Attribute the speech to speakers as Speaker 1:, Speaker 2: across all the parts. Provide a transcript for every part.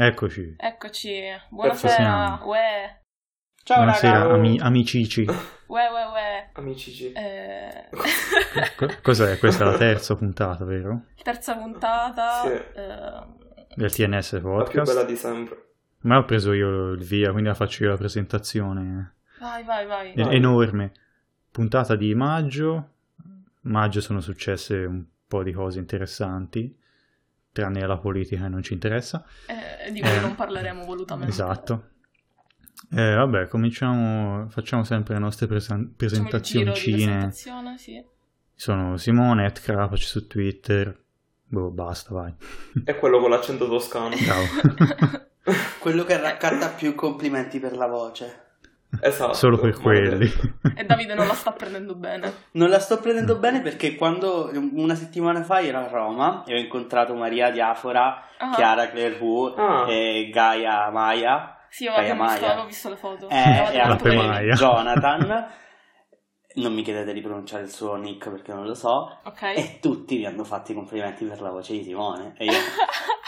Speaker 1: Eccoci.
Speaker 2: Eccoci. Buonasera. Uè.
Speaker 1: Ciao Buonasera, ami- amicici.
Speaker 2: Uè, uè, uè.
Speaker 3: Amici G.
Speaker 2: Eh,
Speaker 1: Co- Cos'è? Questa è la terza puntata, vero?
Speaker 2: terza puntata.
Speaker 3: Sì.
Speaker 2: eh,
Speaker 1: Del TNS
Speaker 3: La più bella
Speaker 1: Podcast.
Speaker 3: di sempre.
Speaker 1: Ma ho preso io il via, quindi la faccio io la presentazione.
Speaker 2: vai, vai, vai.
Speaker 1: È enorme. Puntata di maggio. Maggio sono successe un po' di cose interessanti, tranne la politica che non ci interessa.
Speaker 2: Eh, di cui non parleremo volutamente.
Speaker 1: Esatto. Eh, vabbè, cominciamo, facciamo sempre le nostre presen-
Speaker 2: Facciamo il giro di
Speaker 1: presentazioncine.
Speaker 2: presentazione, sì.
Speaker 1: Sono Simone, at Crapaci su Twitter. Boh, basta, vai.
Speaker 3: È quello con l'accento toscano.
Speaker 1: Ciao.
Speaker 4: Quello che raccatta più complimenti per la voce.
Speaker 3: Esatto.
Speaker 1: Solo per quelli.
Speaker 3: Maledetto.
Speaker 2: E Davide non la sta prendendo bene.
Speaker 4: Non la sto prendendo bene perché quando una settimana fa ero a Roma e ho incontrato Maria Diafora,
Speaker 2: Ah,
Speaker 4: Chiara Clerhu
Speaker 3: Ah.
Speaker 4: e Gaia Maia
Speaker 2: Sì, avevo
Speaker 4: Gaia
Speaker 2: visto,
Speaker 4: Maia. Eh,
Speaker 2: avevo visto le foto.
Speaker 4: e,
Speaker 2: Eravate
Speaker 4: e
Speaker 1: la
Speaker 2: molto
Speaker 4: anche
Speaker 2: bene.
Speaker 1: Maia.
Speaker 4: Jonathan. Non mi chiedete di pronunciare il suo nick perché non lo so.
Speaker 2: Ok.
Speaker 4: E tutti mi hanno fatto i complimenti per la voce di Simone. E io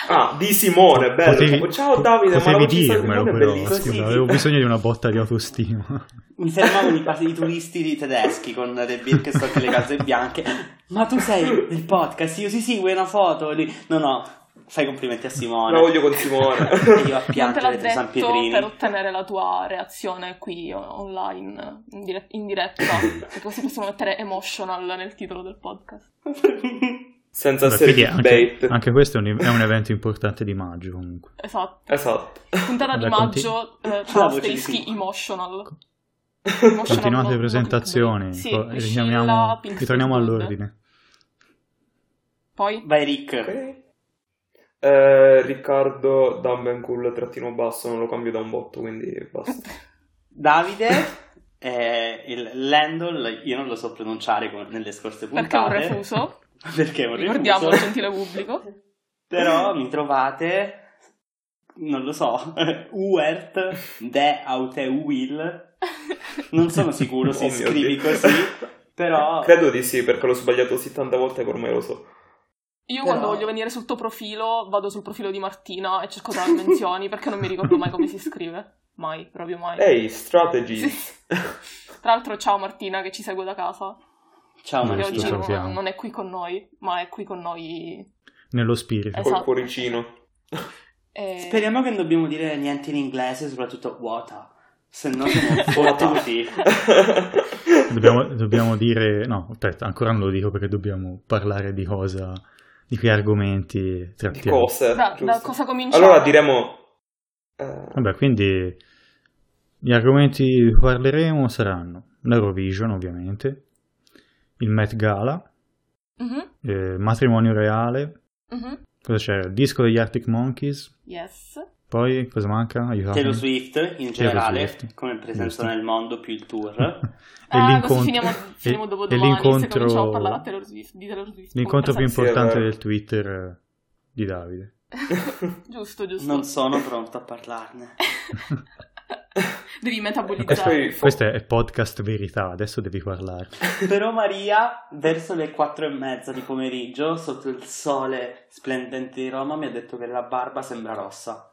Speaker 3: Ah, di Simone, bello. Tipo, Ciao Davide, ma
Speaker 1: potevi
Speaker 3: la voce di
Speaker 1: dirmelo
Speaker 3: Simone è
Speaker 1: però,
Speaker 3: bellissima.
Speaker 1: scusa, avevo bisogno di una botta di autostima.
Speaker 4: mi fermavo di parte di turisti di tedeschi con le Birkenstock e le calze bianche. Ma tu sei il podcast? Io sì, sì, vuoi una foto? Lì- No, no, fai complimenti a Simone.
Speaker 3: La voglio con Simone.
Speaker 4: E io a
Speaker 2: Non te l'ho
Speaker 4: piangere tra i San
Speaker 2: detto
Speaker 4: Pietrini.
Speaker 2: per ottenere la tua reazione qui o- online, in, dire- in diretta, perché così possiamo mettere emotional nel titolo del podcast.
Speaker 3: Senza
Speaker 1: Beh,
Speaker 3: essere
Speaker 1: quindi anche,
Speaker 3: clickbait.
Speaker 1: anche questo è un, è un evento importante di maggio comunque.
Speaker 2: Esatto.
Speaker 3: Esatto.
Speaker 2: Puntata di
Speaker 1: Vabbè, conti-
Speaker 2: maggio, eh,
Speaker 4: La
Speaker 2: tra
Speaker 4: voce di
Speaker 2: asterischi
Speaker 4: Pink.
Speaker 2: emotional.
Speaker 1: Continuate
Speaker 2: le
Speaker 1: le presentazioni,
Speaker 2: Sì,
Speaker 1: co-
Speaker 2: Priscilla,
Speaker 1: richiamiamo-
Speaker 2: Pink
Speaker 1: ritorniamo
Speaker 2: Floyd.
Speaker 1: all'ordine.
Speaker 2: Poi,
Speaker 4: Vai Rick.
Speaker 3: Ok. Eh, Riccardo Dumbencool trattino basso, non lo cambio da un botto, quindi basta.
Speaker 4: Davide, eh, il Landol, io non lo so pronunciare come nelle scorse
Speaker 2: perché un
Speaker 4: puntate.
Speaker 2: refuso?
Speaker 4: Perché un refuso.
Speaker 2: Ricordiamolo, gentile pubblico.
Speaker 4: Però mi trovate, non lo so, Uert de Aute Will. Non sono sicuro se
Speaker 3: Oh mio
Speaker 4: scrivi
Speaker 3: Dio.
Speaker 4: così, però
Speaker 3: Credo di sì, perché l'ho sbagliato 70 volte che ormai lo so.
Speaker 2: Io
Speaker 4: Però-
Speaker 2: quando voglio venire sul tuo profilo vado sul profilo di Martina e cerco tra le menzioni perché non mi ricordo mai come si scrive. Mai, proprio mai.
Speaker 3: Ehi, strategy.
Speaker 2: Sì. Tra l'altro ciao Martina che ci segue da casa,
Speaker 4: ciao
Speaker 1: Ma
Speaker 2: che
Speaker 1: ci
Speaker 2: oggi
Speaker 4: Martina.
Speaker 2: non,
Speaker 1: salutiamo.
Speaker 2: non è qui con noi, ma è qui con noi.
Speaker 1: Nello spirito.
Speaker 2: Eh,
Speaker 3: Col
Speaker 2: Esatto.
Speaker 3: cuoricino.
Speaker 2: eh,
Speaker 4: Speriamo che non dobbiamo dire niente in inglese, soprattutto vuota, se no siamo fottuti.
Speaker 1: Dobbiamo, dobbiamo dire... No, aspetta, ancora non lo dico perché dobbiamo parlare di cosa... Di che argomenti
Speaker 3: Di
Speaker 1: trattiamo.
Speaker 3: cose.
Speaker 2: da,
Speaker 3: giusto.
Speaker 2: da cosa cominciamo?
Speaker 3: Allora diremo... eh,
Speaker 1: Vabbè, quindi gli argomenti di cui parleremo saranno l'Eurovision, ovviamente, il Met Gala,
Speaker 2: Mhm,
Speaker 1: eh, matrimonio reale,
Speaker 2: mhm.
Speaker 1: cosa c'era? Il disco degli Arctic Monkeys,
Speaker 2: Yes.
Speaker 1: poi cosa manca? Aiutatemi.
Speaker 4: Taylor Swift in generale,
Speaker 1: Esatto. Swift.
Speaker 4: come presenza
Speaker 1: Giusto.
Speaker 4: nel mondo più il tour.
Speaker 1: E
Speaker 2: ah,
Speaker 1: l'incontro-
Speaker 2: così finiamo, finiamo
Speaker 1: e-
Speaker 2: dopo
Speaker 1: e
Speaker 2: domani se
Speaker 1: l'incontro-
Speaker 2: cominciamo a parlare a Taylor Swift, di Taylor Swift.
Speaker 1: L'incontro più
Speaker 2: Può
Speaker 3: Sì, è
Speaker 1: importante
Speaker 3: vero.
Speaker 1: del Twitter eh, di Davide.
Speaker 3: eh,
Speaker 2: pensare- Giusto, giusto.
Speaker 4: Non sono pronto a parlarne.
Speaker 2: Devi
Speaker 3: E
Speaker 2: metabolizzare.
Speaker 3: poi...
Speaker 1: Questo è podcast verità, adesso devi parlare.
Speaker 4: Però Maria, verso le quattro e mezza di pomeriggio, sotto il sole splendente di Roma, mi ha detto che la barba sembra rossa.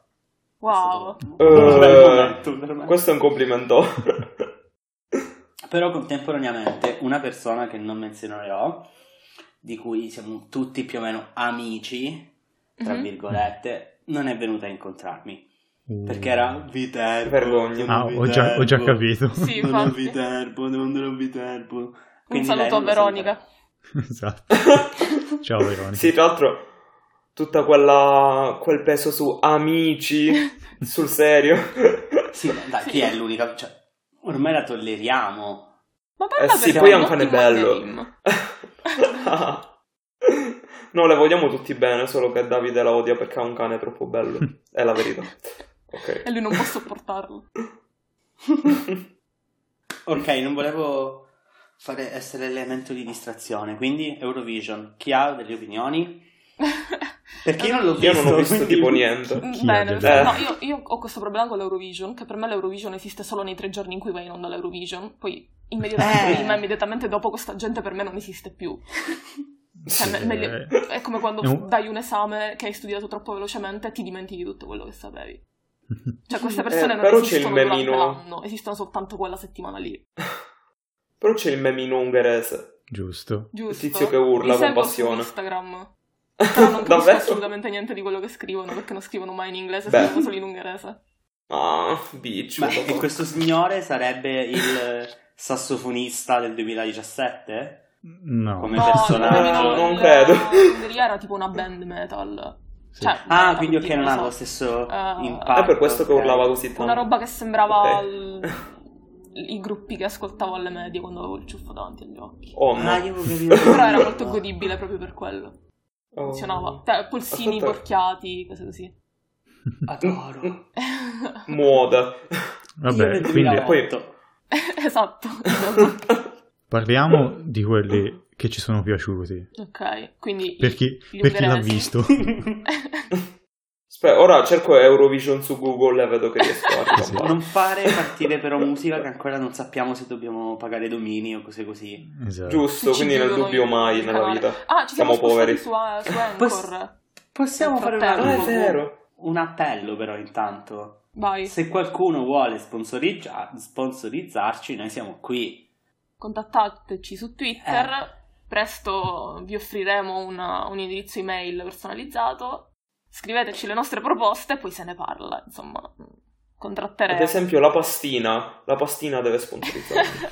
Speaker 2: Wow.
Speaker 4: È stato un bel momento per me.
Speaker 3: Eh, Questo è un complimento.
Speaker 4: Però contemporaneamente una persona che non menzionerò, di cui siamo tutti più o meno amici, tra
Speaker 2: Mhm.
Speaker 4: virgolette, non è venuta a incontrarmi.
Speaker 1: Uh.
Speaker 4: Perché era Viterbo.
Speaker 3: Vergogna.
Speaker 4: non
Speaker 1: Ah, ho già, ho già
Speaker 4: Viterbo,
Speaker 1: capito.
Speaker 2: Sì,
Speaker 4: Non è
Speaker 2: infatti.
Speaker 4: Viterbo, non è Viterbo.
Speaker 2: Un
Speaker 4: Quindi lei
Speaker 2: saluto a
Speaker 4: non lo
Speaker 2: Veronica.
Speaker 1: esatto. Ciao Veronica.
Speaker 3: Sì, tra l'altro, tutta quella... quel peso su amici, sul serio. Eh,
Speaker 4: Sì, ma dai,
Speaker 2: Sì.
Speaker 4: chi è l'unica? Cioè, ormai la tolleriamo.
Speaker 2: Ma
Speaker 3: Eh
Speaker 2: bella
Speaker 3: sì,
Speaker 2: perché
Speaker 3: poi è
Speaker 2: un
Speaker 3: un cane
Speaker 2: ottimo
Speaker 3: bello.
Speaker 2: interim.
Speaker 3: no, le vogliamo tutti bene, solo che Davide la odia perché ha un cane troppo bello. È la verità. Ok.
Speaker 2: E lui non può sopportarlo.
Speaker 4: Ok, non volevo fare essere elemento di distrazione, quindi Eurovision, chi ha delle opinioni? Perché io non l'ho
Speaker 3: Io non ho visto
Speaker 4: visto quindi-
Speaker 3: tipo niente.
Speaker 1: Chi ha
Speaker 2: Bene,
Speaker 1: del-
Speaker 2: perché-
Speaker 3: Eh.
Speaker 2: no, io, io ho questo problema con l'Eurovision, che per me l'Eurovision esiste solo nei tre giorni in cui vai in onda l'Eurovision, poi immediatamente
Speaker 4: Eh.
Speaker 2: prima, immediatamente dopo questa gente per me non esiste più. Cioè, me- meglio-
Speaker 1: Eh,
Speaker 2: è come quando
Speaker 1: No.
Speaker 2: dai un esame che hai studiato troppo velocemente e ti dimentichi tutto quello che sapevi. Cioè, queste
Speaker 4: Eh,
Speaker 2: persone non
Speaker 3: però c'è
Speaker 2: esistono
Speaker 3: il
Speaker 2: durante
Speaker 3: memino.
Speaker 2: l'anno, esistono soltanto quella settimana lì,
Speaker 3: Però c'è il memino ungherese.
Speaker 1: Giusto.
Speaker 2: giusto?
Speaker 3: Il tizio che urla
Speaker 2: Li
Speaker 3: con
Speaker 2: seguo
Speaker 3: passione.
Speaker 2: su Instagram. Però non capisco
Speaker 3: Davvero?
Speaker 2: assolutamente niente di quello che scrivono, perché non scrivono mai in inglese,
Speaker 3: Beh.
Speaker 2: scrivono solo in ungherese.
Speaker 3: Ah, bitch.
Speaker 4: Ma
Speaker 3: proprio.
Speaker 4: e questo signore sarebbe il sassofonista del 2017?
Speaker 1: No.
Speaker 4: Come-
Speaker 2: No,
Speaker 4: personaggio.
Speaker 2: no,
Speaker 3: Non
Speaker 2: il-
Speaker 3: credo.
Speaker 2: L'Ungheria era tipo una band metal.
Speaker 1: Sì.
Speaker 2: Cioè,
Speaker 4: Ah,
Speaker 2: metal,
Speaker 4: quindi ok, non
Speaker 2: so.
Speaker 4: hanno lo stesso
Speaker 2: Ah.
Speaker 4: impatto.
Speaker 3: È per questo che
Speaker 4: ok.
Speaker 3: urlava così tanto.
Speaker 2: Una roba che sembrava
Speaker 3: Ok.
Speaker 2: l- i gruppi che ascoltavo alle medie quando avevo il ciuffo davanti agli occhi.
Speaker 3: Oh, no.
Speaker 4: Ah, io avevo capito.
Speaker 2: Però era molto
Speaker 4: Ah.
Speaker 2: godibile proprio per quello.
Speaker 3: Oh.
Speaker 2: Funzionava. Cioè, polsini
Speaker 3: Ascolta.
Speaker 2: porchiati, cose così.
Speaker 3: Mm,
Speaker 4: Adoro.
Speaker 3: Muoda.
Speaker 4: Io
Speaker 1: Vabbè,
Speaker 4: nel
Speaker 1: quindi
Speaker 4: 2008.
Speaker 2: esatto.
Speaker 1: parliamo di quelli che ci sono piaciuti.
Speaker 2: ok, quindi...
Speaker 1: Per chi,
Speaker 2: Gli
Speaker 1: per chi l'ha
Speaker 2: ungheresi.
Speaker 1: visto.
Speaker 3: Aspetta, ora cerco Eurovision su Google e vedo che riesco a
Speaker 1: Sì.
Speaker 3: trovare.
Speaker 4: Non fare partire però musica che ancora non sappiamo se dobbiamo pagare domini o cose così.
Speaker 1: Esatto.
Speaker 3: Giusto,
Speaker 2: Se ci
Speaker 3: quindi nel
Speaker 2: chiudono
Speaker 3: dubbio
Speaker 2: il
Speaker 3: mai nella
Speaker 2: canale.
Speaker 3: vita.
Speaker 2: Ah, ci siamo,
Speaker 3: Siamo poveri.
Speaker 2: spostati su, a- su Anchor.
Speaker 4: Possiamo fare una-
Speaker 3: Ah,
Speaker 2: Frattempo.
Speaker 3: è vero.
Speaker 4: un appello però intanto.
Speaker 2: Vai,
Speaker 4: Se qualcuno vuole sponsorizza- sponsorizzarci, noi siamo qui.
Speaker 2: contattateci su Twitter.
Speaker 3: Ecco.
Speaker 2: Presto vi offriremo una- un indirizzo email personalizzato. Scriveteci le nostre proposte e poi se ne parla, insomma.
Speaker 3: Ad
Speaker 2: Contratteremo.
Speaker 3: esempio la pastina. La pastina deve sponsorizzarmi.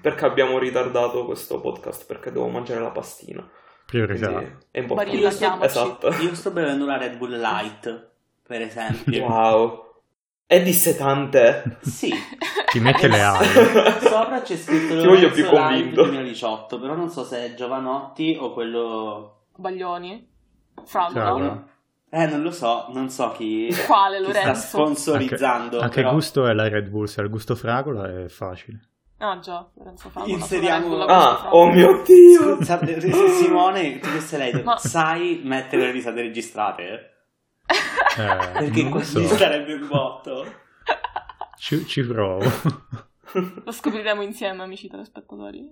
Speaker 3: perché abbiamo ritardato questo podcast? Perché devo mangiare la pastina.
Speaker 1: Priorità.
Speaker 3: Quindi è importante.
Speaker 2: Barilla,
Speaker 4: Io sto-
Speaker 2: chiamaci.
Speaker 3: Esatto.
Speaker 4: Io sto bevendo una Red Bull Light, per esempio.
Speaker 3: Wow. È dissetante.
Speaker 4: Sì.
Speaker 1: Ti mette le ali.
Speaker 4: Sopra c'è scritto
Speaker 3: Ti voglio
Speaker 4: Lorenzo
Speaker 3: più
Speaker 4: Live
Speaker 3: convinto.
Speaker 4: 2018, però non so se è Giovanotti o quello...
Speaker 2: Baglioni? Fragola?
Speaker 1: Fragola.
Speaker 4: Eh, non lo so, non so chi... chi
Speaker 2: Quale,
Speaker 4: sta
Speaker 2: Lorenzo?
Speaker 4: sponsorizzando.
Speaker 1: Anche
Speaker 4: però
Speaker 1: il gusto è la Red Bull, se ha il gusto fragola è facile.
Speaker 2: Ah già, Lorenzo Fragola.
Speaker 4: Inseriamo-
Speaker 2: Lorenzo Fragola,
Speaker 3: Ah,
Speaker 2: Fragola.
Speaker 3: oh mio dio.
Speaker 4: Sa- eh, Simone, tu che sei lei,
Speaker 2: Ma-
Speaker 4: sai mettere le risate registrate?
Speaker 1: Eh,
Speaker 4: Perché
Speaker 1: non lo
Speaker 4: così
Speaker 1: so.
Speaker 4: sarebbe un botto.
Speaker 1: Ci, ci provo.
Speaker 2: Lo scopriremo insieme, amici telespettatori.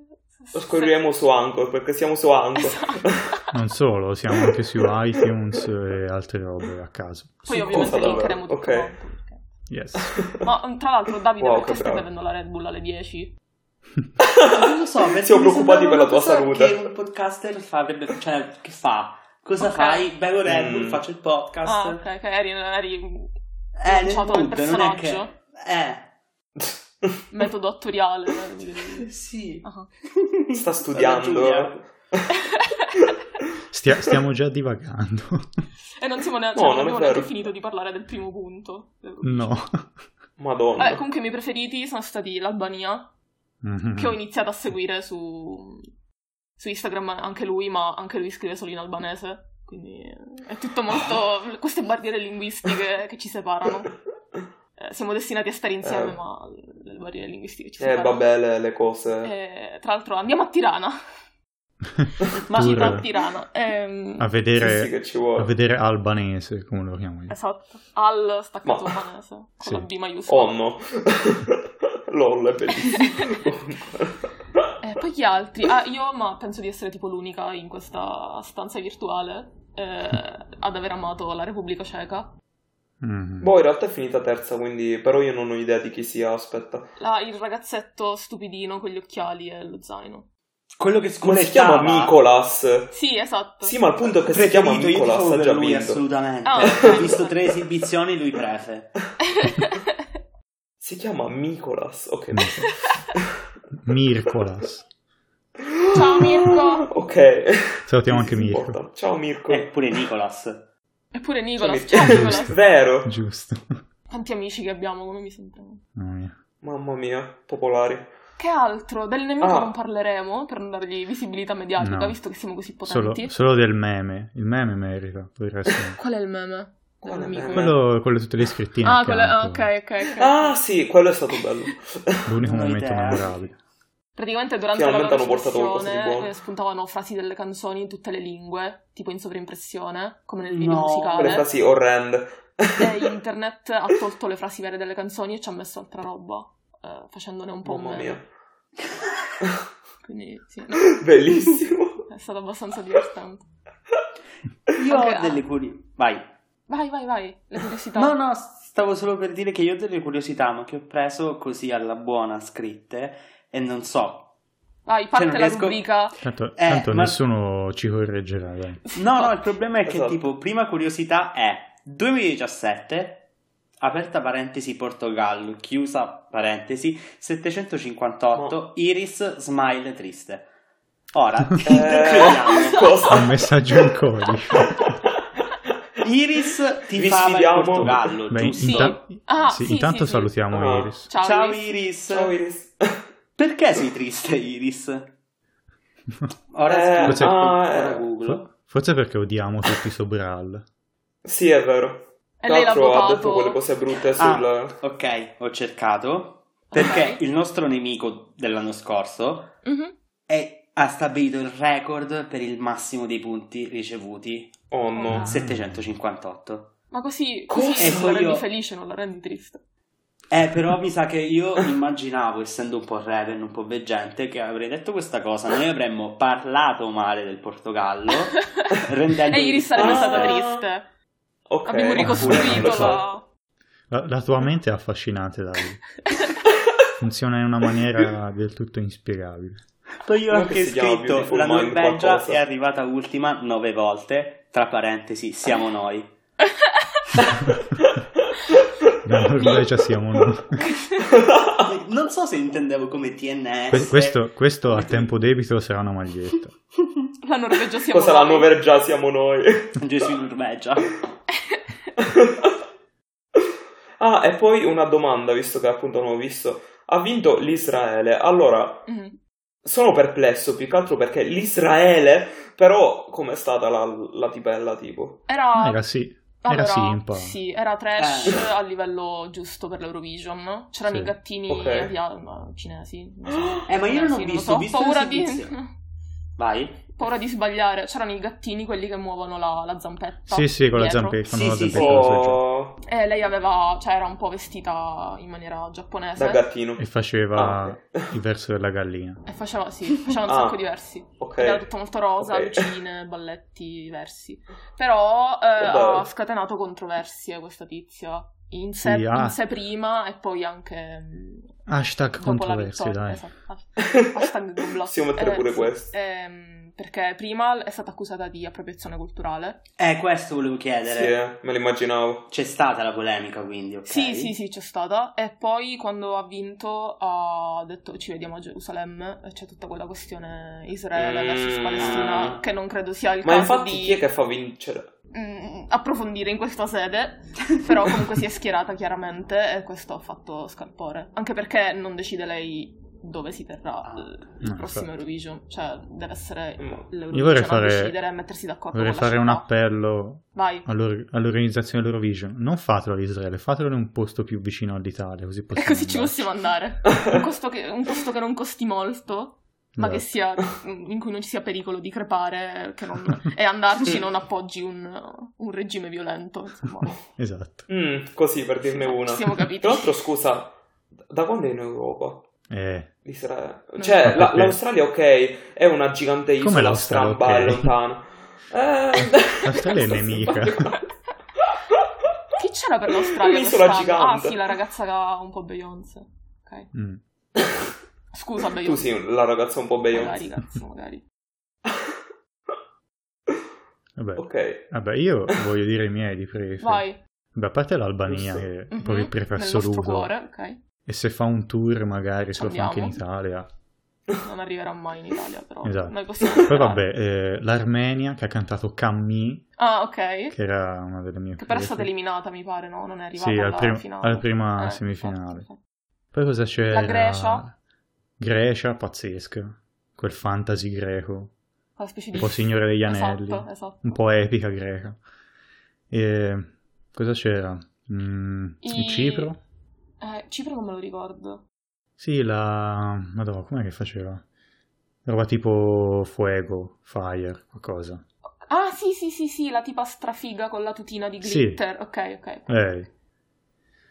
Speaker 3: Lo scopriremo su Anchor perché siamo su Anchor.
Speaker 2: Esatto.
Speaker 1: Non solo, siamo anche su iTunes e altre robe a caso.
Speaker 2: Poi
Speaker 3: Su
Speaker 2: ovviamente
Speaker 3: cosa
Speaker 2: linkeremo tutto
Speaker 3: davvero?
Speaker 2: quanto, perché-
Speaker 1: Yes.
Speaker 2: Ma um, tra l'altro Davide
Speaker 3: Wow,
Speaker 2: perché
Speaker 3: che
Speaker 2: stai
Speaker 3: bravo.
Speaker 2: bevendo la Red Bull alle 10?
Speaker 4: Non lo so, perché
Speaker 3: Siamo
Speaker 4: mi
Speaker 3: preoccupati
Speaker 4: sembrava
Speaker 3: per la
Speaker 4: una
Speaker 3: tua
Speaker 4: cosa
Speaker 3: salute.
Speaker 4: Che un podcaster fa, avrebbe- cioè, che fa? Cosa
Speaker 2: Ok.
Speaker 4: fai? Bevo Red Bull,
Speaker 3: Mm.
Speaker 4: faccio il podcast.
Speaker 2: Ah ok, ok, eri, eri
Speaker 4: Eh, nel
Speaker 2: lanciato nel
Speaker 4: mood, non è che-
Speaker 2: personaggio.
Speaker 4: Eh,
Speaker 2: metodo attoriale. eh.
Speaker 4: sì.
Speaker 2: Ah.
Speaker 3: Sta
Speaker 4: Giulia.
Speaker 3: studiando.
Speaker 1: Stia- stiamo già divagando.
Speaker 2: E non siamo neanche,
Speaker 3: No,
Speaker 2: cioè, non
Speaker 3: non è
Speaker 2: abbiamo neanche
Speaker 3: vero.
Speaker 2: finito di parlare del primo punto.
Speaker 1: No.
Speaker 3: Madonna.
Speaker 2: Vabbè, comunque i miei preferiti sono stati l'Albania,
Speaker 1: Mhm.
Speaker 2: che ho iniziato a seguire su, su Instagram anche lui, ma anche lui scrive solo in albanese. Quindi eh, è tutto molto... queste barriere linguistiche che ci separano. Eh, siamo destinati a stare insieme,
Speaker 3: Eh.
Speaker 2: ma le barriere linguistiche ci
Speaker 3: Eh
Speaker 2: separano.
Speaker 3: vabbè le, le cose.
Speaker 2: Eh, tra l'altro andiamo a Tirana.
Speaker 4: Ma-
Speaker 1: Pure
Speaker 2: Cibo a Tirana. Ehm,
Speaker 1: a
Speaker 3: Sì,
Speaker 1: vedere,
Speaker 3: sì, che ci vuole.
Speaker 1: a vedere albanese, come lo chiamo io.
Speaker 2: Esatto. Al staccato
Speaker 3: Ma-
Speaker 2: albanese. Con
Speaker 1: Sì.
Speaker 2: la B maiuscola.
Speaker 3: Oh no. LOL è bellissimo.
Speaker 2: Eh, poi chi altri? Ah, io ma penso di essere tipo l'unica in questa stanza virtuale eh, ad aver amato la Repubblica Ceca.
Speaker 1: Mhm.
Speaker 3: boh, in realtà è finita terza, quindi però io non ho idea di chi sia, aspetta.
Speaker 2: La- il ragazzetto stupidino con gli occhiali e lo zaino.
Speaker 4: Quello che
Speaker 3: Come
Speaker 4: scuola
Speaker 3: si chiama Nicolas?
Speaker 2: Sì, esatto.
Speaker 3: Sì, ma il punto è che si chiama
Speaker 4: io
Speaker 3: Nicolas,
Speaker 4: tifavo
Speaker 3: ha
Speaker 4: per
Speaker 3: già
Speaker 4: lui
Speaker 3: vinto.
Speaker 4: assolutamente.
Speaker 2: Ah, ok.
Speaker 4: Ho visto tre esibizioni, lui prefe.
Speaker 3: Si chiama Nicolas. Ok.
Speaker 1: Mm. Mircolas.
Speaker 2: Ciao, Mirko.
Speaker 3: Ok.
Speaker 1: Salutiamo anche
Speaker 3: Sì, sì,
Speaker 1: Mirko.
Speaker 3: porta. Ciao Mirko.
Speaker 4: Eppure Nicolas.
Speaker 2: Eppure Nicolas.
Speaker 3: Ciao,
Speaker 2: Ciao,
Speaker 3: Mirko.
Speaker 2: Nicolas.
Speaker 3: Vero.
Speaker 1: Giusto.
Speaker 2: Quanti amici che abbiamo, come mi sembra.
Speaker 1: Mamma mia.
Speaker 3: Mamma mia, popolari.
Speaker 2: Che altro? Del nemico
Speaker 3: Ah.
Speaker 2: non parleremo per non dargli visibilità mediatica,
Speaker 1: No.
Speaker 2: visto che siamo così
Speaker 1: Solo,
Speaker 2: potenti.
Speaker 1: solo del meme. Il meme merita. Poi il resto... no.
Speaker 2: Qual è il meme?
Speaker 3: Qual è il
Speaker 2: Nemico.
Speaker 3: meme?
Speaker 1: Quello con le tutte le scrittine.
Speaker 2: Ah, quello... ah,
Speaker 1: accanto.
Speaker 2: ok, ok, ok.
Speaker 3: Ah sì, quello è stato bello.
Speaker 1: L'unico
Speaker 4: Non ho
Speaker 1: momento
Speaker 4: idea.
Speaker 1: memorabile.
Speaker 2: Praticamente durante la
Speaker 3: Finalmente
Speaker 2: loro
Speaker 3: hanno portato qualcosa di
Speaker 2: trasmissione
Speaker 3: buono.
Speaker 2: eh, spuntavano frasi delle canzoni in tutte le lingue, tipo in sovraimpressione, come nel video
Speaker 4: No.
Speaker 3: Quelle
Speaker 2: musicale.
Speaker 3: frasi orrende.
Speaker 2: E internet ha tolto le frasi vere delle canzoni e ci ha messo altra roba, eh, facendone un po' un
Speaker 3: Mamma
Speaker 2: meme.
Speaker 3: mia.
Speaker 2: Quindi, sì.
Speaker 3: Bellissimo.
Speaker 2: è stato abbastanza divertente.
Speaker 4: Io
Speaker 2: Ok,
Speaker 4: ho
Speaker 2: ah.
Speaker 4: delle curiosità. Vai.
Speaker 2: Vai, vai, vai, le curiosità.
Speaker 4: No, no, stavo solo per dire che io ho delle curiosità, ma che ho preso così alla buona scritte e non so.
Speaker 2: Vai, parte
Speaker 4: Cioè, non
Speaker 2: la
Speaker 4: riesco-
Speaker 2: rubrica.
Speaker 1: Tanto,
Speaker 4: Eh,
Speaker 1: tanto
Speaker 4: ma-
Speaker 1: nessuno ci correggerà, dai.
Speaker 4: No, no, il problema è che
Speaker 3: Esatto.
Speaker 4: tipo, prima curiosità è 2017, aperta parentesi Portogallo, chiusa parentesi 758,
Speaker 3: No.
Speaker 4: Iris smile triste. Ora,
Speaker 3: Eh,
Speaker 4: interpretiamo.
Speaker 3: cosa?
Speaker 1: Un messaggio in codice.
Speaker 4: Iris ti
Speaker 3: Vi
Speaker 4: fa il
Speaker 3: sfidiamo.
Speaker 4: Portogallo,
Speaker 1: Beh,
Speaker 4: giusto?
Speaker 1: inta-
Speaker 2: Ah,
Speaker 1: sì,
Speaker 2: sì,
Speaker 1: intanto
Speaker 2: sì, sì.
Speaker 1: salutiamo
Speaker 3: Ah.
Speaker 1: Iris.
Speaker 2: Ciao,
Speaker 4: Ciao
Speaker 2: Iris.
Speaker 4: Iris.
Speaker 3: Ciao Iris.
Speaker 4: Perché sei triste Iris? Ora
Speaker 3: Eh,
Speaker 4: scrivo,
Speaker 1: forse-
Speaker 4: ora
Speaker 3: ah, eh,
Speaker 4: Google.
Speaker 1: Fo- Forse perché odiamo tutti Sobral.
Speaker 3: Sì, è vero.
Speaker 2: E lei l'ha
Speaker 3: L'altro ha detto
Speaker 2: votato.
Speaker 3: quelle cose brutte sul...
Speaker 4: Ah, ok, ho cercato. Perché
Speaker 2: Ok.
Speaker 4: il nostro nemico dell'anno scorso
Speaker 2: Mhm.
Speaker 4: è- ha stabilito il record per il massimo dei punti ricevuti,
Speaker 3: Oh no.
Speaker 2: Ah.
Speaker 4: 758.
Speaker 2: Ma così,
Speaker 3: Cosa?
Speaker 2: così
Speaker 4: E
Speaker 2: la
Speaker 4: poi
Speaker 2: rendi
Speaker 4: io-
Speaker 2: felice, non la rendi triste.
Speaker 4: Eh, però mi sa che io immaginavo, essendo un po' rebel, un po' veggente, che avrei detto questa cosa. Noi avremmo parlato male del Portogallo, rendendo...
Speaker 2: e Iris sarebbe
Speaker 3: Ah.
Speaker 2: stata triste.
Speaker 3: Ok.
Speaker 2: Abbiamo
Speaker 3: Oppure non
Speaker 2: ricostruito
Speaker 3: lo so.
Speaker 2: la...
Speaker 1: La, la tua mente è affascinante, Davide. Funziona in una maniera del tutto inspiegabile.
Speaker 4: Poi io ho
Speaker 3: Com'è che
Speaker 4: anche
Speaker 3: si chiama
Speaker 4: scritto,
Speaker 3: Beautiful
Speaker 4: la
Speaker 3: Mind
Speaker 4: Norvegia
Speaker 3: qualcosa?
Speaker 4: è arrivata ultima nove volte, tra parentesi, siamo noi.
Speaker 1: La Norvegia siamo noi.
Speaker 4: Non so se intendevo come TNS.
Speaker 1: Que- questo, questo a tempo debito sarà una maglietta.
Speaker 2: la Norvegia siamo
Speaker 3: Cosa la
Speaker 2: noi.
Speaker 3: Norvegia siamo noi?
Speaker 4: Gesù in Norvegia.
Speaker 3: ah, e poi una domanda, visto che appunto non ho visto. Ha vinto l'Israele. Allora,
Speaker 2: Mhm.
Speaker 3: sono perplesso più che altro perché l'Israele, però, com'è stata la, la tipella, tipo?
Speaker 2: Era...
Speaker 1: Era sì.
Speaker 2: allora,
Speaker 1: simpa.
Speaker 2: sì, era trash
Speaker 4: Eh.
Speaker 2: a livello giusto per l'Eurovision. C'erano
Speaker 1: Sì.
Speaker 2: i gattini
Speaker 3: Ok.
Speaker 2: avia- ma- cinesi. non so.
Speaker 4: Eh, ma io non ho
Speaker 2: Cinesi,
Speaker 4: visto,
Speaker 2: lo so,
Speaker 4: ho visto
Speaker 2: paura di...
Speaker 4: l'esibizio. Vai.
Speaker 2: paura di sbagliare. C'erano i gattini, quelli che muovono la, la zampetta.
Speaker 1: Sì, sì, con la
Speaker 2: dietro.
Speaker 1: zampetta. con
Speaker 4: Sì,
Speaker 1: la
Speaker 4: sì,
Speaker 1: zampetta la sorgeva.
Speaker 3: Oh,
Speaker 2: E lei aveva, cioè era un po' vestita in maniera
Speaker 3: da
Speaker 2: giapponese.
Speaker 3: gattino.
Speaker 1: E faceva
Speaker 3: Ah,
Speaker 1: il verso della gallina.
Speaker 2: e faceva, sì, faceva un
Speaker 3: Ah.
Speaker 2: sacco di versi.
Speaker 3: Ok.
Speaker 2: Era tutto molto rosa,
Speaker 3: Ok.
Speaker 2: lucine, balletti diversi. Però eh,
Speaker 3: Vabbè.
Speaker 2: ha scatenato controversie questa tizia. In sé,
Speaker 1: Sì, ah.
Speaker 2: in sé prima e poi anche mh,
Speaker 1: Hashtag
Speaker 2: dopo la
Speaker 1: controversie,
Speaker 2: vittoria.
Speaker 1: dai.
Speaker 2: Esatto. Hashtag Good Luck.
Speaker 3: Possiamo mettere
Speaker 2: Eh,
Speaker 3: pure
Speaker 2: sì.
Speaker 3: questo.
Speaker 2: Ehm, perché prima è stata accusata di appropriazione culturale.
Speaker 4: Eh, questo volevo
Speaker 3: Sì,
Speaker 4: chiedere.
Speaker 3: eh, me l'immaginavo.
Speaker 4: C'è stata la polemica, quindi, ok?
Speaker 2: Sì, sì, sì, c'è stata. E poi quando ha vinto ha detto ci vediamo a Gerusalemme. E c'è tutta quella questione Israele
Speaker 3: Mm.
Speaker 2: versus Palestina, che non credo sia il caso
Speaker 3: Ma infatti chi
Speaker 2: di
Speaker 3: è che fa vincere?
Speaker 2: mm, approfondire in questa sede. Però comunque si è schierata chiaramente e questo ha fatto scalpore. Anche perché non decide lei dove si terrà
Speaker 4: Ah.
Speaker 2: il
Speaker 1: No,
Speaker 2: prossimo
Speaker 1: infatti.
Speaker 2: Eurovision. Cioè, deve essere
Speaker 3: Ma-
Speaker 1: Io vorrei
Speaker 2: l'Eurovision Cioè, a decidere e
Speaker 1: fare,
Speaker 2: mettersi d'accordo
Speaker 1: vorrei
Speaker 2: con la
Speaker 1: fare un
Speaker 2: città.
Speaker 1: appello
Speaker 2: Vai.
Speaker 1: all'or- all'organizzazione dell'Eurovision. Non fatelo all'Israele, fatelo in un posto più vicino all'Italia, così
Speaker 2: E
Speaker 1: possiamo
Speaker 2: così ci
Speaker 1: andare.
Speaker 2: possiamo andare. Un costo che- un posto che non costi molto. ma che
Speaker 1: Esatto.
Speaker 2: sia in cui non ci sia pericolo di crepare che non- e andarci non appoggi un, un regime violento insomma
Speaker 1: Esatto.
Speaker 3: Mm, così per dirne una.
Speaker 2: ci siamo capiti
Speaker 3: Tra l'altro, scusa, da quando è in Europa?
Speaker 1: Eh,
Speaker 3: L'Israele.
Speaker 2: Non
Speaker 1: so.
Speaker 3: Cioè, la-
Speaker 1: Perché?
Speaker 3: l'Australia, ok, è una gigante
Speaker 1: Come
Speaker 3: isola
Speaker 1: l'Australia,
Speaker 3: stramba e
Speaker 1: ok?
Speaker 3: lontana. Eh,
Speaker 1: L'Australia è
Speaker 3: sto
Speaker 1: nemica.
Speaker 3: simpatico.
Speaker 2: chi c'era per l'Australia
Speaker 3: Un'isola
Speaker 2: quest'anno? ah
Speaker 3: gigante.
Speaker 2: sì la ragazza che ha un po' Beyoncé ok
Speaker 1: mm.
Speaker 2: scusa
Speaker 3: Tu
Speaker 2: Beyoncé
Speaker 3: sei la ragazza un po'
Speaker 2: magari
Speaker 3: Beyoncé.
Speaker 2: cazzo magari
Speaker 1: Vabbè.
Speaker 3: ok.
Speaker 1: Vabbè, io voglio dire i miei di prefe.
Speaker 2: vai
Speaker 1: Beh, a parte l'Albania,
Speaker 3: Giusto.
Speaker 1: che è
Speaker 2: Mhm.
Speaker 1: proprio il
Speaker 2: nel
Speaker 1: preferso
Speaker 2: nostro
Speaker 1: ludo.
Speaker 2: cuore ok
Speaker 1: E se fa un tour magari
Speaker 2: Ci
Speaker 1: se lo fa anche in
Speaker 2: andiamo.
Speaker 1: Italia.
Speaker 2: non arriverà mai in Italia però
Speaker 1: Esatto.
Speaker 2: noi possiamo
Speaker 1: Poi
Speaker 2: sperare.
Speaker 1: vabbè, eh, l'Armenia che ha cantato Cammi,
Speaker 2: ah ok
Speaker 1: che era una delle mie
Speaker 2: che però è stata
Speaker 1: prefe.
Speaker 2: eliminata mi pare no? non è arrivata
Speaker 1: Sì, al
Speaker 2: alla
Speaker 1: prim-
Speaker 2: finale
Speaker 1: alla prima
Speaker 2: Eh,
Speaker 1: semifinale.
Speaker 2: ok, ok.
Speaker 1: Poi cosa c'era?
Speaker 2: La Grecia?
Speaker 1: Grecia, pazzesca. Quel fantasy greco.
Speaker 2: Quella specie
Speaker 1: Un
Speaker 2: di
Speaker 1: po' Signore degli Anelli.
Speaker 2: Esatto, esatto.
Speaker 1: Un po' epica greca. E... Cosa c'era? Mm,
Speaker 2: I-
Speaker 1: Il Cipro?
Speaker 2: Eh, Cipro non me lo ricordo.
Speaker 1: Sì, la... Madonna, com'è che faceva? Roba tipo fuego, fire, qualcosa.
Speaker 2: Ah, sì, sì, sì, sì, la tipa strafiga con la tutina di
Speaker 1: Sì.
Speaker 2: glitter. Ok, ok. ok.
Speaker 1: Lei.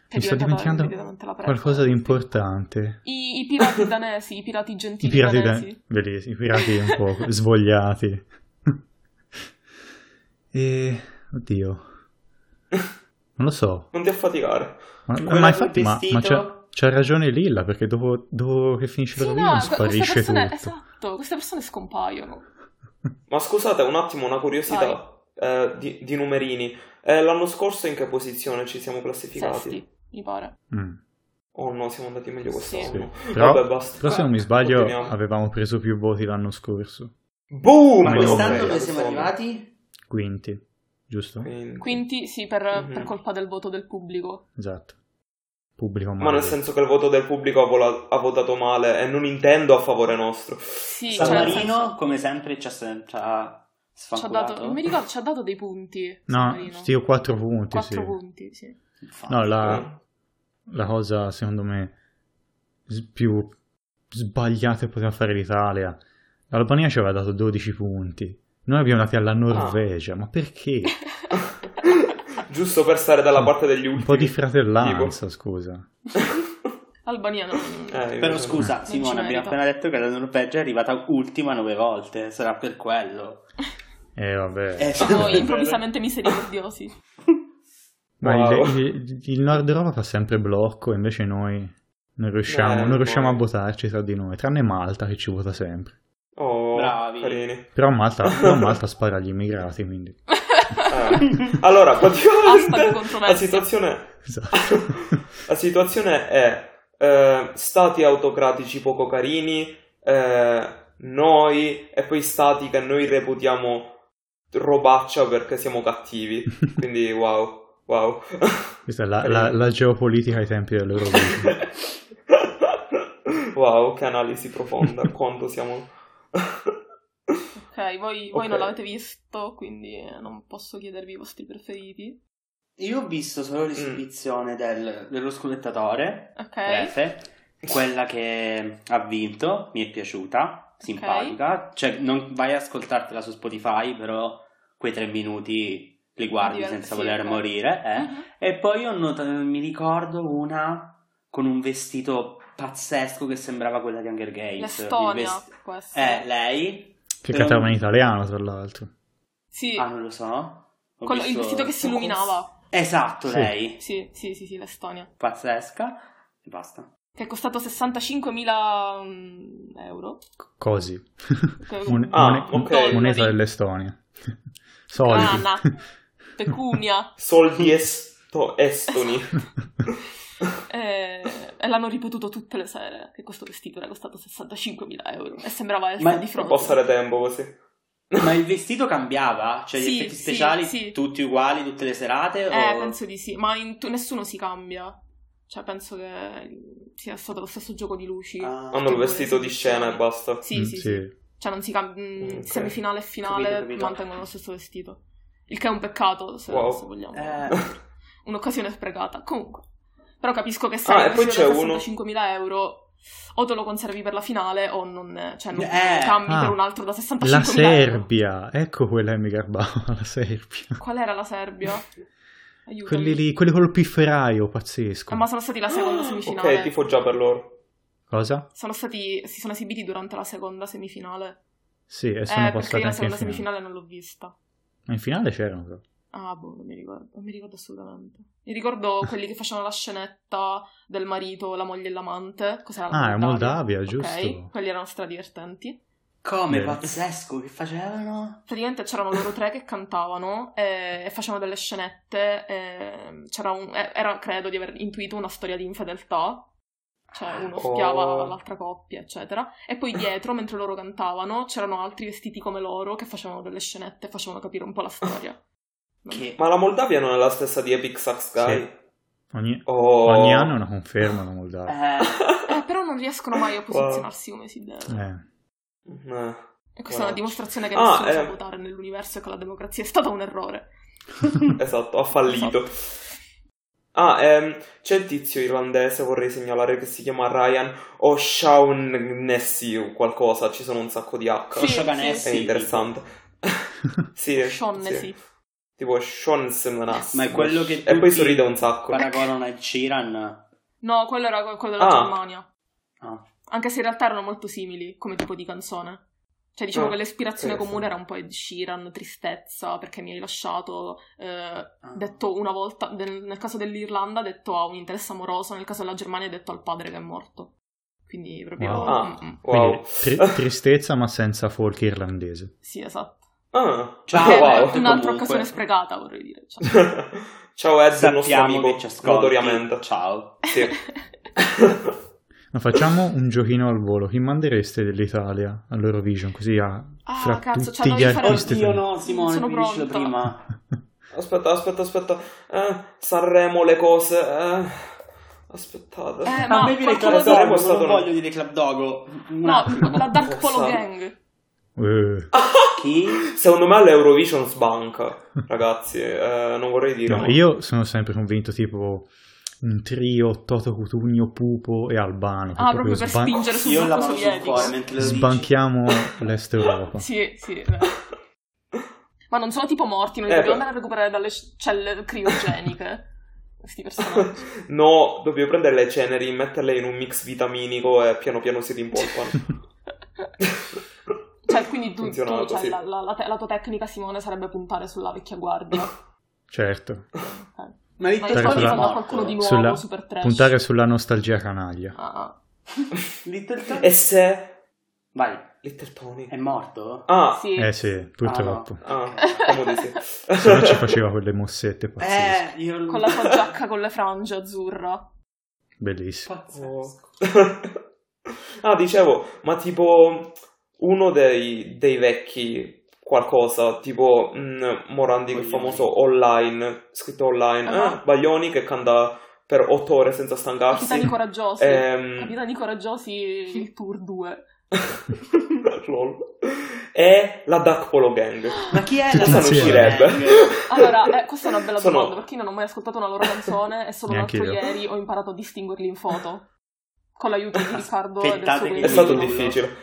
Speaker 2: Che è
Speaker 1: Mi sto
Speaker 2: diventata
Speaker 1: dimenticando
Speaker 2: immediatamente la presa.
Speaker 1: Qualcosa di importante.
Speaker 2: I, i pirati danesi, i pirati
Speaker 1: I
Speaker 2: gentili
Speaker 1: pirati,
Speaker 2: danesi.
Speaker 1: da- bellissimi, i pirati un po' svogliati. e... Oddio. Non lo so.
Speaker 3: Non ti affaticare.
Speaker 1: Ma,
Speaker 4: Quello
Speaker 1: ma
Speaker 4: col
Speaker 1: infatti, ma, ma c'ha,
Speaker 4: vestito?
Speaker 1: c'ha ragione Lilla, perché dopo, dopo che finisce
Speaker 2: Sì,
Speaker 1: la
Speaker 2: no,
Speaker 1: non
Speaker 2: que- queste
Speaker 1: sparisce
Speaker 2: persone,
Speaker 1: tutto.
Speaker 2: esatto, queste persone scompaiono.
Speaker 3: Ma scusate un attimo, una curiosità eh, di, di numerini. Eh, l'anno scorso in che posizione ci siamo classificati?
Speaker 2: Sesti, mi pare.
Speaker 1: Mm.
Speaker 3: Oh no, siamo andati meglio quest'anno.
Speaker 1: Sì. Però-
Speaker 3: Vabbè, basta.
Speaker 1: Però se non mi sbaglio
Speaker 3: Continuiamo.
Speaker 1: avevamo preso più voti l'anno scorso.
Speaker 3: Boom!
Speaker 4: Ma quest'anno
Speaker 1: ok.
Speaker 4: dove siamo
Speaker 3: Insomma.
Speaker 4: arrivati?
Speaker 1: Quinti, giusto?
Speaker 4: Mm.
Speaker 3: Quindi-
Speaker 2: Quinti, sì, per,
Speaker 4: Mm-hmm.
Speaker 3: Mhm.
Speaker 2: per colpa del voto del pubblico.
Speaker 1: Esatto. Pubblico
Speaker 3: Ma nel
Speaker 1: male.
Speaker 3: senso che il voto del pubblico ha, vola- ha votato male e non intendo a favore nostro.
Speaker 2: Sì,
Speaker 4: San
Speaker 2: cioè, nel
Speaker 4: Marino,
Speaker 2: senso,
Speaker 4: come sempre, ci ha, se- ci
Speaker 2: ci
Speaker 4: ha
Speaker 2: ha
Speaker 4: sfanculato.
Speaker 2: dato, non mi ricordo, ci ha dato dei punti.
Speaker 1: No, sì, ho quattro punti,
Speaker 2: 4
Speaker 1: sì.
Speaker 2: punti, sì.
Speaker 4: Infatti.
Speaker 1: No,
Speaker 3: Mm.
Speaker 1: la, la cosa secondo me s- più sbagliata che poteva fare l'Italia. L'Albania ci aveva dato 12 punti. Noi abbiamo dati alla Norvegia, ma perché?
Speaker 3: Giusto per stare dalla parte degli ultimi.
Speaker 1: Un po' di fratellanza, scusa.
Speaker 2: Albania non...
Speaker 3: Eh, invece
Speaker 4: Però
Speaker 3: no.
Speaker 4: scusa,
Speaker 2: ci
Speaker 4: Simone, abbiamo
Speaker 2: merito.
Speaker 4: appena detto che la Norvegia è arrivata ultima nove volte, sarà per quello.
Speaker 1: Eh, vabbè.
Speaker 4: Eh,
Speaker 2: Sono improvvisamente misericordiosi.
Speaker 1: Ma il-
Speaker 3: Wow.
Speaker 1: il, il Nord Europa fa sempre blocco, invece noi non riusciamo,
Speaker 3: Eh,
Speaker 1: non riusciamo a
Speaker 3: poi.
Speaker 1: votarci tra di noi, tranne Malta che ci vota sempre.
Speaker 3: Oh,
Speaker 4: Bravi.
Speaker 3: carini.
Speaker 1: Però Malta, però Malta spara agli immigrati, quindi...
Speaker 3: Eh. Allora,
Speaker 2: Hashtag
Speaker 3: praticamente
Speaker 2: controversia.
Speaker 3: la situazione
Speaker 1: Esatto.
Speaker 3: La situazione è eh, stati autocratici poco carini, eh, noi e poi stati che noi reputiamo robaccia perché siamo cattivi. Quindi wow, wow.
Speaker 1: Questa è la, la- la geopolitica ai tempi dell'Eurovision.
Speaker 3: wow, che analisi profonda, quanto siamo...
Speaker 2: Ok, voi, voi
Speaker 3: Ok.
Speaker 2: non l'avete visto, quindi eh, non posso chiedervi i vostri preferiti.
Speaker 4: Io ho visto
Speaker 1: Mm.
Speaker 4: solo l'esibizione del- dello scolettatore,
Speaker 2: Ok?
Speaker 4: Refe, quella che ha vinto, mi è piaciuta, simpatica. Cioè, non vai a ascoltartela su Spotify, però quei tre minuti li guardi
Speaker 2: Diventa-
Speaker 4: senza
Speaker 2: sì,
Speaker 4: voler
Speaker 2: ok.
Speaker 4: morire, eh.
Speaker 2: Mhm.
Speaker 4: E poi ho not- mi ricordo una con un vestito pazzesco che sembrava quella di Hunger Games.
Speaker 2: L'Estonia,
Speaker 4: Il vest-
Speaker 2: può essere.
Speaker 4: Eh, lei?
Speaker 1: Che
Speaker 2: Ehm,
Speaker 4: Però-
Speaker 1: cantava in italiano, tra l'altro.
Speaker 2: Sì,
Speaker 4: Ah, non lo so. Ho
Speaker 2: quello- il
Speaker 4: visto-
Speaker 2: vestito che si illuminava.
Speaker 4: Esatto,
Speaker 1: Sì.
Speaker 4: lei.
Speaker 2: Sì, sì, sì, sì, l'Estonia.
Speaker 4: Pazzesca. E basta.
Speaker 2: Che è costato 65.000 mm, euro.
Speaker 1: C- Cosi.
Speaker 2: Che-
Speaker 1: Mon-
Speaker 3: Ah,
Speaker 1: mone- Moneta
Speaker 3: ok.
Speaker 2: Dollari.
Speaker 1: dell'Estonia. Solidi.
Speaker 2: Grana. Pecunia.
Speaker 3: Soldi esto- estoni.
Speaker 2: Eh, e l'hanno ripetuto tutte le sere che questo vestito era costato 65.000 euro e sembrava essere
Speaker 4: Ma
Speaker 2: di
Speaker 3: Non
Speaker 2: fronte.
Speaker 3: passare tempo così.
Speaker 4: Ma il vestito cambiava? Cioè, gli
Speaker 2: Sì,
Speaker 4: effetti
Speaker 2: sì,
Speaker 4: speciali
Speaker 2: sì.
Speaker 4: tutti uguali tutte le serate?
Speaker 2: Eh,
Speaker 4: o-
Speaker 2: penso di sì, ma in- tu- nessuno si cambia. Cioè, penso che sia stato lo stesso gioco di luci.
Speaker 4: Ah,
Speaker 3: Hanno il
Speaker 2: Tipo le
Speaker 3: vestito di scena e
Speaker 2: esibizioni.
Speaker 3: basta.
Speaker 2: Sì,
Speaker 1: Mm,
Speaker 2: sì, sì. Cioè, non si cambia. mm,
Speaker 3: Ok.
Speaker 2: Semifinale e finale
Speaker 4: Capito, capito.
Speaker 2: mantengono lo stesso vestito. Il che è un peccato, se,
Speaker 3: Wow.
Speaker 2: se vogliamo.
Speaker 4: eh,
Speaker 2: Un'occasione sprecata. Comunque. Però capisco che se
Speaker 3: Ah, e poi c'è uno-
Speaker 2: 65.000 euro o te lo conservi per la finale o non, cioè, non
Speaker 4: Eh.
Speaker 2: cambi
Speaker 1: Ah.
Speaker 2: per un altro da 65.000
Speaker 1: La
Speaker 2: euro.
Speaker 1: Serbia. Ecco quella che mi garbava, la Serbia.
Speaker 2: Qual era la Serbia? Aiutami.
Speaker 1: Quelli lì, quelli col pifferaio, pazzesco.
Speaker 2: Eh, ma sono stati la seconda semifinale.
Speaker 3: Ok, tifo già per loro.
Speaker 1: Cosa?
Speaker 2: sono stati, si sono esibiti durante la seconda semifinale.
Speaker 1: Sì, e sono
Speaker 2: Eh, perché
Speaker 1: passati
Speaker 2: io la
Speaker 1: anche in
Speaker 2: seconda
Speaker 1: finale.
Speaker 2: semifinale non l'ho vista.
Speaker 1: Ma In finale c'erano, però.
Speaker 2: Ah, boh, non mi ricordo, non mi ricordo assolutamente. Mi ricordo quelli che facevano la scenetta del marito, la moglie e l'amante. Cos'era la
Speaker 1: Ah, è Moldavia, giusto.
Speaker 2: Ok, quelli erano stradivertenti.
Speaker 4: come
Speaker 3: Mm.
Speaker 1: Vero.
Speaker 4: pazzesco che facevano?
Speaker 2: Praticamente c'erano loro tre che cantavano eh, e facevano delle scenette. eh, c'era un, eh, era, credo, di aver intuito una storia di infedeltà. cioè uno
Speaker 3: Oh.
Speaker 2: spiava l'altra coppia, eccetera. E poi dietro, mentre loro cantavano, c'erano altri vestiti come loro che facevano delle scenette e facevano capire un po' la storia.
Speaker 4: Che...
Speaker 3: Ma la Moldavia non è la stessa di Epic Sax Guy?
Speaker 1: Sì. Ogni,
Speaker 3: Oh.
Speaker 1: ogni anno una conferma la Moldavia.
Speaker 4: Eh,
Speaker 2: Eh, però non riescono mai a posizionarsi come si deve.
Speaker 1: Eh.
Speaker 3: Eh.
Speaker 2: E questa è una
Speaker 3: Wow.
Speaker 2: dimostrazione che
Speaker 3: Ah,
Speaker 2: nessuno sa
Speaker 3: eh.
Speaker 2: votare nell'universo e che la democrazia è stata un errore.
Speaker 3: Esatto, ha fallito. Ah, ehm, c'è il tizio irlandese, vorrei segnalare, che si chiama Ryan O'Shaughnessy o qualcosa, ci sono un sacco di H.
Speaker 2: Sì,
Speaker 4: Shoganessi,
Speaker 3: È interessante. sì,
Speaker 2: Shonnessy.
Speaker 3: sì. Tipo Sean Semanas.
Speaker 4: Ma è quello che
Speaker 3: E poi
Speaker 4: tutti
Speaker 3: sorride un sacco.
Speaker 4: Paragonano a Ciran.
Speaker 2: No, quello era quello della
Speaker 3: Ah.
Speaker 2: Germania.
Speaker 4: Ah.
Speaker 2: Anche se in realtà erano molto simili come tipo di canzone. Cioè, diciamo
Speaker 3: Ah,
Speaker 2: che l'ispirazione
Speaker 3: interessante.
Speaker 2: comune era un po' Ed Sheeran, tristezza, perché mi hai lasciato. eh,
Speaker 4: Ah.
Speaker 2: detto una volta, nel, nel caso dell'Irlanda, detto a un interesse amoroso, nel caso della Germania, detto al padre che è morto. Quindi proprio.
Speaker 1: Wow.
Speaker 3: Ah.
Speaker 2: Mm, mm.
Speaker 3: Wow.
Speaker 1: Quindi, tri- tristezza ma senza folk irlandese.
Speaker 2: Sì, esatto.
Speaker 3: Ah,
Speaker 4: Ciao,
Speaker 2: Eh,
Speaker 3: wow.
Speaker 2: Un'altra
Speaker 4: comunque.
Speaker 2: occasione sprecata, vorrei dire. Cioè.
Speaker 3: Ciao Ed, il nostro
Speaker 4: Sappiamo
Speaker 3: amico,
Speaker 4: che ci ascolti.
Speaker 3: notoriamente.
Speaker 4: Ciao.
Speaker 3: Sì.
Speaker 1: Ma facciamo un giochino al volo. Chi mandereste dell'Italia all'Eurovision? Così a
Speaker 2: Ah,
Speaker 1: fra
Speaker 2: cazzo,
Speaker 1: tutti
Speaker 2: cioè,
Speaker 1: gli
Speaker 2: non farò-
Speaker 1: artisti.
Speaker 4: Oddio
Speaker 1: italiani.
Speaker 4: no, Simone,
Speaker 2: Sono
Speaker 4: mi dici
Speaker 2: pronta.
Speaker 4: prima.
Speaker 3: Aspetta, aspetta, aspetta. Eh, Sanremo, le cose. eh. Aspettate.
Speaker 2: Eh,
Speaker 4: a
Speaker 2: ma
Speaker 4: me viene
Speaker 2: qualcuno-
Speaker 4: Club
Speaker 3: Dogo,
Speaker 4: Dogo,
Speaker 3: stato
Speaker 4: non
Speaker 3: un-
Speaker 4: voglio dire Club Dogo. Un
Speaker 2: No,
Speaker 4: attimo.
Speaker 2: la Dark Polo
Speaker 3: Forza.
Speaker 2: Gang. Ah,
Speaker 1: Eh,
Speaker 4: Chi?
Speaker 3: Secondo me l'Eurovision sbanca, ragazzi. eh, non vorrei dire.
Speaker 1: no, io sono sempre convinto tipo un trio Toto Cutugno, Pupo e Albano. che
Speaker 2: Ah, proprio per
Speaker 1: sban-
Speaker 2: spingere sul
Speaker 4: Io ho la
Speaker 2: blocco
Speaker 4: mano sul
Speaker 2: sovietico.
Speaker 4: cuore mentre lo dici.
Speaker 1: sbanchiamo l'Est Europa.
Speaker 2: Sì, sì. no. Ma non sono tipo morti, noi
Speaker 3: Eh,
Speaker 2: dobbiamo
Speaker 3: beh.
Speaker 2: andare a recuperare dalle celle criogeniche. Questi personaggi.
Speaker 3: No, dobbiamo prendere le ceneri, metterle in un mix vitaminico e piano piano si rimpolpano.
Speaker 2: Cioè, quindi tu, tu-
Speaker 3: Funzionava
Speaker 2: cioè,
Speaker 3: così.
Speaker 2: la, la- la te- la tua tecnica, Simone, sarebbe puntare sulla vecchia guardia.
Speaker 1: Certo,
Speaker 2: Ok.
Speaker 4: Ma
Speaker 2: Ma
Speaker 4: Vittorio
Speaker 2: io
Speaker 1: Puntare
Speaker 2: sto
Speaker 1: sulla-
Speaker 2: pensando a
Speaker 4: morto.
Speaker 2: qualcuno di nuovo,
Speaker 1: Sulla-
Speaker 2: super trash.
Speaker 1: puntare sulla nostalgia canaglia.
Speaker 2: Ah, ah.
Speaker 4: Little Tony-
Speaker 3: e se...
Speaker 4: Vai,
Speaker 3: Little Tony.
Speaker 4: è morto? Eh,
Speaker 3: Ah,
Speaker 2: Sì.
Speaker 1: Eh sì, purtroppo.
Speaker 3: ah, come dire sì.
Speaker 1: Se no ci faceva quelle mossette pazzesche.
Speaker 4: Eh, io
Speaker 2: Con la sua giacca con le frange azzurra.
Speaker 3: Ah,
Speaker 1: Bellissime.
Speaker 3: Oh.
Speaker 4: Pazzesco.
Speaker 3: ah, dicevo, ma tipo uno dei, dei vecchi qualcosa, tipo mh, Morandi che è
Speaker 4: Baglioni.
Speaker 3: famoso online, scritto online,
Speaker 2: Ah.
Speaker 3: eh, Baglioni che canta per otto ore senza stancarsi.
Speaker 2: Capitani coraggiosi.
Speaker 3: Ehm,
Speaker 2: Capitani coraggiosi, il tour 2.
Speaker 3: lol. E la Duck Polo Gang.
Speaker 4: Ma chi è
Speaker 1: Tutti
Speaker 4: la sua
Speaker 1: insieme.
Speaker 2: Allora, eh, questa è una bella
Speaker 3: Sono-
Speaker 2: domanda perché io non ho mai ascoltato una loro canzone e solo
Speaker 1: Neanche
Speaker 2: l'altro
Speaker 1: io.
Speaker 2: ieri ho imparato a distinguerli in foto. Con l'aiuto di Riccardo e del suo
Speaker 4: Aspettate che-
Speaker 3: È stato
Speaker 2: coinquilino.
Speaker 3: difficile.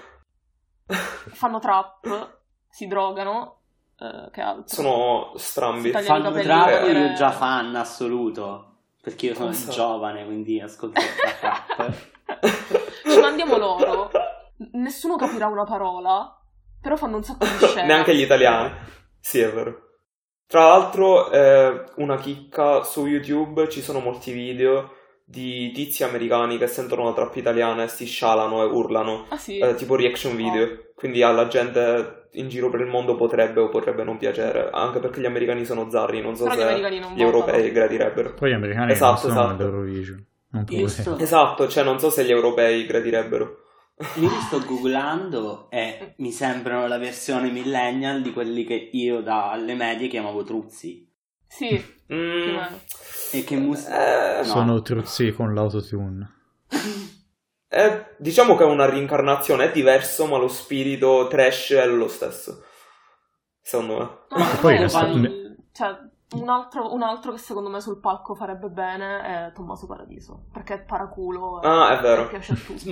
Speaker 2: Fanno trap, si drogano, eh, che altro?
Speaker 3: Sono strambi.
Speaker 2: Italia-
Speaker 4: Fanno
Speaker 2: Capelli,
Speaker 4: trap,
Speaker 3: eh.
Speaker 4: io già fan assoluto. Perché io sono
Speaker 3: Cosa?
Speaker 4: giovane, quindi ascolto la trap.
Speaker 2: Ci mandiamo loro. N- Nessuno capirà una parola, però fanno un sacco di scene.
Speaker 3: Neanche gli italiani. Sì, è vero. Tra l'altro, eh, una chicca, su YouTube ci sono molti video di tizi americani che sentono la trappa italiana e si scialano e urlano,
Speaker 2: Ah sì?
Speaker 3: eh, tipo reaction video. Quindi alla gente in giro per il mondo potrebbe o potrebbe non piacere, anche perché gli americani sono zarri, non so
Speaker 2: però gli
Speaker 3: se
Speaker 2: americani non
Speaker 3: gli
Speaker 2: votano.
Speaker 3: europei gradirebbero.
Speaker 1: Poi gli americani non
Speaker 3: Esatto,
Speaker 1: sono
Speaker 3: esatto.
Speaker 1: all'Eurovision. Non può
Speaker 4: Io sto,
Speaker 3: Esatto, cioè non so se gli europei gradirebbero.
Speaker 4: io li sto googlando e mi sembrano la versione millennial di quelli che io dalle medie chiamavo truzzi.
Speaker 2: Sì,
Speaker 3: Mm,
Speaker 2: più o meno.
Speaker 4: E che musica...
Speaker 3: eh,
Speaker 4: no.
Speaker 1: Sono truzzi con l'autotune.
Speaker 3: Eh, diciamo che è una reincarnazione, è diverso, ma lo spirito trash è lo stesso. Secondo me.
Speaker 2: No,
Speaker 4: Ma
Speaker 2: secondo
Speaker 1: poi
Speaker 2: me
Speaker 1: resta-
Speaker 2: fai-
Speaker 1: ne-
Speaker 2: cioè, un, altro, un altro che secondo me sul palco farebbe bene è Tommaso Paradiso, perché è paraculo e
Speaker 3: Ah, è vero.
Speaker 2: piace a tutti.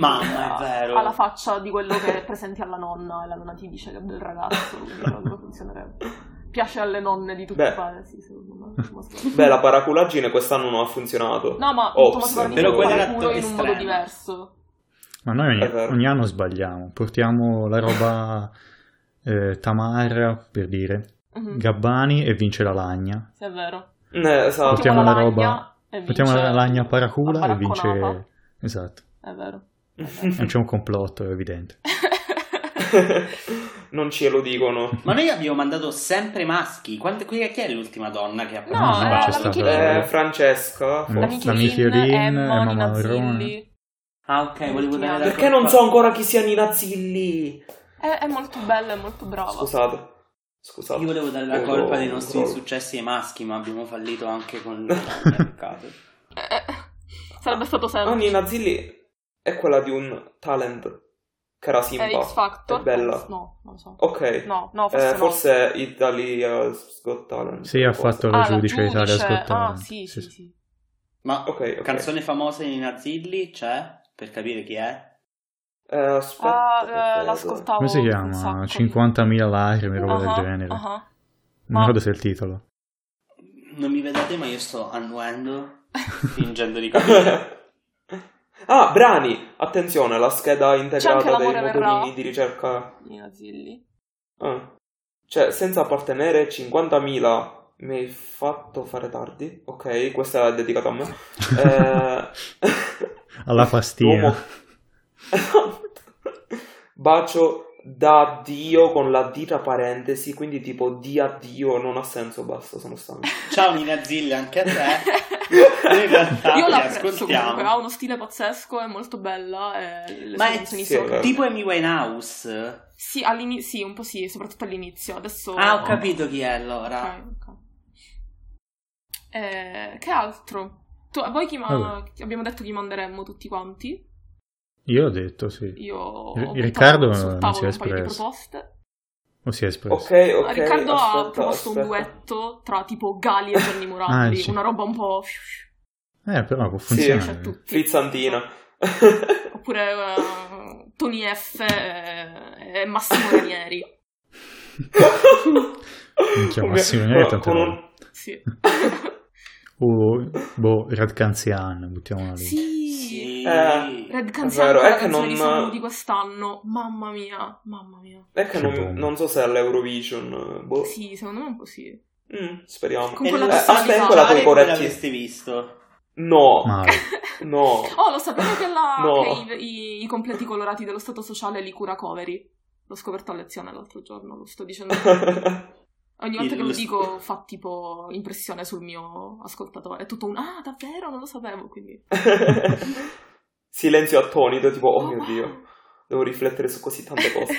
Speaker 2: Ha-
Speaker 4: Mamma, è vero.
Speaker 2: Ha la faccia di quello che presenti alla nonna e la nonna ti dice che è bel ragazzo, quindi quello funzionerebbe. Piace alle nonne di tutti
Speaker 3: Beh.
Speaker 2: i paesi, secondo me. Tommaso Paradiso.
Speaker 3: Beh, la paraculaggine quest'anno non ha funzionato.
Speaker 2: No, ma
Speaker 3: Oh,
Speaker 2: Tommaso
Speaker 3: sì.
Speaker 2: Paradiso
Speaker 4: Però
Speaker 2: è
Speaker 4: quello era
Speaker 2: paraculo in un modo
Speaker 4: estremo.
Speaker 2: diverso.
Speaker 1: Ma noi ogni,
Speaker 3: È vero.
Speaker 1: ogni anno sbagliamo. Portiamo la roba eh, Tamara, per dire,
Speaker 2: Mhm,
Speaker 1: Gabbani e vince la lagna.
Speaker 2: Sì, è vero.
Speaker 3: Eh, esatto.
Speaker 1: Portiamo
Speaker 2: Portiamo
Speaker 1: la roba-
Speaker 2: lagna e vince-
Speaker 1: Portiamo la lagna paracula
Speaker 2: la
Speaker 1: e vince...
Speaker 2: baracconata.
Speaker 1: Esatto,
Speaker 2: È vero.
Speaker 1: non c'è un complotto, è evidente.
Speaker 3: non ce lo dicono.
Speaker 4: Ma noi abbiamo mandato sempre maschi. Quante- qui- chi è l'ultima donna che ha
Speaker 2: No,
Speaker 1: No,
Speaker 2: era
Speaker 1: c'è
Speaker 2: la
Speaker 1: stato-
Speaker 2: Michelin.
Speaker 3: Eh, Francesca.
Speaker 1: Mm.
Speaker 2: La
Speaker 3: forse.
Speaker 1: La
Speaker 2: Michelin,
Speaker 1: Michelin,
Speaker 2: Emma,
Speaker 1: Emma
Speaker 2: Nina
Speaker 1: Marrone.
Speaker 2: Zilli.
Speaker 4: Ah, ok, volevo dare la
Speaker 3: Perché non so ancora chi sia Nina Zilli?
Speaker 2: È, è molto bella, è molto brava.
Speaker 3: Scusate. Scusate.
Speaker 4: Io volevo dare la
Speaker 3: Loro-
Speaker 4: colpa dei nostri
Speaker 3: loro-
Speaker 4: insuccessi ai maschi, ma abbiamo fallito anche con il mercato.
Speaker 2: Eh, sarebbe stato
Speaker 3: Ah,
Speaker 2: semplice.
Speaker 3: Nina Zilli è quella di un talent che era
Speaker 2: È
Speaker 3: simpa.
Speaker 2: Eh, X Factor?
Speaker 3: È bella.
Speaker 2: Forse- No, non lo so.
Speaker 3: Ok.
Speaker 2: No, no, forse,
Speaker 3: Eh,
Speaker 2: no.
Speaker 3: forse Italia's Got Talent.
Speaker 1: Sì, ha
Speaker 3: Forse.
Speaker 1: fatto
Speaker 2: Ah,
Speaker 1: la
Speaker 2: la
Speaker 1: giudice Italia scottata.
Speaker 2: Ah, sì, sì, sì.
Speaker 4: Ma
Speaker 3: Ok, ok.
Speaker 4: canzone famosa di Nazilli c'è? Per capire chi è?
Speaker 3: Eh, aspetta.
Speaker 2: Ah,
Speaker 3: che
Speaker 2: eh,
Speaker 3: vedo.
Speaker 2: l'ascoltavo
Speaker 1: Come si
Speaker 2: un
Speaker 1: chiama?
Speaker 2: sacco.
Speaker 1: 50.000 lacrime, roba
Speaker 2: Ah,
Speaker 1: del genere.
Speaker 2: ah.
Speaker 1: Non ricordo se è il titolo.
Speaker 4: Non mi vedete, ma io sto annuendo, fingendo di capire.
Speaker 3: Ah, brani! Attenzione, la scheda integrata dei
Speaker 2: l'amore verrà.
Speaker 3: motorini di ricerca.
Speaker 2: Nina Zilli.
Speaker 3: Ah. Cioè, senza appartenere 50.000 mi hai fatto fare tardi. Ok, questa è dedicata a me. Eh...
Speaker 1: Alla pastiglia.
Speaker 3: Uomo- Bacio da Dio con la D tra parentesi, quindi tipo di addio, non ha senso, basta, sono stanco.
Speaker 4: Ciao Nina Zille, anche a te. Noi in realtà
Speaker 2: Io
Speaker 4: li
Speaker 2: l'apprezzo comunque, ha
Speaker 4: ascoltiamo.
Speaker 2: uno stile pazzesco, è molto bella. E le
Speaker 4: Ma
Speaker 2: sue
Speaker 4: è-
Speaker 2: canzoni
Speaker 3: sì, eh.
Speaker 2: sono-
Speaker 3: vabbè.
Speaker 4: Tipo Amy Winehouse.
Speaker 2: Sì, all'inizio, sì, un po' sì, soprattutto all'inizio. Adesso...
Speaker 4: Ah, ho capito chi è allora.
Speaker 2: Ok, ok. Eh, che altro? Tu, a voi chi ma-
Speaker 1: Vabbè.
Speaker 2: abbiamo detto chi manderemmo tutti quanti.
Speaker 1: Io ho detto sì.
Speaker 2: Io ho
Speaker 1: R-
Speaker 2: buttato
Speaker 1: Riccardo
Speaker 2: sul
Speaker 1: non
Speaker 2: tavolo
Speaker 1: si è
Speaker 2: un paio di
Speaker 1: espresso.
Speaker 2: proposte.
Speaker 1: O si è espresso.
Speaker 3: Ok, ok.
Speaker 2: Riccardo ha
Speaker 3: aspetta,
Speaker 2: proposto un
Speaker 3: aspetta.
Speaker 2: duetto tra tipo Gali e Gianni Morandi,
Speaker 1: Ah, sì.
Speaker 2: una roba un po'
Speaker 1: Eh, però può
Speaker 3: Sì,
Speaker 2: piace
Speaker 1: funzionare.
Speaker 2: a tutti.
Speaker 3: Frizzantina.
Speaker 2: Oppure eh, Tony F e, e Massimo Ranieri.
Speaker 1: Minchia, Massimo, non è tante
Speaker 3: Con un-
Speaker 1: robe.
Speaker 2: Sì.
Speaker 1: o boh, Red Canzian, buttiamola lì.
Speaker 2: sì.
Speaker 4: Sì.
Speaker 3: Eh.
Speaker 2: Red
Speaker 3: È
Speaker 2: Canzano,
Speaker 3: vero, è
Speaker 2: la
Speaker 3: che
Speaker 2: canzone di
Speaker 3: non-
Speaker 2: solo di quest'anno. Mamma mia, mamma mia.
Speaker 3: È che
Speaker 1: Che
Speaker 3: non,
Speaker 1: bomba.
Speaker 3: non so se è l'Eurovision. Boh.
Speaker 2: Sì, secondo me un po' sì.
Speaker 3: Mm, speriamo.
Speaker 2: Con quella
Speaker 3: Eh,
Speaker 4: Eh,
Speaker 2: persona
Speaker 3: aspetta,
Speaker 2: di
Speaker 3: quella
Speaker 2: Bari.
Speaker 3: con i
Speaker 4: Quale
Speaker 3: coretti.
Speaker 4: l'avresti visto?
Speaker 3: No,
Speaker 1: Male.
Speaker 3: no.
Speaker 2: Oh, lo sapevo che, la-
Speaker 3: No.
Speaker 2: che i, i- i completi colorati dello stato sociale li cura Covery. L'ho scoperto a lezione l'altro giorno, lo sto dicendo. Ogni volta
Speaker 4: Il-
Speaker 2: che lo dico fa tipo impressione sul mio ascoltatore. È tutto un ah, davvero? Non lo sapevo, quindi.
Speaker 3: Silenzio attonito, tipo, oh mio
Speaker 2: wow.
Speaker 3: Dio, devo riflettere su così tante cose.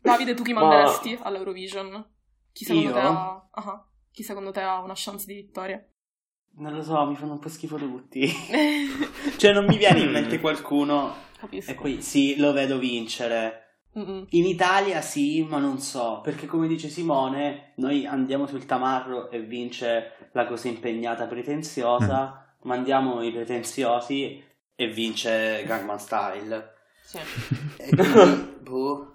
Speaker 2: Davide, tu chi
Speaker 3: Ma-
Speaker 2: manderesti all'Eurovision? Chi secondo
Speaker 4: Io?
Speaker 2: te ha ah, chi secondo te ha una chance di vittoria?
Speaker 4: Non lo so, mi fanno un po' schifo tutti. Cioè, non mi viene in mente
Speaker 3: Mm.
Speaker 4: qualcuno.
Speaker 2: Capisco.
Speaker 4: E poi sì, lo vedo vincere.
Speaker 2: Mm-mm.
Speaker 4: In Italia sì, ma non so, perché come dice Simone, noi andiamo sul tamarro e vince la cosa impegnata pretenziosa,
Speaker 3: Mm.
Speaker 4: mandiamo i pretenziosi e vince Gangnam Style.
Speaker 2: Sì.
Speaker 4: E quindi, boh, non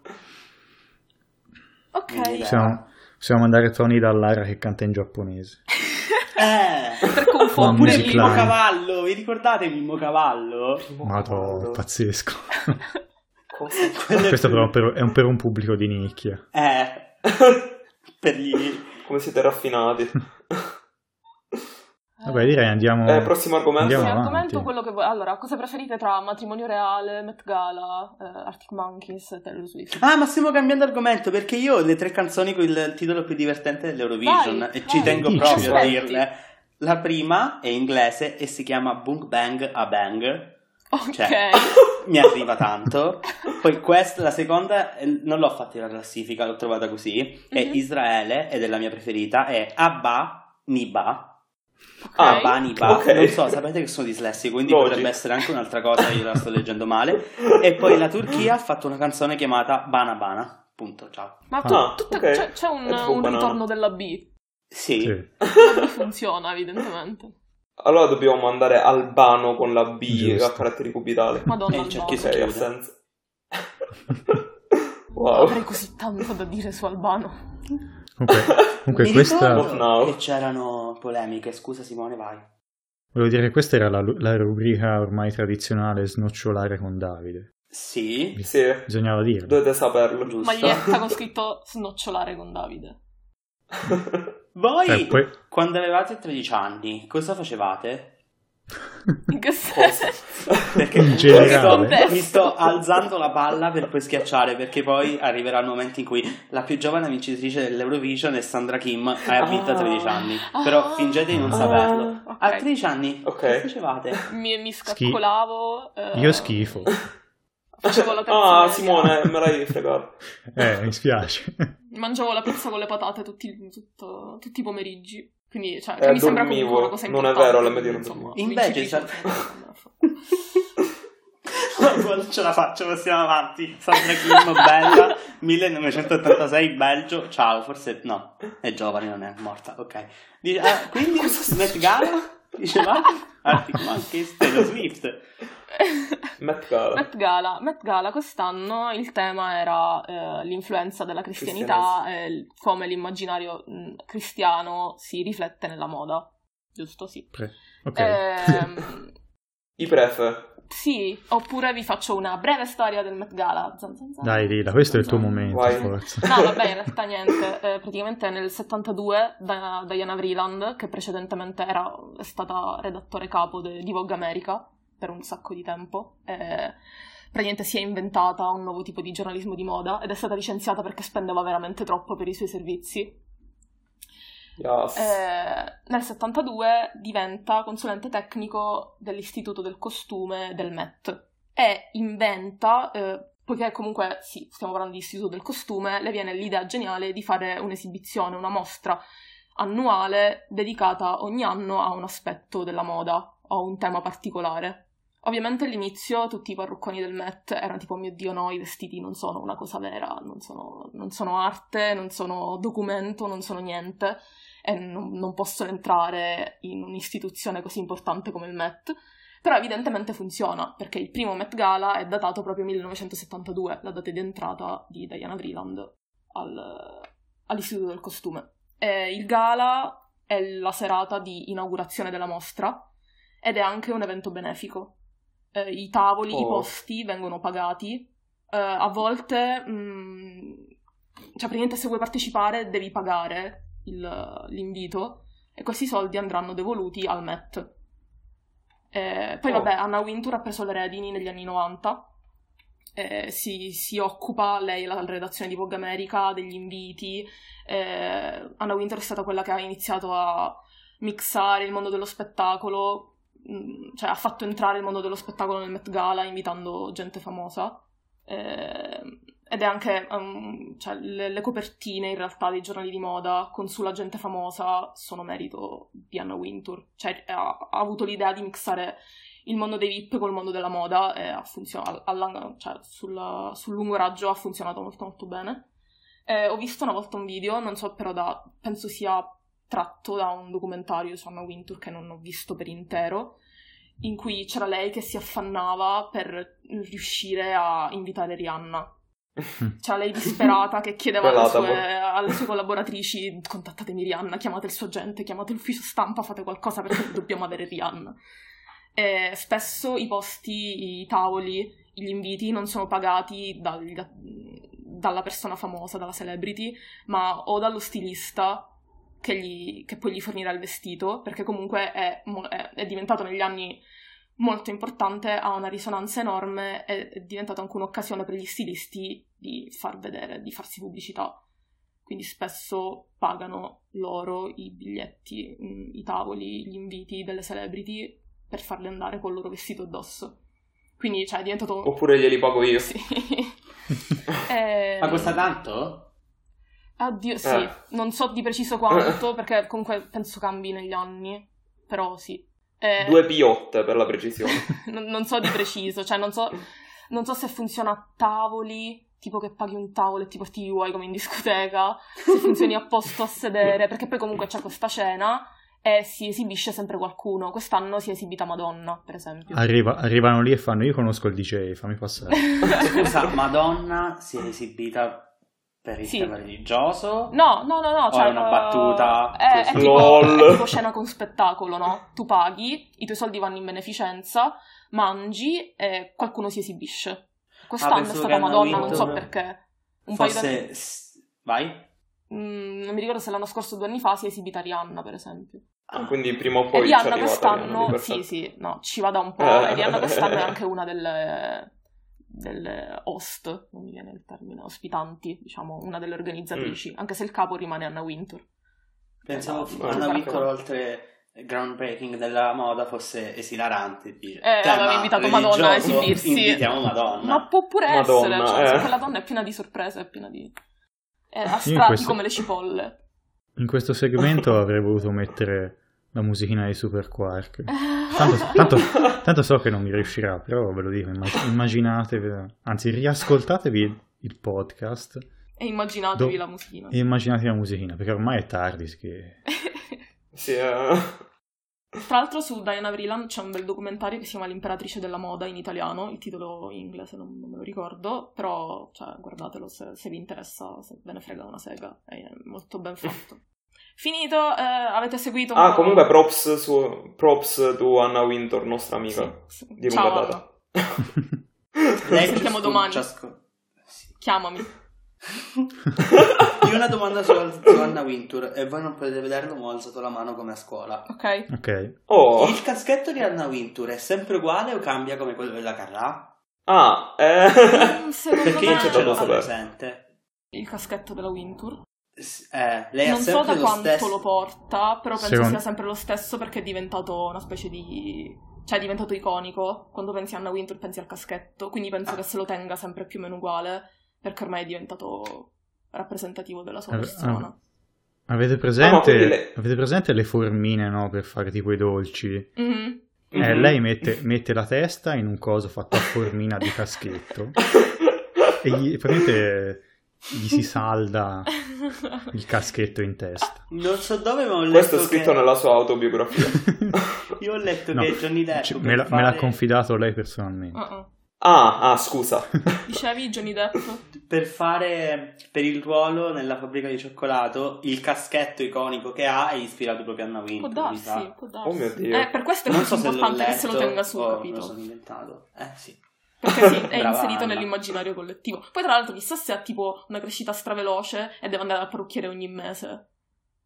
Speaker 2: Ok.
Speaker 4: idea.
Speaker 1: Possiamo, possiamo mandare Tony dall'area che canta in giapponese.
Speaker 4: Eh!
Speaker 2: Per confondere
Speaker 4: Oppure
Speaker 1: Music
Speaker 4: Mimmo
Speaker 1: Line.
Speaker 4: Cavallo, vi ricordate Mimmo Cavallo?
Speaker 1: Madò, pazzesco.
Speaker 3: Cosa?
Speaker 4: Quello-
Speaker 1: Questo però per- è un, per un pubblico di nicchia.
Speaker 4: Eh, per gli...
Speaker 3: Come siete raffinati.
Speaker 1: Vabbè, direi andiamo...
Speaker 3: Eh, prossimo argomento.
Speaker 1: Andiamo
Speaker 2: Sì,
Speaker 1: avanti.
Speaker 2: argomento quello che vuoi. Allora, cosa preferite tra matrimonio reale, Met Gala, eh, Arctic Monkeys e Taylor Swift?
Speaker 4: Ah, ma stiamo cambiando argomento perché io ho le tre canzoni con il titolo più divertente dell'Eurovision
Speaker 2: Vai,
Speaker 4: e
Speaker 2: vai.
Speaker 4: ci tengo
Speaker 1: Dici.
Speaker 4: proprio a
Speaker 2: Aspetti.
Speaker 4: dirle. La prima è inglese e si chiama Boom Bang A Bang.
Speaker 2: Ok.
Speaker 4: Cioè, mi arriva tanto. Poi questa, la seconda, eh, non l'ho fatta la classifica, l'ho trovata così. È
Speaker 2: Mhm.
Speaker 4: Israele ed è la mia preferita. È Abba Niba.
Speaker 2: ok.
Speaker 4: Abba Niba.
Speaker 3: Ok.
Speaker 4: Ah, Non so, sapete che sono dislessico, quindi
Speaker 3: Logico.
Speaker 4: potrebbe essere anche un'altra cosa, io la sto leggendo male. E poi la Turchia ha fatto una canzone chiamata Bana Bana. Punto, ciao.
Speaker 2: Ma tu-
Speaker 3: Ah,
Speaker 2: tutta-
Speaker 3: ok.
Speaker 2: c'è, c'è un,
Speaker 3: È tipo
Speaker 2: un
Speaker 3: banana.
Speaker 2: ritorno della B.
Speaker 4: Sì.
Speaker 1: Sì.
Speaker 2: La B funziona, evidentemente.
Speaker 3: Allora dobbiamo mandare Albano con la B
Speaker 1: Giusto.
Speaker 3: a caratteri cubitali.
Speaker 2: Madonna,
Speaker 4: Eh,
Speaker 2: Albano.
Speaker 4: c'è chi
Speaker 3: Ok,
Speaker 4: si chiude.
Speaker 3: ha senso. wow.
Speaker 2: Avrei così tanto da dire su Albano.
Speaker 1: Comunque, comunque
Speaker 4: Mi
Speaker 1: questa...
Speaker 4: ricordo
Speaker 3: No.
Speaker 4: che c'erano polemiche. Scusa, Simone, vai.
Speaker 1: Volevo dire, questa era la, la rubrica ormai tradizionale snocciolare con Davide.
Speaker 4: Sì,
Speaker 3: Sì,
Speaker 1: Bisognava dirlo.
Speaker 3: dovete saperlo.
Speaker 4: giusto.
Speaker 2: Maglietta con scritto snocciolare con Davide.
Speaker 4: Voi,
Speaker 1: Eh, poi-
Speaker 4: quando avevate 13 anni, cosa facevate?
Speaker 2: In che senso?
Speaker 4: Perché
Speaker 1: In
Speaker 4: mi
Speaker 1: generale.
Speaker 4: sto- mi sto alzando la palla per poi schiacciare, perché poi arriverà il momento in cui la più giovane vincitrice dell'Eurovision è Sandra Kim e ha vinto a 13 anni. Però
Speaker 2: Ah.
Speaker 4: fingete di non
Speaker 1: Ah.
Speaker 4: saperlo.
Speaker 2: Ok.
Speaker 4: A 13 anni,
Speaker 3: Ok.
Speaker 4: cosa facevate?
Speaker 2: Mi, mi scaccolavo. eh,
Speaker 1: Io schifo.
Speaker 2: Facevo la terza
Speaker 3: Ah,
Speaker 2: media.
Speaker 3: Simone, me l'hai fregato.
Speaker 1: Eh, mi spiace.
Speaker 2: Mangiavo la pizza con le patate tutti, tutto- tutti i pomeriggi. Quindi, cioè,
Speaker 3: Eh,
Speaker 2: che mi sembra
Speaker 3: dormivo.
Speaker 2: comunque una cosa
Speaker 3: Non è
Speaker 2: importante.
Speaker 3: vero, alle medie non
Speaker 2: insomma,
Speaker 4: dormivo. Invece,
Speaker 2: principi
Speaker 4: non ce la faccio, passiamo avanti. Sandra Kim, bella, 1986, Belgio. Ciao, forse no, è giovane, non è morta. Ok, Dice, ah, quindi Ah, Met Gala diceva Arctic Monkeys, Taylor Swift.
Speaker 2: di-
Speaker 3: Met Gala.
Speaker 2: Met Gala, Met Gala quest'anno il tema era eh, l'influenza della cristianità e il- come l'immaginario mh, cristiano si riflette nella moda. Giusto? Sì.
Speaker 1: Ok.
Speaker 2: Eh, Ehm,
Speaker 3: I pref.
Speaker 2: sì, oppure vi faccio una breve storia del Met Gala. Zan, zan, zan.
Speaker 1: Dai, Rila, questo è il tuo
Speaker 2: Zan.
Speaker 1: momento,
Speaker 3: Vai.
Speaker 1: forza.
Speaker 2: No, vabbè, in realtà niente. Eh, praticamente nel 72 Di- Diana Vreeland, che precedentemente era, è stata redattore capo de- di Vogue America per un sacco di tempo, eh, praticamente si è inventata un nuovo tipo di giornalismo di moda ed è stata licenziata perché spendeva veramente troppo per i suoi servizi.
Speaker 3: Yes.
Speaker 2: Eh, nel 72 diventa consulente tecnico dell'Istituto del Costume del MET e inventa, eh, poiché comunque sì, stiamo parlando di Istituto del Costume, le viene l'idea geniale di fare un'esibizione, una mostra annuale dedicata ogni anno a un aspetto della moda o a un tema particolare. Ovviamente all'inizio tutti i parrucconi del Met erano tipo, "Oh mio Dio, no, i vestiti non sono una cosa vera, non sono, non sono arte, non sono documento, non sono niente e non, non possono entrare in un'istituzione così importante come il Met. Però evidentemente funziona, perché il primo Met Gala è datato proprio 1972, la data di entrata di Diana Vreeland al- all'Istituto del Costume. E il gala è la serata di inaugurazione della mostra ed è anche un evento benefico. Eh, I tavoli, i
Speaker 3: Oh.
Speaker 2: posti vengono pagati, eh, a volte, mh, cioè praticamente se vuoi partecipare devi pagare il- l'invito e questi soldi andranno devoluti al Met. Eh, poi
Speaker 3: Oh.
Speaker 2: vabbè, Anna Wintour ha preso le redini negli anni 90, eh, si, si occupa lei, la redazione di Vogue America, degli inviti. eh, Anna Wintour è stata quella che ha iniziato a mixare il mondo dello spettacolo, mh, cioè ha fatto entrare il mondo dello spettacolo nel Met Gala invitando gente famosa. Eh, ed è anche um, cioè, le, le copertine in realtà dei giornali di moda con sulla gente famosa sono merito di Anna Wintour. Cioè, ha, ha avuto l'idea di mixare il mondo dei VIP col mondo della moda e ha funzionato, cioè, sul, sul lungo raggio ha funzionato molto molto bene. Eh, ho visto una volta un video, non so però da, penso sia tratto da un documentario su Anna Wintour che non ho visto per intero, in cui c'era lei che si affannava per riuscire a invitare Rihanna. C'era lei disperata che chiedeva alle
Speaker 3: Pelata,
Speaker 2: sue, alle sue collaboratrici contattatemi Rihanna, chiamate il suo agente, chiamate l'ufficio stampa, fate qualcosa perché dobbiamo avere Rihanna. E spesso i posti, i tavoli, gli inviti non sono pagati dal- dalla persona famosa, dalla celebrity, ma o dallo stilista che, gli- che poi gli fornirà il vestito, perché comunque è, mo- è- è diventato negli anni molto importante, ha una risonanza enorme, è, è diventata anche un'occasione per gli stilisti di far vedere, di farsi pubblicità. Quindi spesso pagano loro i biglietti, mh, i tavoli, gli inviti delle celebrity per farle andare col loro vestito addosso. Quindi cioè, è diventato...
Speaker 3: Oppure glieli pago io.
Speaker 2: Sì. Eh,
Speaker 4: Ma costa tanto?
Speaker 2: Addio, sì,
Speaker 3: Eh.
Speaker 2: non so di preciso quanto, perché comunque penso cambi negli anni, però sì. Eh,
Speaker 3: Due piotte per la precisione.
Speaker 2: non, non so di preciso, cioè non so, non so se funziona a tavoli, tipo che paghi un tavolo e ti porti i vuoi come in discoteca, se funzioni a posto a sedere, perché poi comunque c'è questa cena e si esibisce sempre qualcuno. Quest'anno si è esibita Madonna, per esempio.
Speaker 1: Arriva- arrivano lì e fanno, io conosco il DJ, fammi passare.
Speaker 4: Scusa, Madonna si è esibita per il
Speaker 2: Sì.
Speaker 4: tema religioso.
Speaker 2: No, no, no, no.
Speaker 4: O
Speaker 2: Cioè,
Speaker 4: Oh, è una battuta?
Speaker 2: È, è
Speaker 4: Così.
Speaker 2: tipo,
Speaker 3: Lol.
Speaker 2: è tipo scena con spettacolo, no? Tu paghi, i tuoi soldi vanno in beneficenza, mangi e qualcuno si esibisce. Quest'anno è
Speaker 4: pensavo
Speaker 2: stata
Speaker 4: Ah, che Anna
Speaker 2: Madonna, non so
Speaker 4: Wintour-
Speaker 2: perché. Un paio
Speaker 4: Forse...
Speaker 2: d'anni-
Speaker 4: s- Vai.
Speaker 2: Mm, non mi ricordo se l'anno scorso o due anni fa si è esibita Rihanna, per esempio.
Speaker 3: Ah, Quindi prima o
Speaker 2: e
Speaker 3: poi ci
Speaker 2: Rihanna
Speaker 3: arriva.
Speaker 2: Eh, quest'anno, sì, sì, no, ci va da un po'.
Speaker 3: Eh.
Speaker 2: E Rihanna quest'anno è anche una delle, delle host, non mi viene il termine, ospitanti, diciamo, una delle organizzatrici,
Speaker 3: Mm.
Speaker 2: anche se il capo rimane Anna Wintour.
Speaker 4: Pensavo
Speaker 2: Eh,
Speaker 4: che
Speaker 3: no,
Speaker 4: Anna
Speaker 3: no,
Speaker 4: Wintour,
Speaker 3: no.
Speaker 4: oltre groundbreaking della moda, fosse esilarante. Cioè, e dire,
Speaker 2: Eh, aveva
Speaker 4: "Tema
Speaker 2: invitato Madonna a
Speaker 4: religioso,
Speaker 2: esibirsi."
Speaker 4: Invitiamo Madonna.
Speaker 2: Ma può pure
Speaker 3: Madonna,
Speaker 2: essere, cioè,
Speaker 3: eh.
Speaker 2: quella donna è piena di sorprese, è piena di... È a
Speaker 1: Io in
Speaker 2: strati
Speaker 1: questo-
Speaker 2: come le cipolle.
Speaker 1: In questo segmento avrei voluto mettere la musichina di Super Quark. Tanto, tanto- tanto so che non mi riuscirà, però ve lo dico, immag- immaginatevi, anzi riascoltatevi il podcast
Speaker 2: E immaginatevi
Speaker 1: Do-
Speaker 2: la musichina.
Speaker 1: e immaginatevi la musichina, perché ormai è tardi, che
Speaker 3: Sì, eh.
Speaker 2: Tra l'altro su Diana Vreeland c'è un bel documentario che si chiama L'imperatrice della moda in italiano, il titolo in inglese non, non me lo ricordo, però cioè, guardatelo se, se, vi interessa, se ve ne frega una sega, è molto ben fatto. Finito, eh, avete seguito...
Speaker 3: Ah, comunque props, su, props tu Anna Winter, nostra amica sì, sì. di lunga
Speaker 2: Ciao,
Speaker 3: data.
Speaker 2: Lei sentiamo domani. Chiamami.
Speaker 4: Io una domanda su Anna Wintour e voi non potete vederlo ma ho alzato la mano come a scuola.
Speaker 2: Ok.
Speaker 1: Ok.
Speaker 3: Oh,
Speaker 4: Il caschetto di Anna Wintour è sempre uguale o cambia come quello della Carrà?
Speaker 3: ah, eh.
Speaker 2: Mm, secondo
Speaker 4: Perché
Speaker 2: me-
Speaker 4: io ce l'ho
Speaker 3: Ah, vabbè.
Speaker 4: presente.
Speaker 2: Il caschetto della Wintour.
Speaker 4: S- eh, lei ha
Speaker 2: Non so
Speaker 4: sempre
Speaker 2: da
Speaker 4: lo
Speaker 2: quanto
Speaker 4: stesso...
Speaker 2: lo porta, però penso
Speaker 1: Secondo-
Speaker 2: sia sempre lo stesso perché è diventato una specie di... cioè è diventato iconico. Quando pensi a Anna Wintour pensi al caschetto, quindi penso
Speaker 4: Ah.
Speaker 2: che se lo tenga sempre più o meno uguale perché ormai è diventato rappresentativo della sua
Speaker 1: Ave-
Speaker 2: persona.
Speaker 1: Avete
Speaker 3: Ah, ma
Speaker 1: presente,
Speaker 3: quindi le-
Speaker 1: avete presente le formine, no, per fare tipo i dolci?
Speaker 2: Mhm.
Speaker 1: Eh,
Speaker 3: Mhm.
Speaker 1: lei mette, mette la testa in un coso fatto a formina di caschetto e gli, praticamente gli si salda Ah. il caschetto in testa.
Speaker 4: Non so dove, ma ho letto
Speaker 3: Questo è scritto
Speaker 4: che...
Speaker 3: nella sua autobiografia.
Speaker 4: Io ho letto
Speaker 1: No,
Speaker 4: che Johnny Depp
Speaker 1: c-
Speaker 4: per
Speaker 1: me, la- me l'ha
Speaker 4: fare-
Speaker 1: confidato lei personalmente.
Speaker 2: Uh-uh.
Speaker 3: Ah, ah, scusa.
Speaker 2: Dicevi Johnny Depp?
Speaker 4: per fare per il ruolo nella fabbrica di cioccolato il caschetto iconico che ha è ispirato proprio a Anna
Speaker 2: Può
Speaker 4: Wintour mi sa.
Speaker 2: darsi, può darsi.
Speaker 3: Oh mio Dio.
Speaker 2: Eh, per questo è
Speaker 4: non
Speaker 2: molto
Speaker 4: so se l'ho
Speaker 2: importante
Speaker 4: letto oh,
Speaker 2: che se lo tenga su,
Speaker 4: o
Speaker 2: capito?
Speaker 4: me lo sono inventato eh sì
Speaker 2: Perché sì, è
Speaker 4: Brava
Speaker 2: inserito
Speaker 4: Anna.
Speaker 2: nell'immaginario collettivo. Poi, tra l'altro, chissà se ha tipo una crescita straveloce e deve andare al parrucchiere ogni mese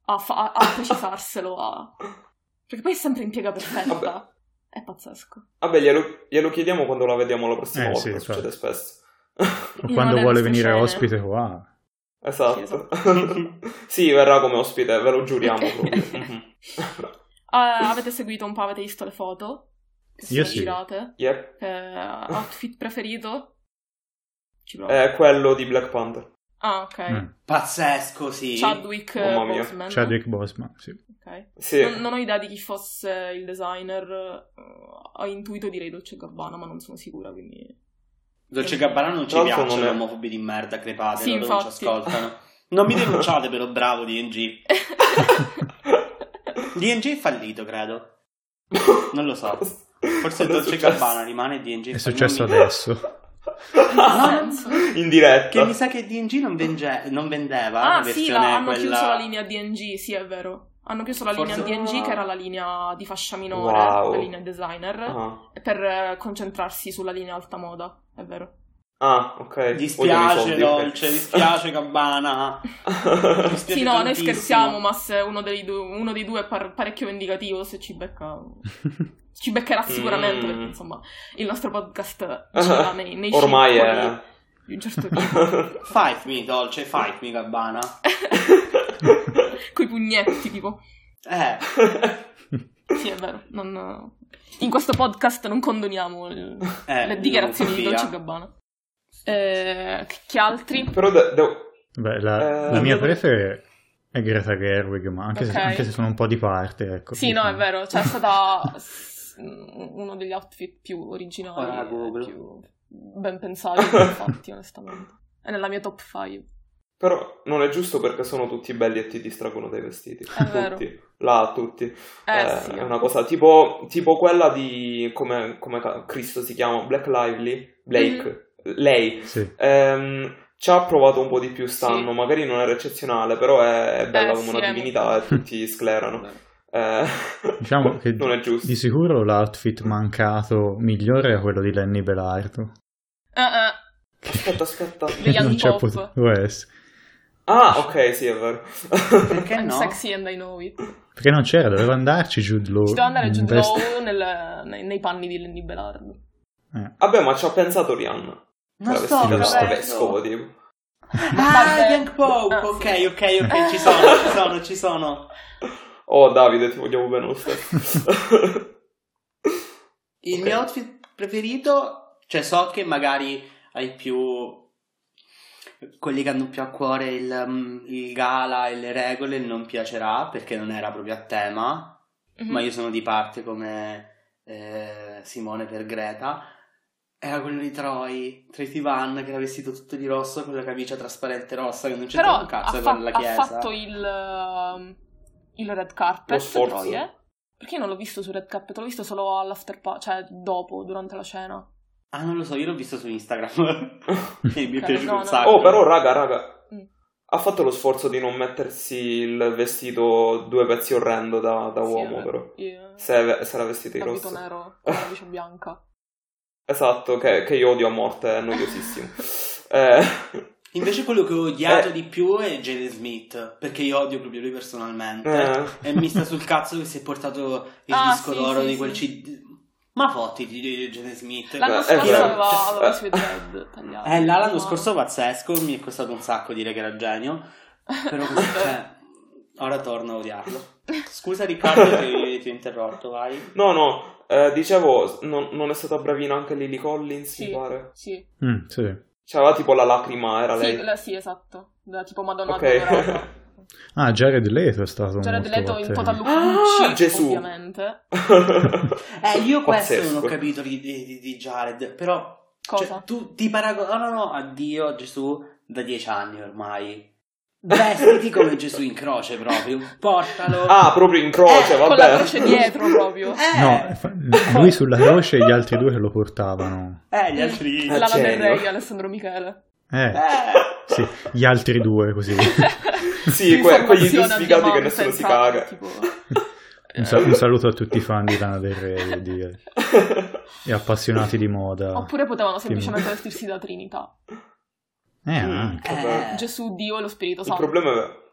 Speaker 2: a, fa- a precisarselo. a- Perché poi è sempre in piega perfetta.
Speaker 3: Vabbè.
Speaker 2: È pazzesco.
Speaker 3: Vabbè, glielo, glielo chiediamo quando la vediamo la prossima
Speaker 1: Eh,
Speaker 3: volta,
Speaker 1: sì,
Speaker 3: che
Speaker 1: infatti.
Speaker 3: succede spesso.
Speaker 1: O
Speaker 2: In
Speaker 1: quando
Speaker 2: una
Speaker 1: vuole
Speaker 2: delle
Speaker 1: venire
Speaker 2: scene.
Speaker 1: ospite qua.
Speaker 3: Esatto.
Speaker 2: Sì,
Speaker 3: sì, verrà come ospite, ve lo giuriamo
Speaker 2: Ok.
Speaker 3: proprio. Mhm.
Speaker 2: Eh, avete seguito un po', avete visto le foto? Che
Speaker 1: Io
Speaker 2: sono
Speaker 1: sì.
Speaker 2: girate?
Speaker 3: Yep.
Speaker 2: Eh, outfit preferito? Ci provo.
Speaker 3: È quello di Black Panther.
Speaker 2: Ah, ok.
Speaker 1: Mm.
Speaker 4: pazzesco sì
Speaker 2: Chadwick
Speaker 3: Oh, mamma mia.
Speaker 2: Boseman.
Speaker 1: Chadwick Boseman, sì.
Speaker 2: Ok.
Speaker 3: Sì.
Speaker 2: Non, non ho idea di chi fosse il designer, eh, ho intuito direi Dolce Gabbana, ma non sono sicura, quindi...
Speaker 4: Dolce Gabbana non ci
Speaker 3: Tra l'altro
Speaker 4: piacciono
Speaker 3: non è-
Speaker 4: gli omofobi di merda crepate
Speaker 2: Sì,
Speaker 4: loro non ci
Speaker 2: infatti.
Speaker 4: ascoltano non mi denunciate però bravo DNG DNG è fallito credo non lo so forse
Speaker 3: Cosa è
Speaker 4: Dolce
Speaker 3: successo?
Speaker 4: Gabbana rimane DNG
Speaker 1: È successo
Speaker 4: non mi-
Speaker 1: adesso.
Speaker 2: Nel senso.
Speaker 3: In diretta.
Speaker 4: che mi sa che DNG non, venge- non vendeva la
Speaker 2: Ah sì,
Speaker 4: versione
Speaker 2: la- hanno
Speaker 4: quella...
Speaker 2: chiuso la linea DNG, sì è vero. Hanno chiuso la
Speaker 4: Forse-
Speaker 2: linea DNG, che era la linea di fascia minore,
Speaker 3: Wow.
Speaker 2: la linea designer,
Speaker 3: Ah,
Speaker 2: per eh, concentrarsi sulla linea alta moda, è vero.
Speaker 3: Ah, ok.
Speaker 4: Dispiace
Speaker 3: Vogliono i soldi, ok.
Speaker 4: Dolce, dispiace Gabbana. Dispiace
Speaker 2: Sì, no, noi
Speaker 4: tantissimo.
Speaker 2: scherziamo, ma se uno dei, due- uno dei due è par- parecchio vendicativo, se ci becca... Ci beccherà sicuramente,
Speaker 3: Mm.
Speaker 2: perché insomma, il nostro podcast gira nei, nei
Speaker 3: Ormai
Speaker 2: circoli
Speaker 3: è...
Speaker 2: di un certo tipo.
Speaker 4: Fight me, Dolce, fight me, Gabbana.
Speaker 2: Coi pugnetti, tipo.
Speaker 4: Eh,
Speaker 2: Sì, è vero. non- In questo podcast non condoniamo il-
Speaker 4: eh,
Speaker 2: le dichiarazioni di
Speaker 4: l'omofobia.
Speaker 2: Dolce Gabbana. Eh, che- che altri?
Speaker 3: Però de- devo...
Speaker 1: Beh, la,
Speaker 3: Eh,
Speaker 1: la mia
Speaker 3: devo-
Speaker 1: prefe è Greta Gerwig, ma anche,
Speaker 2: Ok.
Speaker 1: se, anche se sono un po' di parte, ecco.
Speaker 2: Sì, no, è vero. Cioè, è stata s- uno degli outfit più originali.
Speaker 3: Ah,
Speaker 4: Ora Google.
Speaker 2: Più ben pensati, infatti, onestamente. È nella mia top 5.
Speaker 3: Però non è giusto perché sono tutti belli e ti distraggono dai vestiti.
Speaker 2: È vero.
Speaker 3: Tutti. Là, tutti.
Speaker 2: Eh,
Speaker 3: Eh,
Speaker 2: sì.
Speaker 3: È una cosa tipo, tipo quella di... come, come ca- Cristo si chiama? Black Lively? Blake?
Speaker 4: Mm-hmm.
Speaker 3: Lei.
Speaker 1: Sì.
Speaker 3: Ehm, ci ha provato un po' di più stanno,
Speaker 2: Sì.
Speaker 3: magari non era eccezionale, però è, è bella
Speaker 2: Eh,
Speaker 3: come
Speaker 2: sì,
Speaker 3: una
Speaker 2: è
Speaker 3: divinità e tutti sclerano. Eh,
Speaker 1: Diciamo che
Speaker 3: non è giusto.
Speaker 1: Di sicuro l'outfit mancato migliore è quello di Lenny Belardo.
Speaker 2: Eh, eh,
Speaker 3: Aspetta, aspetta.
Speaker 2: Degli anni
Speaker 1: non c'è
Speaker 2: pop.
Speaker 1: potuto essere.
Speaker 3: Ah, ok, sì, è vero.
Speaker 4: Perché
Speaker 2: I'm
Speaker 4: no?
Speaker 2: sexy and I know it.
Speaker 1: Perché non c'era, doveva andarci Jude Law.
Speaker 2: Ci devo andare
Speaker 1: in
Speaker 2: giù
Speaker 1: veste-
Speaker 2: nel, nei, nei panni di Lenny Belardo.
Speaker 1: Eh,
Speaker 3: Vabbè, ma ci ha pensato Rihanna.
Speaker 4: Non
Speaker 3: Era
Speaker 4: sto
Speaker 3: vestita da
Speaker 4: capendo.
Speaker 3: vescovo, tipo.
Speaker 4: Ah,
Speaker 2: Vabbè.
Speaker 4: Young Pope.
Speaker 2: Ah, sì.
Speaker 4: ok, ok, ok, ci sono, ci sono, ci sono.
Speaker 3: Oh, Davide, ti vogliamo bene lo stesso.
Speaker 4: Il
Speaker 3: Ok.
Speaker 4: mio outfit preferito, cioè so che magari hai più quelli che hanno più a cuore il, mm, il gala e le regole non piacerà perché non era proprio a tema,
Speaker 2: Mhm.
Speaker 4: ma io sono di parte come eh, Simone per Greta. Era quello di Troy, Troy Sivan, che era vestito tutto di rosso con la camicia trasparente rossa che non
Speaker 2: Però
Speaker 4: c'entrava un cazzo
Speaker 2: ha,
Speaker 4: con
Speaker 2: fa-
Speaker 4: la
Speaker 2: ha
Speaker 4: chiesa.
Speaker 2: fatto il, ehm, il red carpet,
Speaker 3: Lo sforzo.
Speaker 2: Troie, Perché io non l'ho visto su Red Cap, te l'ho visto solo all'after party, cioè dopo, durante la cena.
Speaker 4: Ah, non lo so, io l'ho visto su Instagram. e mi è
Speaker 2: Ok,
Speaker 4: piaciuto
Speaker 2: no,
Speaker 4: un
Speaker 2: no.
Speaker 4: sacco.
Speaker 3: Oh, però, raga, raga.
Speaker 2: Mm.
Speaker 3: Ha fatto lo sforzo di non mettersi il vestito due pezzi orrendo da, da
Speaker 2: Sì,
Speaker 3: uomo,
Speaker 2: vabbè.
Speaker 3: però.
Speaker 2: Io-
Speaker 3: Se era- se era vestito di
Speaker 2: Capito
Speaker 3: rosso.
Speaker 2: nero, con la luce bianca.
Speaker 3: Esatto, che, che io odio a morte, è noiosissimo. Eh,
Speaker 4: Invece quello che ho odiato
Speaker 3: Eh.
Speaker 4: di più è Jaden Smith, perché io odio proprio lui personalmente.
Speaker 3: eh,
Speaker 4: E mi sta sul cazzo che si è portato il
Speaker 2: Ah,
Speaker 4: disco
Speaker 2: sì,
Speaker 4: d'oro
Speaker 2: sì,
Speaker 4: di
Speaker 2: sì.
Speaker 4: quel CD. Ma fottiti di Jaden Smith.
Speaker 2: L'anno
Speaker 3: Eh,
Speaker 2: scorso
Speaker 3: vero.
Speaker 2: aveva, aveva i suoi
Speaker 3: Eh.
Speaker 2: dread tagliati.
Speaker 4: Eh, là l'anno
Speaker 2: Ma-
Speaker 4: scorso pazzesco, mi è costato un sacco dire che era genio, però così, cioè, ora torno a odiarlo. Scusa Riccardo che ti ho interrotto, vai.
Speaker 3: no, no, eh, dicevo, non, non è stata bravina anche Lily Collins,
Speaker 2: Sì.
Speaker 3: mi pare.
Speaker 2: Sì,
Speaker 1: Mm, sì.
Speaker 3: C'aveva tipo la lacrima, era
Speaker 2: sì,
Speaker 3: Ah, lei.
Speaker 2: la- sì, esatto. Da tipo Madonna Cioè,
Speaker 3: Ok.
Speaker 2: Dolorosa.
Speaker 1: Ah, Jared Leto è stato
Speaker 2: Jared
Speaker 1: molto
Speaker 2: Leto in
Speaker 1: battente.
Speaker 2: total
Speaker 3: Ah,
Speaker 2: Lucucci,
Speaker 3: Gesù.
Speaker 2: ovviamente.
Speaker 4: Eh, io questo
Speaker 3: Pazzesco.
Speaker 4: non ho capito di, di- di Jared, però
Speaker 2: Cosa?
Speaker 4: cioè, tu ti paragonano a Dio, Gesù, da dieci anni ormai. Vestiti come Gesù in croce proprio, portalo.
Speaker 3: ah, proprio in croce,
Speaker 4: Eh,
Speaker 3: vabbè.
Speaker 2: Con la croce dietro proprio.
Speaker 4: Eh,
Speaker 1: No, fa- lui sulla croce e gli altri due che lo portavano.
Speaker 4: eh, gli altri...
Speaker 3: Eh,
Speaker 2: Lana Del
Speaker 3: genio.
Speaker 2: Rey e Alessandro Michele.
Speaker 1: Eh,
Speaker 4: Eh.
Speaker 1: sì, gli altri due così.
Speaker 3: Sì, que- quegli due
Speaker 2: Informazione
Speaker 3: sfigati che
Speaker 2: abbiamo
Speaker 3: nessuno si
Speaker 2: senza-
Speaker 3: caga.
Speaker 2: tipo-
Speaker 1: Un,
Speaker 2: Eh,
Speaker 1: sa- un saluto a tutti i fan di Lana Del Rey e, di- e appassionati di moda.
Speaker 2: Oppure potevano
Speaker 1: Sì.
Speaker 2: semplicemente vestirsi da Trinità.
Speaker 1: Eh, anche.
Speaker 3: Vabbè.
Speaker 4: Eh.
Speaker 2: Gesù, Dio e lo Spirito
Speaker 3: Il
Speaker 2: Santo.
Speaker 3: problema è... il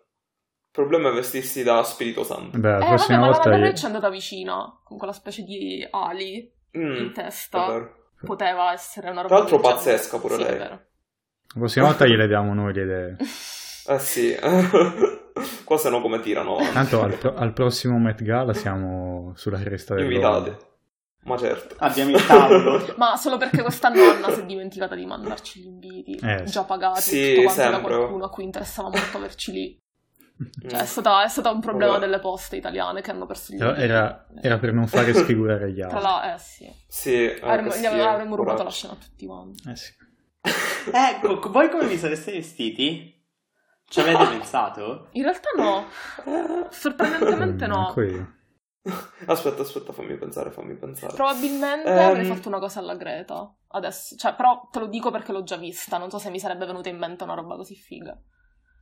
Speaker 3: problema è vestirsi da Spirito Santo.
Speaker 1: Beh, la
Speaker 2: Eh, vabbè,
Speaker 1: prossima
Speaker 2: ma la
Speaker 1: volta...
Speaker 2: Del Rey
Speaker 1: gli-
Speaker 2: ci è andata vicino, con quella specie di ali
Speaker 3: Mm,
Speaker 2: in
Speaker 3: è
Speaker 2: testa.
Speaker 3: vero.
Speaker 2: Poteva essere una roba...
Speaker 3: Tra l'altro
Speaker 2: del genere.
Speaker 3: pazzesca pure
Speaker 2: Sì, è
Speaker 3: lei.
Speaker 2: vero.
Speaker 1: La prossima volta gliele diamo noi le idee.
Speaker 3: Eh sì. Qua se no come tirano avanti.
Speaker 1: Tanto al, pro- al prossimo Met Gala siamo sulla cresta del globo.
Speaker 3: Invitate. Ma certo. Mm.
Speaker 4: Abbiamo il tavolo.
Speaker 2: Ma solo perché questa nonna si è dimenticata di mandarci gli inviti,
Speaker 1: Eh, sì.
Speaker 2: già pagati
Speaker 3: Sì,
Speaker 2: tutto quanto da
Speaker 3: sempre.
Speaker 2: qualcuno a cui interessava molto averci lì. Cioè,
Speaker 3: Mm.
Speaker 2: è, stata- è stato un problema
Speaker 3: Vabbè.
Speaker 2: delle poste italiane che hanno perso gli
Speaker 1: Però
Speaker 2: inviti.
Speaker 1: Era, era per non fare sfigurare gli
Speaker 2: Tra
Speaker 1: altri.
Speaker 2: l'altro, eh sì.
Speaker 3: Sì, eh,
Speaker 2: Avremmo,
Speaker 3: sì,
Speaker 2: gli ave- avremmo rubato la
Speaker 3: coraggio.
Speaker 2: scena a tutti quanti.
Speaker 1: Eh sì.
Speaker 4: Ecco, co- voi come vi sareste vestiti? Ci avete pensato?
Speaker 2: In realtà no, sorprendentemente
Speaker 1: Mm,
Speaker 2: no.
Speaker 1: ecco io.
Speaker 3: Aspetta, aspetta, fammi pensare, fammi pensare.
Speaker 2: Probabilmente
Speaker 3: Ehm.
Speaker 2: avrei fatto una cosa alla Greta. Adesso, cioè, però te lo dico perché l'ho già vista. Non so se mi sarebbe venuta in mente una roba così figa.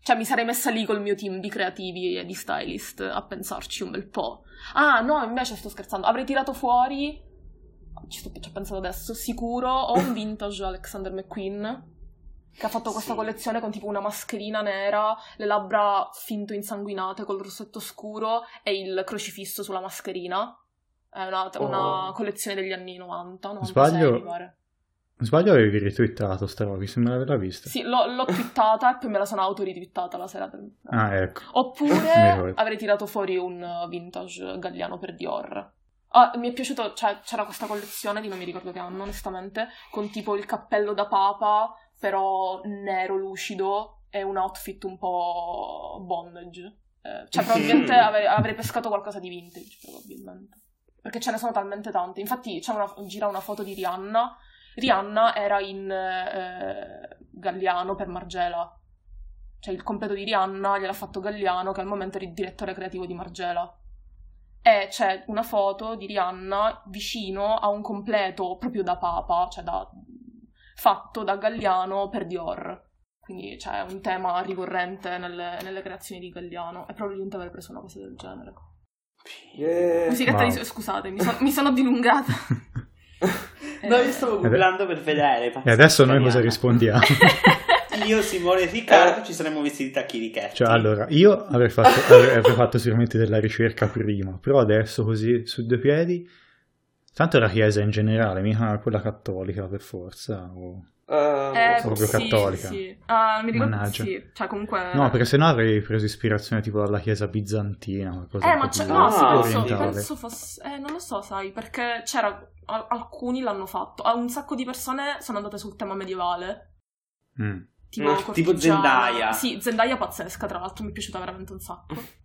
Speaker 2: Cioè, mi sarei messa lì col mio team di creativi e di stylist a pensarci un bel po'. Ah, no, invece sto scherzando. Avrei tirato fuori. Ci sto ci ho pensato adesso. Sicuro o un vintage Alexander McQueen. Che ha fatto questa
Speaker 4: Sì.
Speaker 2: collezione con tipo una mascherina nera, le labbra finto insanguinate col rossetto scuro e il crocifisso sulla mascherina. È una, una
Speaker 3: Oh.
Speaker 2: collezione degli anni 90, 96,
Speaker 1: Sbaglio-
Speaker 2: mi pare.
Speaker 1: Non sbaglio avevi ritwittato sta roba, mi sembra di averla vista.
Speaker 2: Sì, l'ho, l'ho twittata e poi me la sono autoritwittata la sera. del-
Speaker 1: Ah, ecco. Mi
Speaker 2: Oppure
Speaker 1: ricordo.
Speaker 2: avrei tirato fuori un uh, vintage galliano per Dior. Ah, mi è piaciuto, cioè, c'era questa collezione di non mi ricordo che anno, onestamente, con tipo il cappello da papa, però nero lucido e un outfit un po' bondage. Eh, cioè, probabilmente avrei, avrei pescato qualcosa di vintage, probabilmente. Perché ce ne sono talmente tante. Infatti, c'è una, gira una foto di Rihanna. Rihanna era in eh, Galliano per Margela. Cioè, il completo di Rihanna gliel'ha fatto Galliano, che al momento è il direttore creativo di Margela. E Eh, c'è una foto di Rihanna vicino a un completo proprio da papa, cioè da- fatto da Galliano per Dior. Quindi c'è un tema ricorrente nelle, nelle creazioni di Galliano e probabilmente avrei preso una cosa del genere.
Speaker 3: Yeah.
Speaker 2: Musichetta
Speaker 1: wow.
Speaker 2: di... Scusate, mi, son- mi sono dilungata.
Speaker 4: No,
Speaker 2: Eh,
Speaker 4: io stavo googlando per vedere.
Speaker 1: E Eh, adesso noi cosa rispondiamo? Eh.
Speaker 4: Io, Simone e Riccardo ci saremmo vestiti da Kiri Cat.
Speaker 1: Cioè, allora, io avrei fatto, avrei avrei fatto sicuramente della ricerca prima, però adesso così su due piedi... Tanto la chiesa in generale, mica quella cattolica per forza. o-
Speaker 2: Eh,
Speaker 3: Eh,
Speaker 1: Sono proprio
Speaker 2: sì,
Speaker 1: cattolica.
Speaker 2: Sì. Ah, mi ricordo
Speaker 1: Mannaggia.
Speaker 2: sì. Cioè, comunque...
Speaker 1: No, perché sennò avrei preso ispirazione tipo dalla chiesa bizantina, qualcosa
Speaker 2: Eh,
Speaker 1: un
Speaker 2: ma
Speaker 1: po'
Speaker 2: c'è...
Speaker 1: più
Speaker 2: No, sì,
Speaker 3: Ah,
Speaker 2: penso,
Speaker 1: orientale.
Speaker 2: penso fosse... Eh, non lo so, sai, perché c'era... al- alcuni l'hanno fatto. Ah, Un sacco di persone sono andate sul tema medievale.
Speaker 1: Mm.
Speaker 2: Tipo,
Speaker 3: Mm,
Speaker 2: cortigiana.
Speaker 4: tipo Zendaya.
Speaker 2: Sì, Zendaya pazzesca, tra l'altro, mi è piaciuta veramente un sacco.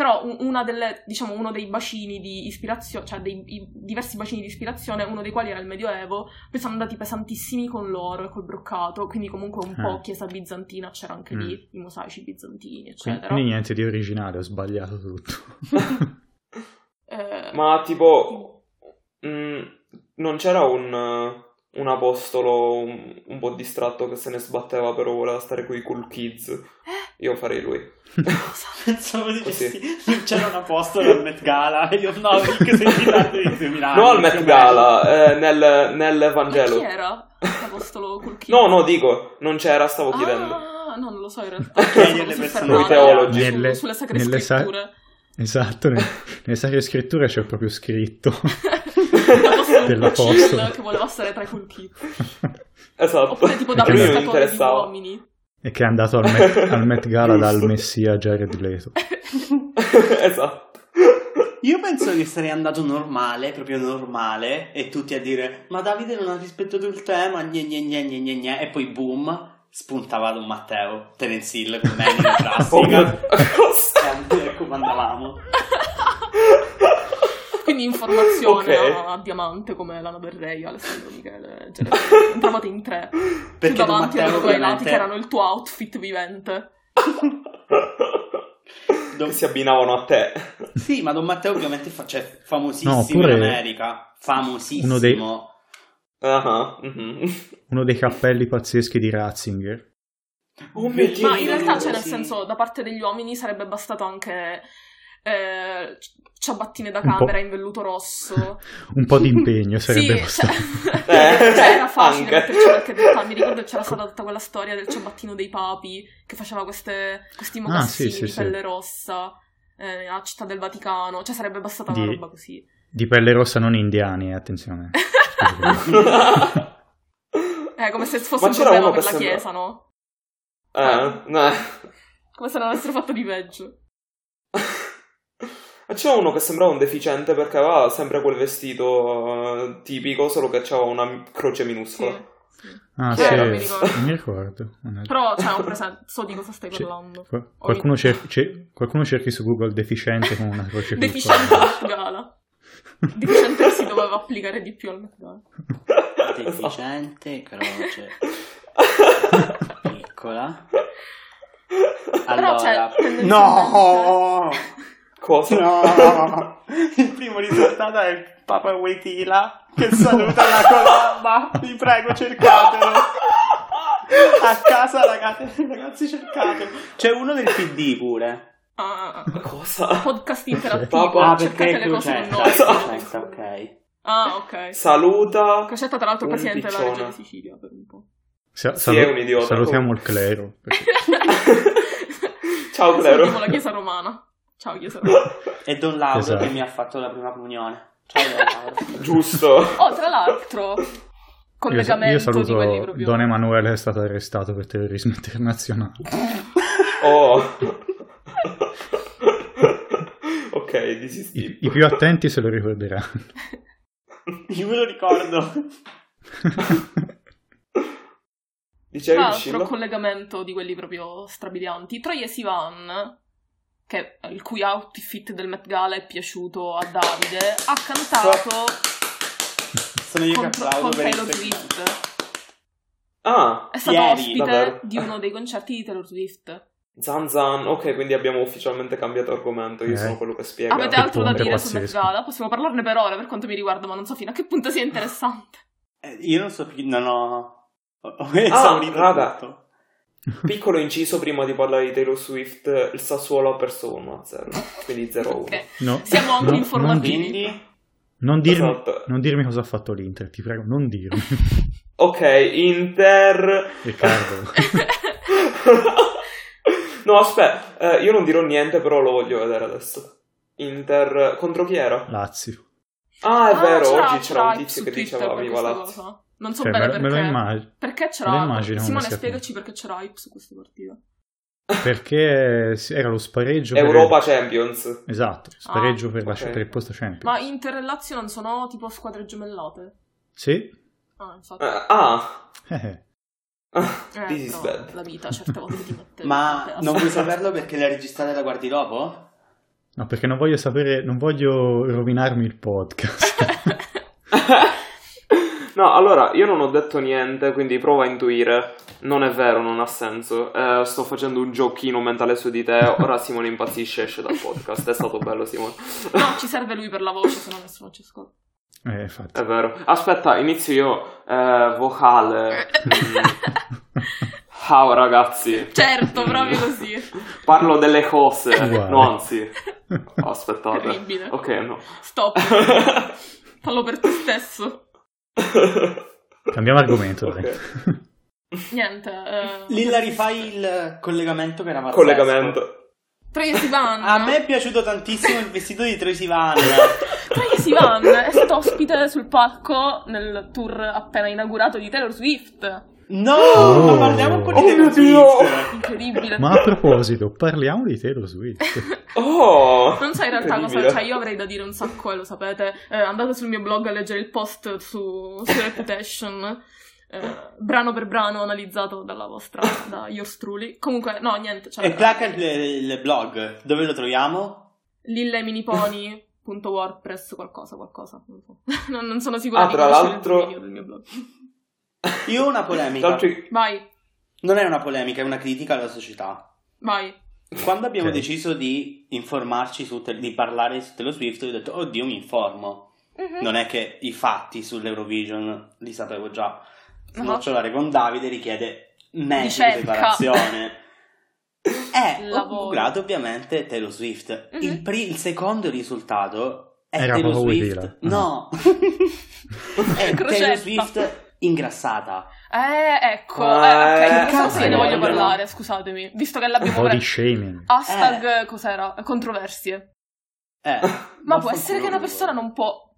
Speaker 2: Però un- una delle, diciamo, uno dei bacini di ispirazione, cioè dei i- diversi bacini di ispirazione, uno dei quali era il Medioevo, poi sono andati pesantissimi con l'oro e col broccato, quindi comunque un po'
Speaker 1: Eh.
Speaker 2: chiesa bizantina, c'era anche
Speaker 1: Mm.
Speaker 2: lì i mosaici bizantini,
Speaker 1: Quindi,
Speaker 2: eccetera.
Speaker 1: quindi niente di originale, ho sbagliato tutto.
Speaker 2: Eh,
Speaker 3: Ma tipo, mh, non c'era un, un apostolo un, un po' distratto che se ne sbatteva però voleva stare con i cool
Speaker 2: Eh?
Speaker 3: kids? Io farei lui.
Speaker 4: Pensavo dicessi,
Speaker 3: Così.
Speaker 4: c'era un apostolo al Met Gala e io no, Rick sei invitato di 2000
Speaker 3: No al Met Gala, eh, nel, nel
Speaker 2: Ma chi
Speaker 3: Vangelo.
Speaker 2: era? L'apostolo col chi?
Speaker 3: No, no, dico, non c'era, stavo chiedendo.
Speaker 2: Ah, no, non lo so in realtà.
Speaker 4: Chiedi
Speaker 2: Stavo
Speaker 4: alle persone.
Speaker 2: soffermando
Speaker 3: Noi teologi.
Speaker 2: su-
Speaker 1: Nelle-
Speaker 2: sulle sacre
Speaker 1: nelle sa-
Speaker 2: scritture.
Speaker 1: Esatto, nel- nelle sacre scritture c'è proprio scritto.
Speaker 2: L'apostolo
Speaker 1: Dell'apostolo.
Speaker 2: Chill che voleva stare tra i cool kids.
Speaker 3: Esatto.
Speaker 2: Oppure tipo da
Speaker 1: Perché
Speaker 3: lui
Speaker 1: lui
Speaker 2: pescatore di
Speaker 3: non interessava.
Speaker 2: uomini.
Speaker 1: e che è andato al Met, al Met Gala dal
Speaker 3: Giusto.
Speaker 1: messia Jared Leto.
Speaker 3: esatto.
Speaker 4: Io penso che sarei andato normale, proprio normale, e tutti a dire ma Davide non ha rispettato il tema, gne gne gne gne gne gne", e poi boom, spuntava Don Matteo, Terence Hill con me in
Speaker 3: Oh, mio-
Speaker 4: classica,
Speaker 3: cosa?
Speaker 4: e a- come andavamo.
Speaker 2: Quindi informazione
Speaker 3: Ok.
Speaker 2: a, a Diamante come Lana Del Rey, Alessandro Michele. Cioè, entravate in tre. Tu
Speaker 4: Perché Don
Speaker 2: davanti
Speaker 4: Matteo
Speaker 2: erano due lati che
Speaker 4: ovviamente...
Speaker 2: erano il tuo outfit vivente.
Speaker 3: Che si abbinavano a te.
Speaker 4: Sì, ma Don Matteo ovviamente fa- cioè, famosissimo
Speaker 1: No, oppure-
Speaker 4: in America, famosissimo.
Speaker 1: Uno dei-
Speaker 3: Ah, mhm.
Speaker 1: Uno dei cappelli pazzeschi di Ratzinger.
Speaker 3: Oh mio Dio,
Speaker 2: Ma in realtà,
Speaker 3: sì.
Speaker 2: cioè, nel senso, da parte degli uomini sarebbe bastato anche eh, ci- ciabattine da
Speaker 1: Un po'.
Speaker 2: camera in velluto rosso.
Speaker 1: Un po' di impegno sarebbe
Speaker 2: sì,
Speaker 1: bastato.
Speaker 2: cioè, cioè, era facile
Speaker 3: Eh, anche.
Speaker 2: metterci qualche dettaglio. Mi ricordo che c'era stata tutta quella storia del ciabattino dei papi che faceva queste, questi mocassini
Speaker 1: Ah, sì, sì,
Speaker 2: di
Speaker 1: sì.
Speaker 2: pelle rossa eh, nella città del Vaticano. Cioè, sarebbe bastata una
Speaker 1: Di-
Speaker 2: roba così.
Speaker 1: Di pelle rossa non indiani, eh, attenzione.
Speaker 2: Eh, come se fosse
Speaker 3: Ma
Speaker 2: un
Speaker 3: c'era
Speaker 2: problema
Speaker 3: uno
Speaker 2: per
Speaker 3: che
Speaker 2: la
Speaker 3: sembra-
Speaker 2: chiesa, no? Ah.
Speaker 3: eh, no.
Speaker 2: Come se non avessero fatto di peggio.
Speaker 3: Ma C'era uno che sembrava un deficiente perché aveva sempre quel vestito eh, tipico, solo che aveva una mi- croce
Speaker 2: Sì.
Speaker 3: minuscola.
Speaker 2: sì.
Speaker 1: Ah,
Speaker 3: Chi
Speaker 1: sì,
Speaker 3: era,
Speaker 1: non
Speaker 2: mi ricordo.
Speaker 1: mi ricordo. Mannaggia.
Speaker 2: Però, cioè, ho presente, so di cosa stai
Speaker 1: Sì.
Speaker 2: parlando.
Speaker 1: Qua- Qualcuno, cer- ce- qualcuno cerchi su Google deficiente con una croce
Speaker 2: Deficiente
Speaker 1: minuscola.
Speaker 2: Met Gala. Deficiente che si doveva applicare di più al Met Gala.
Speaker 3: Esatto.
Speaker 4: Deficiente, croce, cioè, piccola.
Speaker 2: Però,
Speaker 4: Allora,
Speaker 2: cioè, tendenzialmente-
Speaker 4: no!
Speaker 3: Cosa?
Speaker 4: No! Il primo risultato è il Papa Waitila che saluta la colomba. Vi prego, cercatelo. A casa, ragazzi, ragazzi, cercatelo. C'è uno del PD pure.
Speaker 2: Ah, ah, ah.
Speaker 3: Cosa?
Speaker 2: podcast interattivo.
Speaker 3: Papa-
Speaker 4: Ah,
Speaker 2: cercate
Speaker 4: perché
Speaker 2: le cose con
Speaker 4: Crocetta.
Speaker 2: noi.
Speaker 4: Crocetta, ok.
Speaker 2: Ah, ok.
Speaker 3: Saluta.
Speaker 2: Crocetta, tra l'altro,
Speaker 3: Un
Speaker 2: presidente della
Speaker 3: piccione.
Speaker 2: regione Sicilia per un po'.
Speaker 1: Sa-
Speaker 3: Sì, è un idiota,
Speaker 1: Salutiamo
Speaker 3: comunque.
Speaker 1: il clero. perché-
Speaker 3: Ciao, Clero.
Speaker 2: Salutiamo la chiesa romana. Ciao, chiesa romana.
Speaker 4: E Don Lauro
Speaker 1: Esatto.
Speaker 4: che mi ha fatto la prima comunione. Ciao Don Lauro.
Speaker 3: Giusto.
Speaker 2: Oh, tra l'altro,
Speaker 1: Io, sa-
Speaker 2: collegamento
Speaker 1: io
Speaker 2: di quelli
Speaker 1: saluto
Speaker 2: proprio.
Speaker 1: Don Emanuele, è stato arrestato per terrorismo internazionale.
Speaker 3: Oh. ok, desistivo.
Speaker 1: I, i più attenti se lo ricorderanno.
Speaker 4: Io me lo ricordo.
Speaker 3: Dicevi
Speaker 2: Tra
Speaker 3: Scilla?
Speaker 2: l'altro, collegamento di quelli proprio strabilianti. Troye Sivan, che, il cui outfit del Met Gala è piaciuto a Davide, ha cantato
Speaker 4: Sono io che
Speaker 2: contro-
Speaker 4: applaudo
Speaker 2: con
Speaker 4: per il
Speaker 2: Taylor
Speaker 4: segmento.
Speaker 2: Swift.
Speaker 3: Ah,
Speaker 2: È stato
Speaker 4: Ieri,
Speaker 2: ospite
Speaker 3: davvero.
Speaker 2: di uno dei concerti di Taylor Swift.
Speaker 3: Zan Zan. Ok, quindi abbiamo ufficialmente cambiato argomento. Io
Speaker 1: Eh.
Speaker 3: sono quello che spiega.
Speaker 2: Avete
Speaker 1: che
Speaker 2: altro da
Speaker 1: ponte
Speaker 2: dire su Met
Speaker 1: pazzesco.
Speaker 2: Gala? Possiamo parlarne per ore per quanto mi riguarda, ma non so fino a che punto sia interessante.
Speaker 4: Eh, Io non so più, non ho... ho-
Speaker 3: Ah,
Speaker 4: Ho esaurito
Speaker 3: raga.
Speaker 4: tutto.
Speaker 3: Piccolo inciso prima di parlare di Taylor Swift, il Sassuolo ha perso 1 0, quindi 0-1.
Speaker 2: Ok.
Speaker 1: No,
Speaker 2: Siamo anche
Speaker 1: no, non,
Speaker 2: informativi.
Speaker 1: di-
Speaker 4: Quindi...
Speaker 1: non dirmi,
Speaker 3: Esatto.
Speaker 1: non dirmi cosa ha fatto l'Inter, ti prego, non dirmi.
Speaker 3: Ok, Inter...
Speaker 1: Riccardo.
Speaker 3: no, aspetta, eh, io non dirò niente, però lo voglio vedere adesso. Inter... contro chi era?
Speaker 1: Lazio.
Speaker 3: Ah, è
Speaker 2: Ah,
Speaker 3: vero,
Speaker 2: c'era
Speaker 3: oggi c'era un
Speaker 2: hype
Speaker 3: tizio
Speaker 2: su
Speaker 3: che
Speaker 2: Twitter
Speaker 3: diceva
Speaker 2: per
Speaker 3: viva
Speaker 2: questa
Speaker 3: Lazio.
Speaker 2: cosa. Non so
Speaker 1: Cioè,
Speaker 2: bene
Speaker 1: me, lo- me
Speaker 2: perché.
Speaker 1: lo immagino.
Speaker 2: perché
Speaker 1: me lo
Speaker 2: c'era.
Speaker 1: immagino come
Speaker 2: Simone,
Speaker 1: sia
Speaker 2: spiegaci perché c'era hype su questa partita.
Speaker 1: Perché si- era lo spareggio. per-
Speaker 3: Europa Champions.
Speaker 1: Esatto, spareggio per, la-
Speaker 3: Ah, ok.
Speaker 1: per il posto Champions.
Speaker 2: Ma Inter e Lazio non sono tipo squadre gemellate?
Speaker 1: Sì.
Speaker 2: Ah, infatti.
Speaker 3: Eh, ah,
Speaker 1: Eh, eh.
Speaker 2: Eh,
Speaker 3: this is
Speaker 2: però
Speaker 3: bad.
Speaker 2: la vita certe volte ti mette.
Speaker 4: Ma
Speaker 2: mette la-
Speaker 4: non vuoi saperlo perché la registrata la guardi dopo?
Speaker 1: No, perché non voglio sapere, non voglio rovinarmi il podcast.
Speaker 3: no, No, allora, io non ho detto niente, quindi prova a intuire. Non è vero, non ha senso. Eh, sto facendo un giochino mentale su di te. Ora Simone impazzisce e esce dal podcast. È stato bello, Simone.
Speaker 2: No, ci serve lui per la voce, se no nessuno ci ascolta.
Speaker 1: Eh, infatti.
Speaker 3: È vero. Aspetta, inizio io. Eh, vocale. Mm. Ciao, ragazzi.
Speaker 2: Certo, proprio così.
Speaker 3: Parlo delle cose.
Speaker 1: Uguale.
Speaker 3: No, anzi. Oh, Aspettate.
Speaker 2: Terribile.
Speaker 3: Ok, no.
Speaker 2: Stop. Fallo per te stesso.
Speaker 1: Cambiamo argomento, dai.
Speaker 3: Ok.
Speaker 2: Niente. Eh...
Speaker 4: Lilla rifai il collegamento che era pazzesco.
Speaker 3: Collegamento.
Speaker 2: Tracy Van.
Speaker 4: A me è piaciuto tantissimo il vestito di Tracy Van.
Speaker 2: Tracy Van è stato ospite sul palco nel tour appena inaugurato di Taylor Swift.
Speaker 4: No,
Speaker 1: Oh.
Speaker 4: ma parliamo un po' di
Speaker 3: Oh mio
Speaker 4: Taylor
Speaker 3: Dio.
Speaker 4: Swift.
Speaker 2: Incredibile.
Speaker 1: Ma a proposito, parliamo di Taylor Swift.
Speaker 3: Oh!
Speaker 2: Non so in realtà cosa,
Speaker 3: incredibile.
Speaker 2: cioè io avrei da dire un sacco e lo sapete, Eh, andate sul mio blog a leggere il post su, su Reputation, eh, brano per brano analizzato dalla vostra, da yours truly. Comunque, no, niente, cioè,
Speaker 4: E
Speaker 3: Esatto.
Speaker 4: placca il, il blog. Dove lo troviamo?
Speaker 2: lilleminipony.wordpress qualcosa, qualcosa, non, so. non, non sono sicura
Speaker 3: Ah,
Speaker 2: di
Speaker 3: tra
Speaker 2: conoscere
Speaker 3: l'altro-
Speaker 2: il dominio del mio blog.
Speaker 4: Io ho una polemica.
Speaker 3: Altri-
Speaker 2: Vai,
Speaker 4: Non è una polemica, è una critica alla società.
Speaker 2: vai.
Speaker 4: Quando abbiamo
Speaker 1: Ok.
Speaker 4: deciso di informarci su Tel- di parlare su Taylor Swift, io ho detto, oddio, mi informo.
Speaker 2: Mhm.
Speaker 4: Non è che i fatti sull'Eurovision li sapevo già.
Speaker 2: Ah.
Speaker 4: Snocciolare con Davide richiede mesi di
Speaker 2: Ricerca.
Speaker 4: preparazione. Eh, ho
Speaker 2: Lavoro.
Speaker 4: googlato ovviamente Taylor Swift.
Speaker 2: Mhm.
Speaker 4: Il, pri- il secondo risultato è
Speaker 1: Era
Speaker 4: Taylor
Speaker 1: proprio
Speaker 4: Swift.
Speaker 1: Whitney, là.
Speaker 4: No, è Taylor
Speaker 2: Crocetta.
Speaker 4: Swift ingrassata.
Speaker 2: Eh, ecco,
Speaker 3: Ah,
Speaker 2: eh, ok,
Speaker 3: che
Speaker 2: di questa
Speaker 4: cazzo
Speaker 2: sì ne
Speaker 4: è?
Speaker 2: voglio
Speaker 4: Allora.
Speaker 2: parlare, scusatemi, visto che l'abbiamo...
Speaker 1: Body
Speaker 2: pre-
Speaker 1: shaming.
Speaker 3: Eh.
Speaker 2: Hashtag, cos'era? Controversie.
Speaker 4: Eh,
Speaker 2: Ma
Speaker 4: non
Speaker 2: può
Speaker 4: so
Speaker 2: essere che
Speaker 4: come
Speaker 2: una
Speaker 4: lo-
Speaker 2: persona non può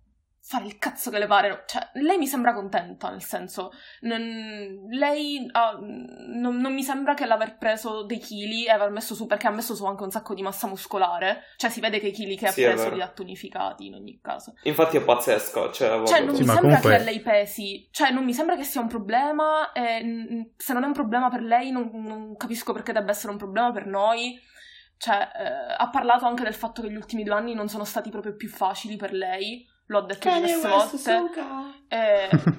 Speaker 2: fare il cazzo che le pare. Cioè, lei mi sembra contenta, nel senso, non- lei ah, non, non mi sembra che l'aver preso dei chili e aver messo su, perché ha messo su anche un sacco di massa muscolare. Cioè, si vede che i chili che
Speaker 3: Sì,
Speaker 2: ha
Speaker 3: è
Speaker 2: preso
Speaker 3: vero.
Speaker 2: li ha tonificati in ogni caso.
Speaker 3: Infatti è pazzesco. Cioè, vabbè.
Speaker 2: Cioè, non
Speaker 1: Sì,
Speaker 2: mi
Speaker 1: ma
Speaker 2: sembra
Speaker 1: comunque-
Speaker 2: che a lei pesi, cioè, non mi sembra che sia un problema. e, mm, se non è un problema per lei, non, non capisco perché debba essere un problema per noi. Cioè, eh, ha parlato anche del fatto che gli ultimi due anni non sono stati proprio più facili per lei. L'ho detto diverse volte. Eh, eh,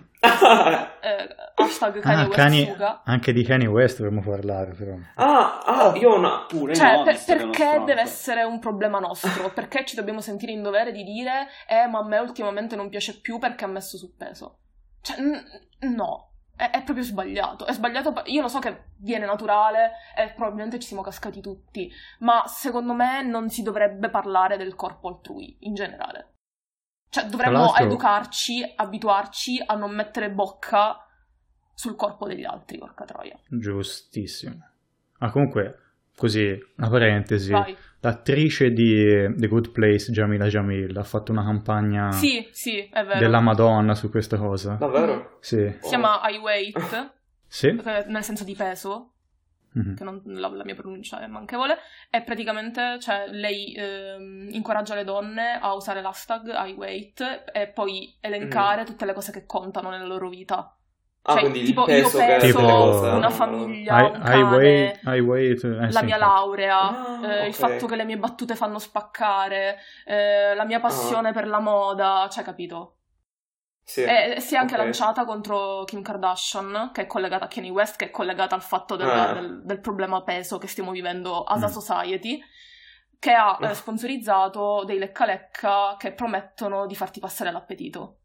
Speaker 2: hashtag Kanye
Speaker 1: Ah,
Speaker 2: West
Speaker 1: Kanye-
Speaker 2: suga.
Speaker 1: Anche di Kanye West dovremmo parlare, però.
Speaker 3: ah,
Speaker 1: Oh.
Speaker 3: ah, io ho una...
Speaker 4: Pure
Speaker 2: Cioè,
Speaker 4: no,
Speaker 2: per-
Speaker 4: visto che è uno
Speaker 2: perché
Speaker 4: stronzo.
Speaker 2: deve essere un problema nostro? Perché ci dobbiamo sentire in dovere di dire eh, ma a me ultimamente non piace più perché ha messo su peso? Cioè, n- no. È, è proprio sbagliato. È sbagliato. pa- Io lo so che viene naturale e probabilmente ci siamo cascati tutti, ma secondo me non si dovrebbe parlare del corpo altrui in generale. Cioè, dovremmo
Speaker 1: l'altro-
Speaker 2: educarci, abituarci a non mettere bocca sul corpo degli altri, porca troia.
Speaker 1: Giustissimo. Ma comunque, così, una parentesi.
Speaker 2: Vai.
Speaker 1: L'attrice di The Good Place, Jamila Jamil, ha fatto una campagna
Speaker 2: Sì, sì, è vero.
Speaker 1: Ah. della Madonna su questa cosa.
Speaker 2: Mm-hmm.
Speaker 3: Davvero?
Speaker 1: Sì.
Speaker 2: Si
Speaker 3: Oh.
Speaker 2: chiama I weight,
Speaker 1: Sì?
Speaker 2: che- nel senso di peso,
Speaker 1: Mhm.
Speaker 2: che non- la, la mia pronuncia è manchevole, e praticamente cioè, lei ehm, incoraggia le donne a usare l'hashtag I weight e poi elencare tutte le cose che contano nella loro vita.
Speaker 3: Mm. Ah,
Speaker 2: Cioè,
Speaker 3: quindi
Speaker 2: tipo,
Speaker 3: il peso
Speaker 2: io
Speaker 3: che
Speaker 2: penso
Speaker 1: Tipo-
Speaker 3: queste cose
Speaker 2: una
Speaker 3: hanno.
Speaker 2: famiglia,
Speaker 1: I,
Speaker 2: un
Speaker 1: I
Speaker 2: cane,
Speaker 1: wait, I wait. eh, sì,
Speaker 2: la mia
Speaker 1: infatti.
Speaker 2: laurea,
Speaker 3: Ah,
Speaker 2: eh, il
Speaker 3: ok.
Speaker 2: fatto che le mie battute fanno spaccare, eh,
Speaker 3: Ah.
Speaker 2: la mia passione per la moda, cioè capito?
Speaker 3: Sì.
Speaker 2: E Eh, si è anche
Speaker 3: Eh, ok.
Speaker 2: lanciata contro Kim Kardashian, che è collegata a Kanye West, che è collegata al fatto del,
Speaker 3: Ah.
Speaker 2: del- del problema peso che stiamo vivendo as a
Speaker 1: Mm.
Speaker 2: society, che ha eh,
Speaker 3: Ah.
Speaker 2: sponsorizzato dei lecca-lecca che promettono di farti passare l'appetito.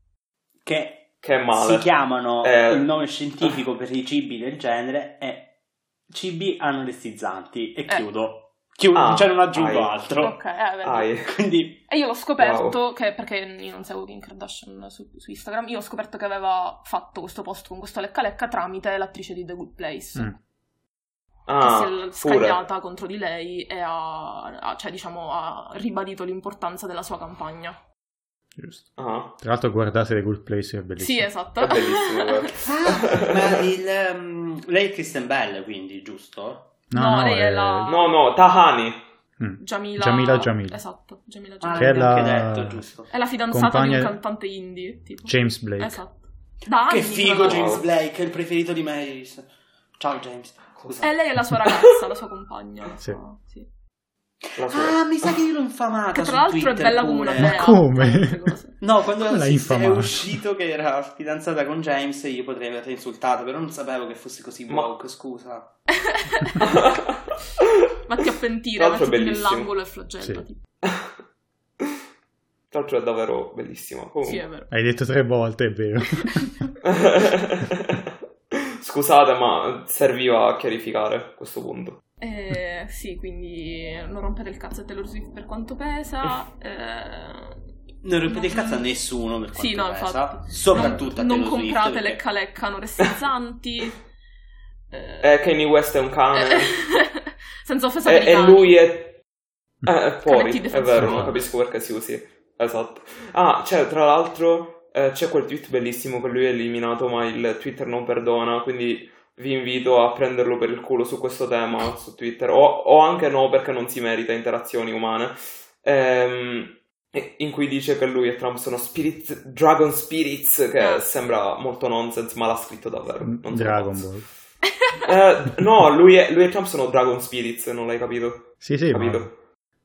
Speaker 4: Che
Speaker 3: Che è male.
Speaker 4: si chiamano
Speaker 3: Eh.
Speaker 4: il nome scientifico per i cibi del genere è cibi anoressizzanti e
Speaker 2: Eh.
Speaker 4: chiudo. Chiudo,
Speaker 3: Ah,
Speaker 4: cioè non aggiungo
Speaker 3: hai.
Speaker 4: altro.
Speaker 2: Ok, eh, vedi.
Speaker 3: Ai.
Speaker 4: Quindi
Speaker 2: E io l'ho scoperto che, perché io non seguo Kim Kardashian su, su Instagram, io ho scoperto che aveva fatto questo post con questo lecca-lecca tramite l'attrice di The Good Place.
Speaker 1: Mm.
Speaker 3: Ah,
Speaker 2: che si è
Speaker 3: pure.
Speaker 2: scagliata contro di lei e ha, ha- cioè, diciamo, ha ribadito l'importanza della sua campagna.
Speaker 1: Giusto.
Speaker 3: Ah,
Speaker 1: Tra l'altro guardate The Good Place, è
Speaker 2: Sì,
Speaker 1: bellissimo.
Speaker 2: esatto.
Speaker 3: è bellissimo. guarda.
Speaker 4: Ah,
Speaker 1: Ah,
Speaker 4: ma il, um, lei è Kristen Bell, quindi giusto?
Speaker 2: No, lei è
Speaker 1: eh,
Speaker 2: la-
Speaker 3: No, no, Tahani.
Speaker 1: mm.
Speaker 2: Jamila,
Speaker 1: Jamila Jamil.
Speaker 2: Esatto, Jamila
Speaker 4: Ah,
Speaker 2: Jamil.
Speaker 1: Che è
Speaker 4: l'abbiamo anche
Speaker 1: la-
Speaker 4: detto, giusto.
Speaker 2: È la fidanzata
Speaker 1: Compagna-
Speaker 2: di un cantante indie. Tipo.
Speaker 1: James Blake.
Speaker 2: Esatto. Da anni,
Speaker 4: Che
Speaker 2: tra
Speaker 4: figo
Speaker 2: l'altro.
Speaker 4: James
Speaker 3: Wow.
Speaker 4: Blake, il preferito di Maris. Ciao James. Scusa.
Speaker 2: E lei è la sua ragazza, la sua compagna. la
Speaker 1: Sì.
Speaker 2: sua- sì.
Speaker 3: La sua.
Speaker 4: Ah, mi sa che io l'ho infamata
Speaker 2: Che
Speaker 4: su
Speaker 2: tra l'altro è
Speaker 4: Twitter
Speaker 2: bella come una
Speaker 4: pure.
Speaker 1: Ma
Speaker 2: bea.
Speaker 1: come?
Speaker 2: queste cose.
Speaker 4: No, quando
Speaker 1: Come l'hai
Speaker 4: sì, è
Speaker 1: infamata?
Speaker 4: uscito che era fidanzata con James io potrei averla insultato, però non sapevo che fosse così
Speaker 3: Ma-
Speaker 4: woke, scusa.
Speaker 1: Ah,
Speaker 2: Vatti a pentire,
Speaker 3: Tra l'altro è
Speaker 2: mettiti
Speaker 3: bellissimo.
Speaker 2: nell'angolo e flagellati.
Speaker 3: Tra l'altro è davvero bellissima.
Speaker 2: Sì, è
Speaker 3: Comunque.
Speaker 2: vero.
Speaker 1: Hai detto tre volte, è vero.
Speaker 3: Oh. Scusate, ma serviva a chiarificare questo punto.
Speaker 2: Eh, sì, quindi non rompete il cazzo a Taylor Swift per quanto pesa. Eh,
Speaker 4: Non rompete il cazzo a nessuno per quanto
Speaker 2: Sì, no,
Speaker 4: pesa.
Speaker 2: infatti.
Speaker 4: Soprattutto
Speaker 2: non,
Speaker 4: a
Speaker 2: non
Speaker 4: Taylor Swift,
Speaker 2: comprate
Speaker 4: perché-
Speaker 2: lecca lecca noressizzanti. Eh,
Speaker 3: Eh, Kanye West è un cane.
Speaker 2: senza offesa
Speaker 3: e,
Speaker 2: per i
Speaker 3: e
Speaker 2: cani.
Speaker 3: lui è. Eh, è fuori,
Speaker 2: Canetti
Speaker 3: è vero, non
Speaker 1: difensori.
Speaker 3: capisco perché si usi. Esatto. Ah, cioè, tra l'altro, eh, c'è quel tweet bellissimo che lui ha eliminato, ma il Twitter non perdona, quindi vi invito a prenderlo per il culo su questo tema su Twitter, o, o anche no, perché non si merita interazioni umane. Ehm, e- in cui dice che lui e Trump sono spirits, Dragon Spirits, che
Speaker 2: Ah.
Speaker 3: sembra molto nonsense, ma l'ha scritto davvero. non sono
Speaker 1: Dragon
Speaker 3: pazzo.
Speaker 1: Ball.
Speaker 3: Eh, no, lui e, lui e Trump sono Dragon Spirits, non l'hai capito?
Speaker 1: Sì, sì, ma
Speaker 3: capito?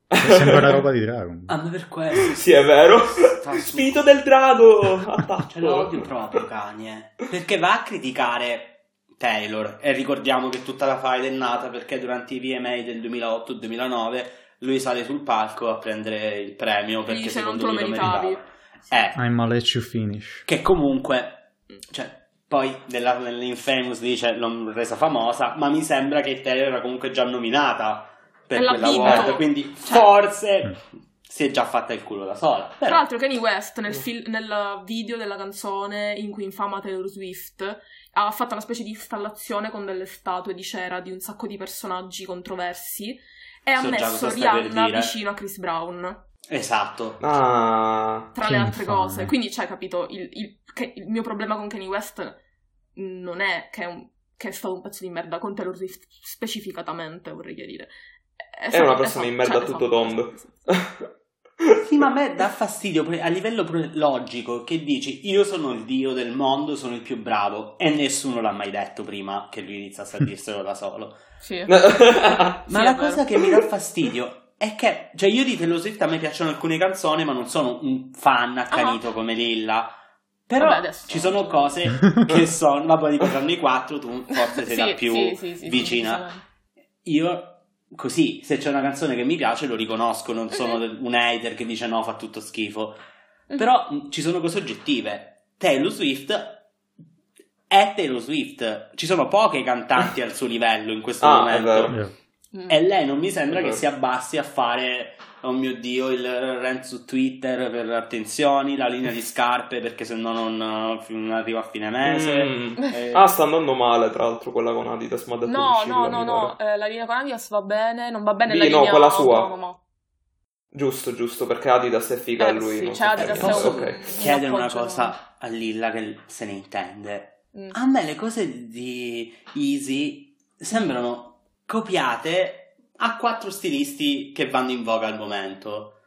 Speaker 1: sembra una roba di Dragon. Ball.
Speaker 4: Ah, ma per questo.
Speaker 3: Sì, è vero.
Speaker 4: Sta su-
Speaker 3: Spirito del drago! Attacco!
Speaker 4: Cioè, lo odio proprio Kanye. Perché va a criticare Taylor. E ricordiamo che tutta la faida è nata perché durante i VMA del 2008-2009 lui sale sul palco a prendere il premio perché
Speaker 2: Dice, non
Speaker 4: secondo
Speaker 2: te lo
Speaker 4: lui
Speaker 2: meritavi.
Speaker 4: meritava. Eh,
Speaker 1: I'm gonna let you finish.
Speaker 4: che comunque, cioè, poi nella, nell'Infamous dice l'ho resa famosa, ma mi sembra che Taylor era comunque già nominata per
Speaker 2: E l'ha
Speaker 4: quella
Speaker 2: vinto.
Speaker 4: award, quindi
Speaker 2: Cioè-
Speaker 4: forse si è già fatta il culo da sola.
Speaker 2: Tra
Speaker 4: Però,
Speaker 2: l'altro Kanye West nel, fil- nel video della canzone in cui infama Taylor Swift ha fatto una specie di installazione con delle statue di cera di un sacco di personaggi controversi e ha
Speaker 4: So già
Speaker 2: messo
Speaker 4: cosa stai per
Speaker 2: Rihanna
Speaker 4: dire.
Speaker 2: vicino a Chris Brown
Speaker 4: esatto.
Speaker 3: Ah,
Speaker 2: tra
Speaker 1: Che
Speaker 2: le altre
Speaker 1: infame.
Speaker 2: cose quindi cioè capito il, il- che il mio problema con Kanye West non è che è, un- che è stato un pezzo di merda con Taylor Swift specificatamente vorrei chiarire è, stato-
Speaker 3: una persona
Speaker 2: stato-
Speaker 3: in merda a tutto
Speaker 2: esatto,
Speaker 3: tondo.
Speaker 2: esatto, esatto.
Speaker 4: Sì, ma a me dà fastidio pre- a livello pre- logico che dici io sono il dio del mondo, sono il più bravo e nessuno l'ha mai detto prima che lui iniziasse a dirselo da solo.
Speaker 2: Sì.
Speaker 4: Eh, Ma
Speaker 2: Sì,
Speaker 4: la
Speaker 2: è vero.
Speaker 4: cosa che mi dà fastidio è che, cioè io di Taylor Swift a me piacciono alcune canzoni ma non sono un fan accanito come Lilla. Però
Speaker 2: Ah. Vabbè, adesso-
Speaker 4: ci sono cose che sono, ma poi dico tranne i quattro tu forse sei la più vicina. Io così, se c'è una canzone che mi piace lo riconosco,
Speaker 2: Mhm.
Speaker 4: non sono del- un hater che dice no, fa tutto schifo.
Speaker 2: Mhm.
Speaker 4: Però mh, ci sono cose oggettive. Taylor Swift è Taylor Swift. Ci sono poche cantanti al suo livello in questo
Speaker 3: Ah, è
Speaker 4: momento.
Speaker 3: vero.
Speaker 1: Eh,
Speaker 2: Mm.
Speaker 4: E lei non mi sembra
Speaker 3: È
Speaker 4: che
Speaker 3: vero.
Speaker 4: si abbassi a fare, oh mio Dio, il rant su Twitter per attenzioni, la linea di scarpe perché se no non, non arrivo a fine mese.
Speaker 3: Mm.
Speaker 4: Eh,
Speaker 3: Ah, sta andando male, tra l'altro, quella con Adidas, ma ha detto
Speaker 2: No,
Speaker 3: di
Speaker 2: no,
Speaker 3: uscirla,
Speaker 2: no,
Speaker 3: mi
Speaker 2: no,
Speaker 3: pare.
Speaker 2: eh, la linea con Adidas va bene, non va bene
Speaker 3: Sì,
Speaker 2: la
Speaker 3: no,
Speaker 2: linea
Speaker 3: quella sua.
Speaker 2: autonoma.
Speaker 3: Giusto, giusto, perché Adidas è figa
Speaker 2: Eh,
Speaker 3: a lui.
Speaker 2: sì,
Speaker 3: non
Speaker 2: c'è
Speaker 3: so
Speaker 2: Adidas,
Speaker 3: perché.
Speaker 4: è un-
Speaker 3: Ok.
Speaker 4: chiedere
Speaker 2: Non
Speaker 4: una
Speaker 2: appoggio,
Speaker 4: cosa a Lilla che se ne intende.
Speaker 2: Mm.
Speaker 4: A me le cose di Easy sembrano copiate a quattro stilisti che vanno in voga al momento.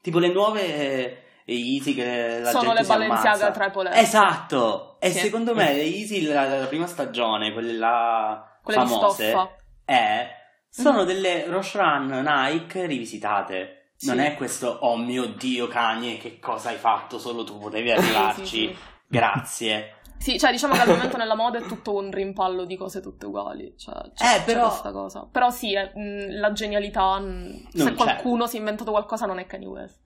Speaker 4: Tipo le nuove eh, Easy che la
Speaker 2: Sono
Speaker 4: gente
Speaker 2: le
Speaker 4: si
Speaker 2: Balenciaga
Speaker 4: ammazza.
Speaker 2: tra i polenti.
Speaker 4: Esatto! E
Speaker 2: Sì.
Speaker 4: secondo me le Easy la, la prima stagione, quelle là
Speaker 2: Quelle di
Speaker 4: famose,
Speaker 2: stoffa.
Speaker 4: è- sono
Speaker 2: Mhm.
Speaker 4: delle Roche Run Nike rivisitate. Non
Speaker 2: Sì.
Speaker 4: è questo, oh mio Dio Kanye, che cosa hai fatto? Solo tu potevi
Speaker 2: Sì, sì,
Speaker 4: arrivarci.
Speaker 2: sì.
Speaker 4: Grazie.
Speaker 2: Sì, cioè diciamo che al momento nella moda è tutto un rimpallo di cose tutte uguali. Cioè, c'è,
Speaker 4: Eh,
Speaker 2: c'è
Speaker 4: però-
Speaker 2: questa cosa. Però sì, eh, mh, la genialità. mh,
Speaker 4: Non
Speaker 2: se
Speaker 4: c'è.
Speaker 2: qualcuno si è inventato qualcosa, non è Kanye West.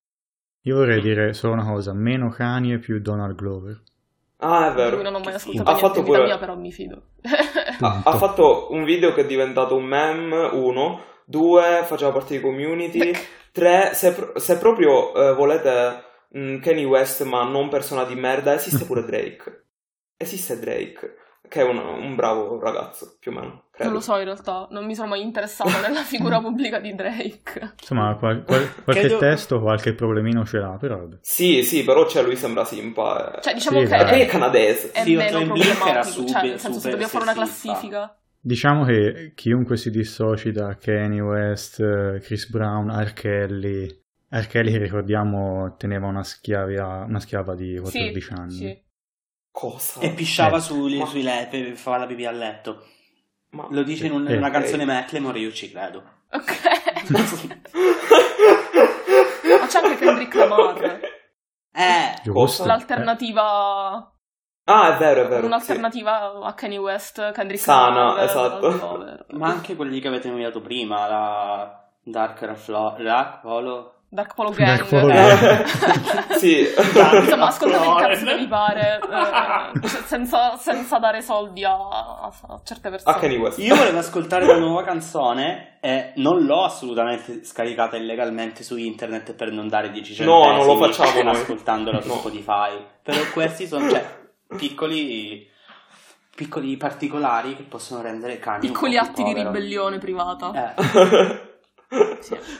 Speaker 1: Io vorrei dire solo una cosa, meno Kanye più Donald Glover.
Speaker 3: Ah, è
Speaker 2: Di cui non
Speaker 3: vero.
Speaker 2: ho mai
Speaker 4: Che
Speaker 2: ascoltato
Speaker 3: figo. Ha
Speaker 2: niente
Speaker 3: fatto
Speaker 2: in vita
Speaker 3: pure-
Speaker 2: mia, però mi fido.
Speaker 3: Ha,
Speaker 1: Punto.
Speaker 3: ha fatto un video che è diventato un meme, uno. Due, faceva parte di community. Tre, se, pro- se proprio eh, volete mh, Kanye West, ma non persona di merda, esiste pure Drake. Esiste Drake, che è un, un bravo ragazzo, più o meno.
Speaker 2: non
Speaker 3: credo.
Speaker 2: lo so in realtà, non mi sono mai interessata nella figura pubblica di Drake.
Speaker 1: Insomma, qual- qual- qualche
Speaker 4: Credo-
Speaker 1: testo, qualche problemino ce l'ha, però vabbè.
Speaker 3: Sì, sì, però cioè, lui sembra simpa. eh.
Speaker 2: Cioè, eh, diciamo
Speaker 1: Sì, esatto.
Speaker 2: che
Speaker 3: E poi è
Speaker 1: dai.
Speaker 2: è,
Speaker 3: canadese.
Speaker 2: è
Speaker 4: Sì, oltre
Speaker 2: meno
Speaker 4: in Blink era
Speaker 2: problematico. Cioè,
Speaker 4: super-
Speaker 2: nel senso, se
Speaker 4: super
Speaker 2: dobbiamo fare una
Speaker 4: sessista.
Speaker 2: classifica.
Speaker 1: Diciamo che chiunque si dissoci da Kanye West, eh, Chris Brown, R. Kelly, R. Kelly che ricordiamo teneva una, schiavia- una schiava di 14 anni.
Speaker 2: Sì.
Speaker 3: Cosa?
Speaker 4: E pisciava
Speaker 1: Eh.
Speaker 4: sui,
Speaker 3: Ma-
Speaker 4: sui lepe, fa la pipì a letto.
Speaker 3: Ma...
Speaker 4: Lo dice in, un-
Speaker 1: Eh,
Speaker 4: una
Speaker 3: ok.
Speaker 4: canzone Macklemore e io ci credo.
Speaker 2: Ok. Ma c'è anche Kendrick Lamar.
Speaker 4: Eh,
Speaker 1: Giusto.
Speaker 2: L'alternativa...
Speaker 3: Ah, è vero, è vero.
Speaker 2: un'alternativa a Kanye West, Kendrick
Speaker 3: Sana,
Speaker 2: Lamar.
Speaker 3: esatto.
Speaker 2: cover.
Speaker 4: ma anche quelli che avete nominato prima, la Dark Raflo... Dark Polo...
Speaker 2: Dark Polo Gang.
Speaker 1: Dark Polo
Speaker 3: Gang. Eh. Sì.
Speaker 2: Insomma, ascoltate il
Speaker 4: No,
Speaker 2: cazzo che
Speaker 4: eh.
Speaker 2: vi pare, eh, cioè, senza, senza dare soldi a, a certe persone.
Speaker 3: A Kanye West.
Speaker 4: Io volevo ascoltare una nuova canzone e non l'ho assolutamente scaricata illegalmente su internet per non dare 10
Speaker 3: No,
Speaker 4: centesimi
Speaker 3: non lo facciamo noi.
Speaker 4: ascoltandola su
Speaker 3: No.
Speaker 4: Spotify. Però questi sono cioè, piccoli piccoli particolari che possono rendere cani
Speaker 2: Piccoli atti di ribellione privata.
Speaker 4: Eh,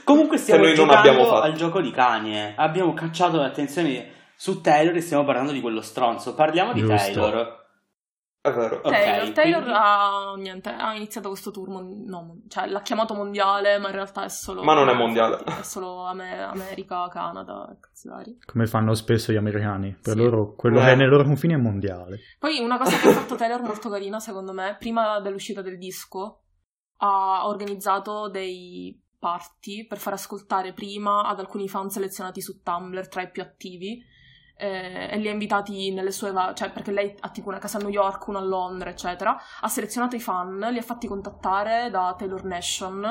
Speaker 4: Comunque stiamo
Speaker 3: Che noi non
Speaker 4: giocando
Speaker 3: abbiamo fatto.
Speaker 4: al gioco di Kanye. Abbiamo cacciato l'attenzione su Taylor e stiamo parlando di quello stronzo. Parliamo di
Speaker 1: Giusto.
Speaker 4: Taylor.
Speaker 3: È vero.
Speaker 4: Ok,
Speaker 2: Taylor, Taylor
Speaker 4: quindi-
Speaker 2: ha, niente, ha iniziato questo tour, mon- no, mon- cioè l'ha chiamato mondiale, ma in realtà è solo...
Speaker 3: Ma non è mondiale.
Speaker 2: È solo Ame- America, Canada, cazzi vari.
Speaker 1: Eh, Come fanno spesso gli americani. Per
Speaker 2: Sì.
Speaker 1: loro quello
Speaker 3: Eh.
Speaker 1: che è nei loro confini è mondiale.
Speaker 2: Poi una cosa che ha fatto Taylor molto carina, secondo me, prima dell'uscita del disco, ha organizzato dei party per far ascoltare prima ad alcuni fan selezionati su Tumblr tra i più attivi eh, e li ha invitati nelle sue va- cioè perché lei ha tipo una casa a New York, una a Londra, eccetera. Ha selezionato i fan, li ha fatti contattare da Taylor Nation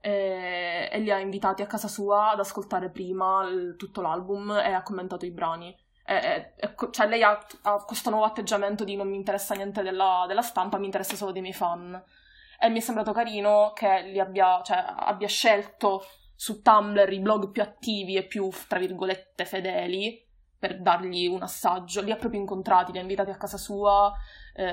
Speaker 2: eh, e li ha invitati a casa sua ad ascoltare prima il- tutto l'album e ha commentato i brani. E- e- e co- cioè lei ha, ha questo nuovo atteggiamento di non mi interessa niente della, della stampa, mi interessa solo dei miei fan. E mi è sembrato carino che li abbia, cioè, abbia scelto su Tumblr i blog più attivi e più, tra virgolette, fedeli per dargli un assaggio. Li ha proprio incontrati, li ha invitati a casa sua, eh,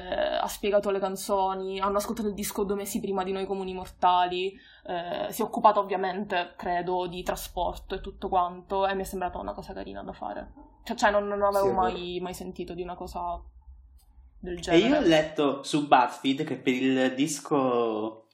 Speaker 2: ha spiegato le canzoni, hanno ascoltato il disco due mesi prima di noi comuni mortali, eh, si è occupato ovviamente, credo, di trasporto e tutto quanto e mi è sembrata una cosa carina da fare. Cioè, cioè, non, non avevo
Speaker 3: Sì, è vero.
Speaker 2: mai, mai sentito di una cosa del
Speaker 4: E io ho
Speaker 2: genere.
Speaker 4: letto su BuzzFeed che per il disco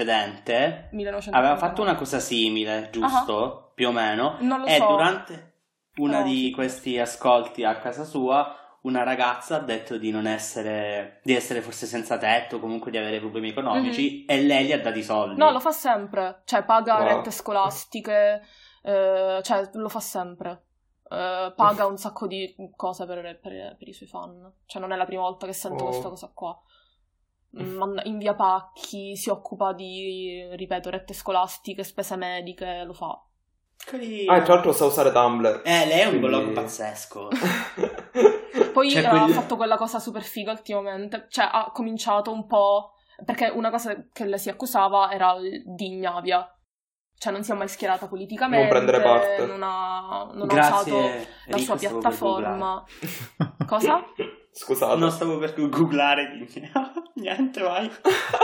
Speaker 4: precedente
Speaker 2: 1989.
Speaker 4: aveva fatto una cosa simile, giusto? Più o meno.
Speaker 2: Ah. Non lo
Speaker 4: e
Speaker 2: so. Oh,
Speaker 4: durante uno
Speaker 2: No.
Speaker 4: di questi ascolti a casa sua una ragazza ha detto di non essere di essere forse senza tetto, comunque di avere problemi economici e lei gli ha dato i soldi.
Speaker 2: Mhm. No, lo fa sempre. Cioè, paga
Speaker 3: Wow.
Speaker 2: rette scolastiche, eh, cioè, lo fa sempre. Eh, paga un sacco di cose per, per- per i suoi fan. Cioè, non è la prima volta che sento
Speaker 3: Oh.
Speaker 2: questa cosa qua. Mm, manda- invia pacchi, si occupa di, ripeto, rette scolastiche, spese mediche, lo fa.
Speaker 4: Carino.
Speaker 3: Ah, e tra l'altro sa usare Tumblr.
Speaker 4: Eh, lei è un
Speaker 3: Quindi-
Speaker 4: blog pazzesco.
Speaker 2: Poi
Speaker 4: Cioè,
Speaker 2: ha
Speaker 4: quel-
Speaker 2: fatto quella cosa super figa ultimamente, cioè ha cominciato un po', perché una cosa che le si accusava era il- di ignavia, cioè non si è mai schierata politicamente,
Speaker 3: Non prendere parte.
Speaker 2: non ha, non ha usato
Speaker 4: Grazie.
Speaker 2: la
Speaker 4: Enrico,
Speaker 2: sua
Speaker 4: stavo per
Speaker 2: piattaforma. Cosa?
Speaker 3: Scusate.
Speaker 4: googlare. No, stavo per googlare. Niente, vai.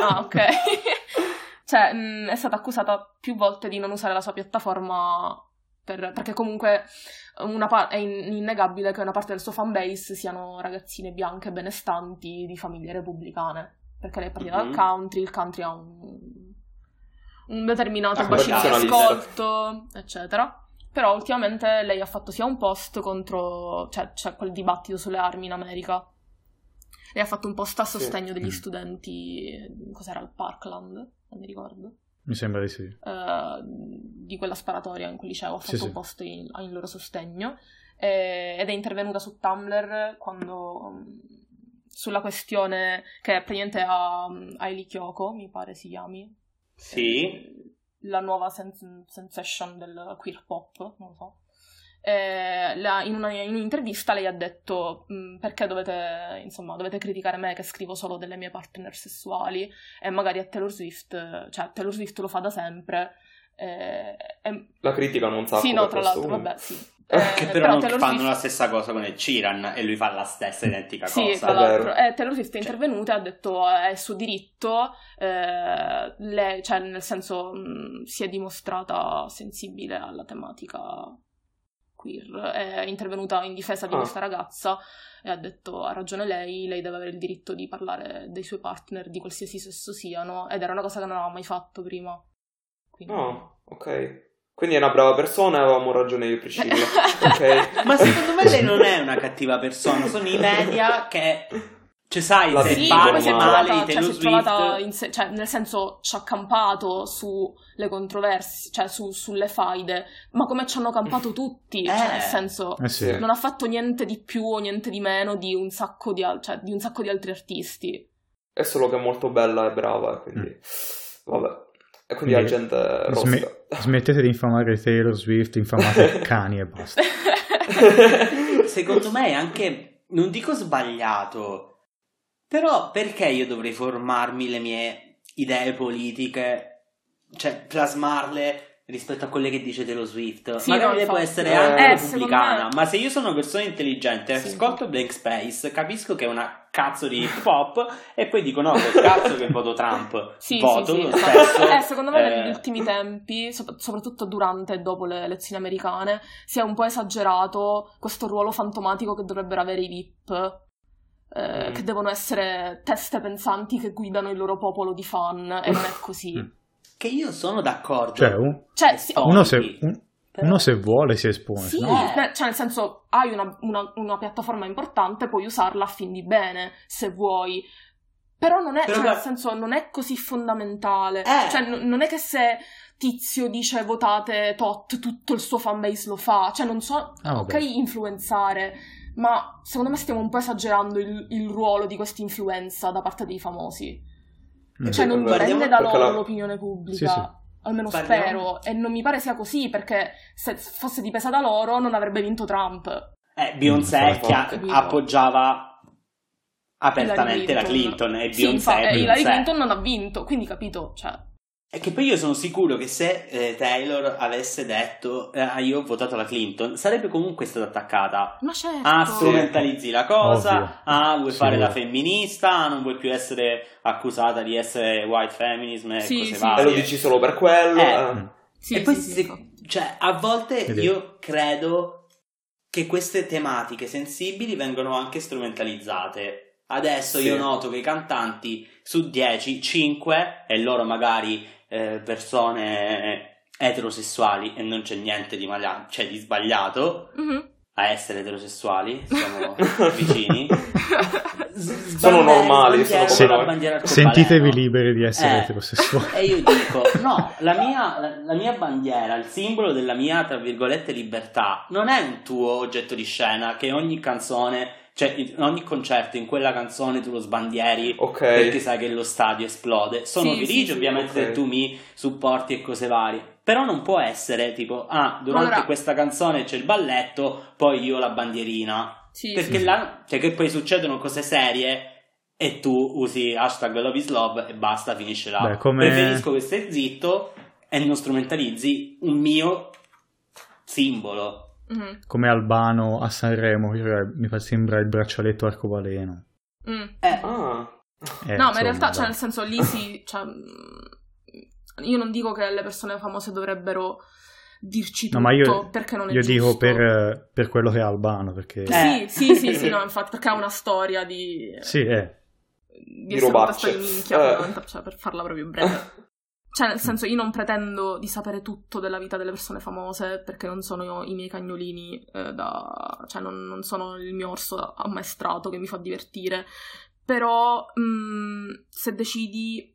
Speaker 2: Ah, ok. cioè, mh, è stata accusata più volte di non usare la sua piattaforma per- perché comunque una pa- è in- innegabile che una parte del suo fanbase siano ragazzine bianche benestanti di famiglie repubblicane. Perché lei è partita
Speaker 4: Mhm.
Speaker 2: dal country, il country ha un, un determinato
Speaker 3: Ah,
Speaker 2: bacino di
Speaker 3: tradizionalista.
Speaker 2: ascolto, eccetera. Però ultimamente lei ha fatto sia un post contro, cioè c'è quel dibattito sulle armi in America. Lei ha fatto un post a sostegno
Speaker 1: Mm.
Speaker 2: degli studenti, eh, cos'era il Parkland, non mi ricordo,
Speaker 1: Mi sembra di sì.
Speaker 2: eh, di quella sparatoria in cui liceo, ha
Speaker 1: Sì,
Speaker 2: fatto
Speaker 1: sì.
Speaker 2: un post in, in loro sostegno eh, ed è intervenuta su Tumblr quando, mm, sulla questione che praticamente a Ailey Kyoko, mi pare si chiami,
Speaker 4: Sì.
Speaker 2: eh, la nuova sens- sensation del queer pop, non lo so. Eh, la- in, una- in un'intervista lei ha detto "Mm, perché dovete, insomma, dovete criticare me che scrivo solo delle mie partner sessuali e magari a Taylor Swift, eh, cioè Taylor Swift lo fa da sempre. eh, e-
Speaker 3: La criticano un sacco.
Speaker 2: sì, no,
Speaker 3: per
Speaker 2: tra
Speaker 3: questo,
Speaker 2: l'altro,
Speaker 3: quindi.
Speaker 2: vabbè, sì. Eh,
Speaker 4: Che però, non
Speaker 2: Taylor
Speaker 4: fanno
Speaker 2: Swift-
Speaker 4: la stessa cosa con il Ciran e lui fa la stessa identica
Speaker 2: Sì,
Speaker 4: cosa.
Speaker 2: tra
Speaker 3: è vero.
Speaker 2: l'altro. Eh, Taylor Swift è
Speaker 4: Cioè-
Speaker 2: intervenuta e ha detto eh, è il suo diritto, eh, le- cioè nel senso mh, si è dimostrata sensibile alla tematica queer, è intervenuta in difesa di
Speaker 3: Ah.
Speaker 2: questa ragazza e ha detto ha ragione lei, lei deve avere il diritto di parlare dei suoi partner di qualsiasi sesso siano ed era una cosa che non aveva mai fatto prima. Quindi...
Speaker 3: No, Ah, ok. Quindi è una brava persona e avevamo ragione io, Priscilla. ok.
Speaker 4: Ma secondo me lei non è una cattiva persona, sono i media che Cioè, sai,
Speaker 3: La
Speaker 4: se
Speaker 2: Sì,
Speaker 3: Parma,
Speaker 2: poi
Speaker 4: parli
Speaker 2: si è
Speaker 4: male
Speaker 2: trovata,
Speaker 4: di
Speaker 2: cioè, si
Speaker 4: Taylor
Speaker 2: è trovata
Speaker 4: Swift,
Speaker 2: in se- cioè, nel senso ci ha campato sulle controversie, cioè su- sulle faide, ma come ci hanno campato tutti, cioè,
Speaker 4: Eh.
Speaker 2: nel senso
Speaker 1: Eh sì.
Speaker 3: Sì.
Speaker 2: non ha fatto niente di più o niente di meno di un sacco di, al- cioè, di un sacco di altri artisti.
Speaker 3: È solo che è molto bella e brava, e
Speaker 4: Mm.
Speaker 3: quindi... Vabbè. E quindi la
Speaker 1: Quindi
Speaker 3: gente
Speaker 1: Sme-
Speaker 3: rosca.
Speaker 1: smettete di infamare Taylor Swift, infamate cani e basta.
Speaker 4: secondo me è anche, non dico sbagliato, però perché io dovrei formarmi le mie idee politiche, cioè plasmarle rispetto a quelle che dice Taylor Swift?
Speaker 2: Sì,
Speaker 4: Magari
Speaker 2: no,
Speaker 4: lei può
Speaker 2: infatti.
Speaker 4: essere
Speaker 3: Eh,
Speaker 4: anche
Speaker 2: eh, secondo
Speaker 4: repubblicana,
Speaker 2: me-
Speaker 4: ma se io sono una persona intelligente,
Speaker 2: Sì.
Speaker 4: ascolto Blank Space, capisco che è una cazzo di hip hop e poi dico no, che cazzo che voto Trump,
Speaker 2: Sì,
Speaker 4: voto
Speaker 2: sì, sì,
Speaker 4: lo
Speaker 2: esatto.
Speaker 4: stesso.
Speaker 2: Eh, secondo me
Speaker 4: eh,
Speaker 2: negli ultimi tempi, sop- soprattutto durante e dopo le elezioni americane, si è un po' esagerato questo ruolo fantomatico che dovrebbero avere i VIP, eh,
Speaker 3: Mm.
Speaker 2: che devono essere teste pensanti che guidano il loro popolo di fan, e non è
Speaker 1: Mm.
Speaker 2: così.
Speaker 4: Che io sono d'accordo.
Speaker 1: Cioè, un-
Speaker 2: Cioè, sì, oh,
Speaker 4: Oh,
Speaker 1: uno, se,
Speaker 4: sì.
Speaker 1: un-
Speaker 4: però-
Speaker 1: uno se vuole si espone.
Speaker 2: Sì,
Speaker 1: no?
Speaker 4: no?
Speaker 2: ne- cioè nel senso hai una, una- una piattaforma importante, puoi usarla a fin di bene, se vuoi. Però non è,
Speaker 4: Però
Speaker 2: cioè,
Speaker 4: guarda-
Speaker 2: nel senso, non è così fondamentale.
Speaker 4: Eh.
Speaker 2: Cioè, n- non è che se Tizio dice votate tot, tutto il suo fanbase lo fa. Cioè, non so,
Speaker 1: Ah, vabbè.
Speaker 2: ok, influenzare, ma secondo me stiamo un po' esagerando il, il ruolo di questa influenza da parte dei famosi.
Speaker 1: Mm.
Speaker 2: Cioè, non
Speaker 3: Vabbè,
Speaker 2: prende da
Speaker 3: perché
Speaker 2: loro
Speaker 3: la-
Speaker 2: l'opinione pubblica.
Speaker 1: Sì, sì.
Speaker 2: Almeno
Speaker 4: Parliamo-
Speaker 2: spero, e non mi pare sia così perché se fosse dipesa da loro non avrebbe vinto Trump.
Speaker 4: Eh,
Speaker 1: Mm,
Speaker 4: Beyoncé
Speaker 1: sono
Speaker 4: chia-
Speaker 2: d'accordo.
Speaker 4: appoggiava apertamente la
Speaker 2: Hillary
Speaker 4: Clinton e
Speaker 2: Sì,
Speaker 4: Beyoncé.
Speaker 2: infa- eh,
Speaker 4: Beyoncé.
Speaker 2: Hillary Clinton non ha vinto, quindi capito, cioè,
Speaker 4: E che poi io sono sicuro che se eh, Taylor avesse detto eh, "Ah, io ho votato la Clinton, sarebbe comunque stata attaccata.
Speaker 2: ma certo.
Speaker 4: Ah, strumentalizzi la cosa,
Speaker 1: Ovvio.
Speaker 4: ah, vuoi fare
Speaker 1: Sicuro.
Speaker 4: la femminista, ah, non vuoi più essere accusata di essere white feminism e
Speaker 2: Sì,
Speaker 4: cose
Speaker 2: sì.
Speaker 3: E lo
Speaker 4: varie.
Speaker 3: dici solo per quello.
Speaker 4: Eh.
Speaker 3: eh.
Speaker 2: Sì,
Speaker 4: e poi
Speaker 2: sì,
Speaker 4: si-
Speaker 2: sì, sì.
Speaker 4: cioè, a volte
Speaker 1: Ed è-
Speaker 4: io credo che queste tematiche sensibili vengano anche strumentalizzate. Adesso
Speaker 3: Sì.
Speaker 4: io noto che i cantanti su 10, 5 e loro magari eh, persone eterosessuali e non c'è niente di, maglia- cioè, di sbagliato
Speaker 2: Mhm.
Speaker 4: a essere eterosessuali, siamo vicini. S-
Speaker 3: Sono
Speaker 4: sbandiere-
Speaker 3: normali,
Speaker 4: sbandiere-
Speaker 3: sono come
Speaker 4: la
Speaker 3: noi.
Speaker 4: bandiera arcobaleno.
Speaker 1: Sentitevi liberi di essere
Speaker 4: Eh.
Speaker 1: eterosessuali.
Speaker 3: Ecco.
Speaker 4: E io dico, no, la mia, la- la mia bandiera, il simbolo della mia, tra virgolette, libertà, non è un tuo oggetto di scena che ogni canzone, cioè in ogni concerto in quella canzone tu lo sbandieri
Speaker 3: Ok.
Speaker 4: perché sai che lo stadio esplode. Sono
Speaker 2: Sì,
Speaker 4: felice
Speaker 2: sì, sì.
Speaker 4: ovviamente
Speaker 3: Ok.
Speaker 4: se tu mi supporti e cose varie. Però non può essere tipo, ah, durante
Speaker 2: Allora-
Speaker 4: questa canzone c'è il balletto, poi io la bandierina.
Speaker 2: Sì,
Speaker 4: Perché
Speaker 2: sì.
Speaker 4: là, cioè che poi succedono cose serie e tu usi hashtag love is love e basta, finisce là.
Speaker 1: Beh, come-
Speaker 4: Preferisco che stai zitto e non strumentalizzi un mio simbolo.
Speaker 2: Mhm.
Speaker 1: Come Albano a Sanremo, cioè, mi fa sembra il braccialetto arcobaleno.
Speaker 2: Mm.
Speaker 4: Eh,
Speaker 3: Ah.
Speaker 1: Eh,
Speaker 2: no, ma
Speaker 1: insomma,
Speaker 2: in realtà, cioè,
Speaker 1: dai.
Speaker 2: nel senso, lì sì, cioè, mh, io non dico che le persone famose dovrebbero dirci tutto,
Speaker 1: No, ma io-
Speaker 2: perché non è
Speaker 1: Io dico
Speaker 2: giusto.
Speaker 1: per, per quello che è Albano, perché...
Speaker 4: Eh.
Speaker 2: Sì, sì, sì, sì, no, infatti, perché ha una storia di...
Speaker 1: Sì, eh.
Speaker 2: di,
Speaker 3: Di
Speaker 2: essere un
Speaker 3: robacce.
Speaker 2: testo di minchia,
Speaker 3: Eh.
Speaker 2: fondamental- cioè, per farla proprio breve. Cioè, nel senso, io non pretendo di sapere tutto della vita delle persone famose perché non sono io- i miei cagnolini, eh, da- cioè non, non sono il mio orso ammaestrato che mi fa divertire. Però, mh, se decidi,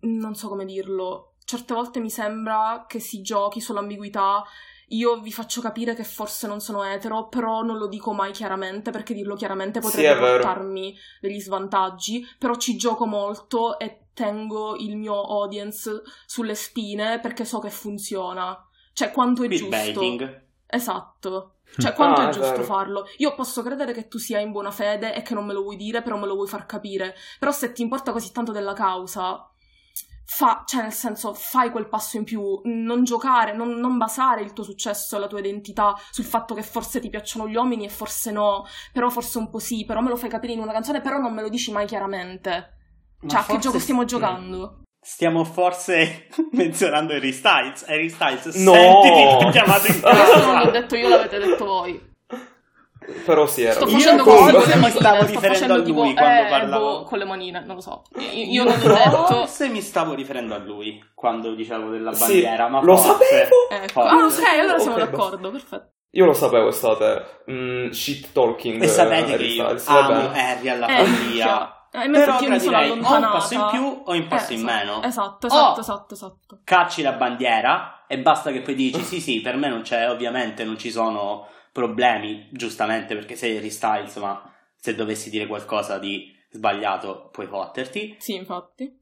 Speaker 2: non so come dirlo, certe volte mi sembra che si giochi sull'ambiguità. Io vi faccio capire che forse non sono etero, però non lo dico mai chiaramente perché dirlo chiaramente
Speaker 3: Sì,
Speaker 2: potrebbe
Speaker 3: è vero.
Speaker 2: portarmi degli svantaggi, però ci gioco molto e tengo il mio audience sulle spine perché so che funziona. Cioè, quanto è giusto.
Speaker 4: Clickbaiting.
Speaker 2: Esatto. Cioè, quanto
Speaker 3: Ah,
Speaker 2: è
Speaker 3: è
Speaker 2: giusto
Speaker 3: vero.
Speaker 2: farlo? Io posso credere che tu sia in buona fede e che non me lo vuoi dire, però me lo vuoi far capire. Però se ti importa così tanto della causa, fa, cioè nel senso, fai quel passo in più, non giocare, non, non basare il tuo successo e la tua identità sul fatto che forse ti piacciono gli uomini e forse no, però forse un po' sì, però me lo fai capire in una canzone, però non me lo dici mai chiaramente.
Speaker 4: Ma
Speaker 2: cioè, a
Speaker 4: forse
Speaker 2: che gioco stiamo
Speaker 4: sì.
Speaker 2: giocando?
Speaker 4: Stiamo forse menzionando Harry Styles. Harry Styles,
Speaker 3: No!
Speaker 4: senti che ti ho chiamato in
Speaker 2: Questo non l'ho
Speaker 4: casa.
Speaker 2: detto io, l'avete detto voi.
Speaker 3: Però sì, era.
Speaker 2: Sto
Speaker 4: Io
Speaker 2: facendo così
Speaker 4: forse
Speaker 2: con le
Speaker 4: mi
Speaker 2: manine,
Speaker 4: stavo
Speaker 2: sto
Speaker 4: riferendo
Speaker 2: facendo
Speaker 4: a
Speaker 2: tipo,
Speaker 4: lui quando
Speaker 2: eh,
Speaker 4: parlavo.
Speaker 2: boh, con le manine, non lo so. Io, io non ho detto...
Speaker 4: Forse mi stavo riferendo a lui quando dicevo della
Speaker 3: Sì,
Speaker 4: bandiera, ma
Speaker 3: lo
Speaker 4: forse...
Speaker 3: sapevo.
Speaker 2: Ecco. Ah, Eh, ok, allora siamo
Speaker 3: Ok,
Speaker 4: boh.
Speaker 2: d'accordo, perfetto.
Speaker 3: Io lo sapevo, estate mm, shit talking.
Speaker 4: E sapete
Speaker 3: eh,
Speaker 4: che
Speaker 3: Harry
Speaker 4: io
Speaker 3: Styles, va
Speaker 4: amo
Speaker 3: bene.
Speaker 4: Harry alla
Speaker 2: Eh,
Speaker 4: follia.
Speaker 2: cioè, eh, ma
Speaker 4: Ah, Però
Speaker 2: infatti io
Speaker 4: ora
Speaker 2: mi sono
Speaker 4: direi o un
Speaker 2: allontanata.
Speaker 4: passo in più o un passo
Speaker 2: Eh,
Speaker 4: in
Speaker 2: esatto,
Speaker 4: meno.
Speaker 2: Esatto,
Speaker 4: Oh!
Speaker 2: esatto, esatto, esatto.
Speaker 4: Cacci la bandiera e basta che poi dici sì sì, per me non c'è, ovviamente non ci sono problemi, giustamente perché sei Harry Styles, ma se dovessi dire qualcosa di sbagliato puoi fotterti.
Speaker 2: Sì, infatti.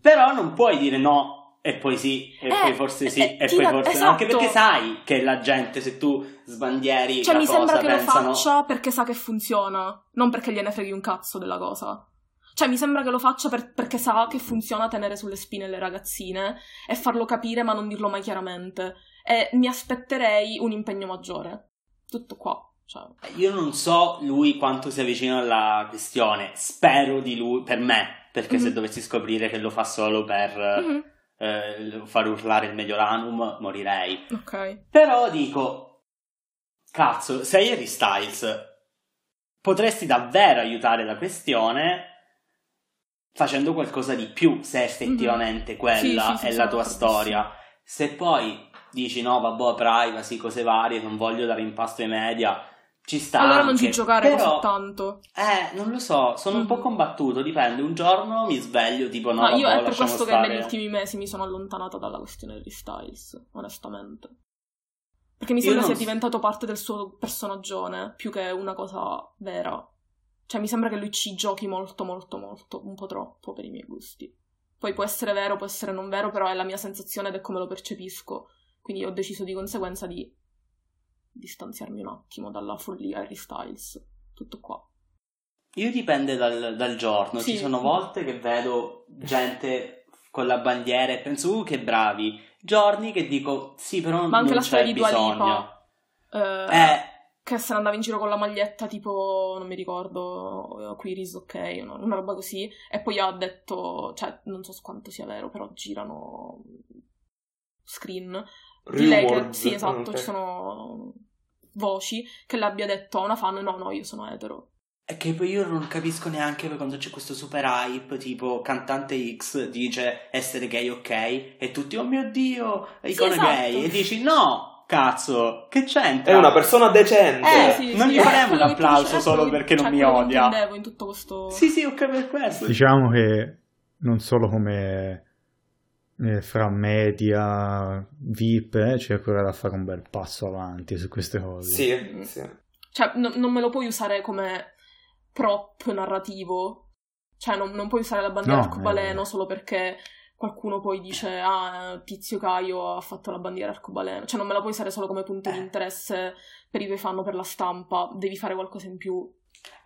Speaker 4: Però non puoi dire no e poi sì, e
Speaker 2: Eh,
Speaker 4: poi forse sì,
Speaker 2: eh,
Speaker 4: e
Speaker 2: ti
Speaker 4: poi
Speaker 2: la-
Speaker 4: forse no.
Speaker 2: esatto.
Speaker 4: Anche perché sai che la gente, se tu sbandieri
Speaker 2: Cioè,
Speaker 4: la
Speaker 2: mi
Speaker 4: cosa,
Speaker 2: sembra che
Speaker 4: pensano...
Speaker 2: lo faccia perché sa che funziona, non perché gliene freghi un cazzo della cosa. Cioè, mi sembra che lo faccia per- perché sa che funziona tenere sulle spine le ragazzine e farlo capire, ma non dirlo mai chiaramente. E mi aspetterei un impegno maggiore. Tutto qua. Cioè,
Speaker 4: Io non so lui quanto sia vicino alla questione, spero di lui, per me, perché se
Speaker 2: Mhm.
Speaker 4: dovessi scoprire che lo fa solo per
Speaker 2: mhm,
Speaker 4: eh, far urlare il Mediolanum, morirei.
Speaker 2: ok.
Speaker 4: Però dico, cazzo, sei Harry Styles, potresti davvero aiutare la questione facendo qualcosa di più, se effettivamente quella
Speaker 2: Mhm. Sì, sì, sì,
Speaker 4: è la
Speaker 2: sono
Speaker 4: tua
Speaker 2: d'accordissimo.
Speaker 4: storia. Se poi dici no, vabbè, privacy, cose varie, non voglio dare impasto ai media, ci sta
Speaker 2: Allora non
Speaker 4: anche,
Speaker 2: ci giocare così
Speaker 4: però-
Speaker 2: tanto.
Speaker 4: eh, non lo so, sono un po'
Speaker 2: Mhm.
Speaker 4: combattuto, dipende, un giorno mi sveglio tipo no,
Speaker 2: Ma io
Speaker 4: vabbè,
Speaker 2: è per
Speaker 4: lasciamo
Speaker 2: questo
Speaker 4: stare.
Speaker 2: che negli ultimi mesi mi sono allontanata dalla questione di Styles, onestamente. Perché mi
Speaker 4: Io
Speaker 2: sembra
Speaker 4: non
Speaker 2: sia
Speaker 4: s-
Speaker 2: diventato parte del suo personaggione, più che una cosa vera. Cioè, mi sembra che lui ci giochi molto, molto, molto, un po' troppo per i miei gusti. Poi può essere vero, può essere non vero, però è la mia sensazione ed è come lo percepisco. Quindi ho deciso di conseguenza di distanziarmi un attimo dalla follia Harry Styles. Tutto qua.
Speaker 4: Io dipende dal, dal giorno,
Speaker 2: Sì.
Speaker 4: ci sono volte che vedo gente con la bandiera e penso, uh, che bravi, giorni che dico, sì, però
Speaker 2: Ma anche
Speaker 4: non
Speaker 2: la storia
Speaker 4: c'è
Speaker 2: di Dua
Speaker 4: bisogno.
Speaker 2: Lipa. Eh,
Speaker 4: Eh,
Speaker 2: che se ne andava in giro con la maglietta tipo, non mi ricordo, eh, Quiris ok, una, una roba così, e poi ha detto, cioè non so quanto sia vero, però girano screen di lei che,
Speaker 3: Rewards.
Speaker 2: sì esatto,
Speaker 3: Ok.
Speaker 2: ci sono voci che le abbia detto a una fan, no no io sono etero.
Speaker 4: è che poi io non capisco neanche poi quando c'è questo super hype, tipo cantante X dice essere gay ok, e tutti, oh mio Dio, icona
Speaker 2: esatto.
Speaker 4: gay, e dici, no, cazzo, che c'entra?
Speaker 3: È una persona decente.
Speaker 4: Eh, non gli faremo un applauso
Speaker 2: "Eh,
Speaker 4: solo perché non mi odia.
Speaker 2: Non cioè, in tutto questo...
Speaker 4: Sì, sì, ok, per questo.
Speaker 1: Diciamo che non solo come eh, fra media, VIP, eh, c'è ancora da fare un bel passo avanti su queste cose.
Speaker 3: Sì, sì.
Speaker 4: Eh.
Speaker 2: Cioè, no- non me lo puoi usare come prop narrativo. Cioè, non, non puoi usare la bandiera
Speaker 1: No,
Speaker 2: arcobaleno
Speaker 1: eh.
Speaker 2: solo perché qualcuno poi dice ah, tizio Caio ha fatto la bandiera arcobaleno. Cioè, non me la puoi usare solo come punto di
Speaker 4: Eh.
Speaker 2: interesse per i tuoi fan o per la stampa. Devi fare qualcosa in più.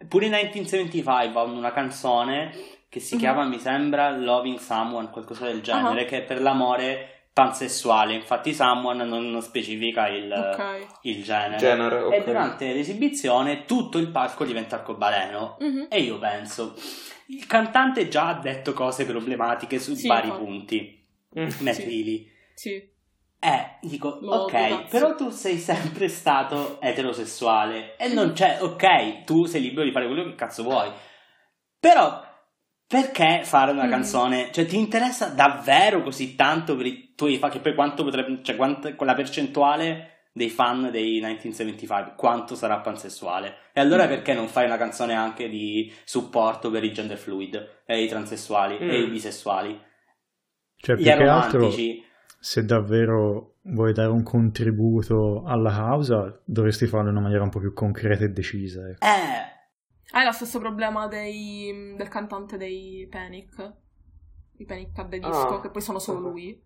Speaker 4: Pure in 1975 hanno una canzone che si
Speaker 2: Mhm. Ah.
Speaker 4: chiama, mi sembra, Loving Someone, qualcosa del genere, che è per l'amore pansessuale. Infatti Someone non, non specifica il,
Speaker 2: Ok.
Speaker 4: il genere.
Speaker 3: Genere, Cioè, ok.
Speaker 4: E durante l'esibizione tutto il palco diventa arcobaleno.
Speaker 2: Mhm.
Speaker 4: E io penso, il cantante già ha detto cose problematiche su
Speaker 2: Sì,
Speaker 4: vari
Speaker 2: infatti.
Speaker 4: punti.
Speaker 3: Mm.
Speaker 4: Matt
Speaker 2: Sì.
Speaker 4: Healy.
Speaker 2: Sì.
Speaker 4: Eh, dico,
Speaker 2: Lo
Speaker 4: ok,
Speaker 2: odio,
Speaker 4: però tu sei sempre stato eterosessuale e non c'è, ok, tu sei libero di fare quello che cazzo vuoi, però perché fare una
Speaker 2: Mm.
Speaker 4: canzone? Cioè, ti interessa davvero così tanto per i tuoi fan, che poi quanto potrebbe, cioè, quanta- quella percentuale dei fan dei 1975, quanto sarà pansessuale? E allora
Speaker 2: Mm.
Speaker 4: perché non fai una canzone anche di supporto per i gender fluid, e i transessuali, e i
Speaker 3: Mm.
Speaker 4: bisessuali,
Speaker 1: Cioè,
Speaker 4: gli
Speaker 1: più che altro,
Speaker 4: aromantici?
Speaker 1: se davvero vuoi dare un contributo alla causa, dovresti farlo in una maniera un po' più concreta e decisa. ecco.
Speaker 4: Eh...
Speaker 2: Hai lo stesso problema dei- del cantante dei Panic. I Panic Club de Disco,
Speaker 3: Ah.
Speaker 2: che poi sono solo lui.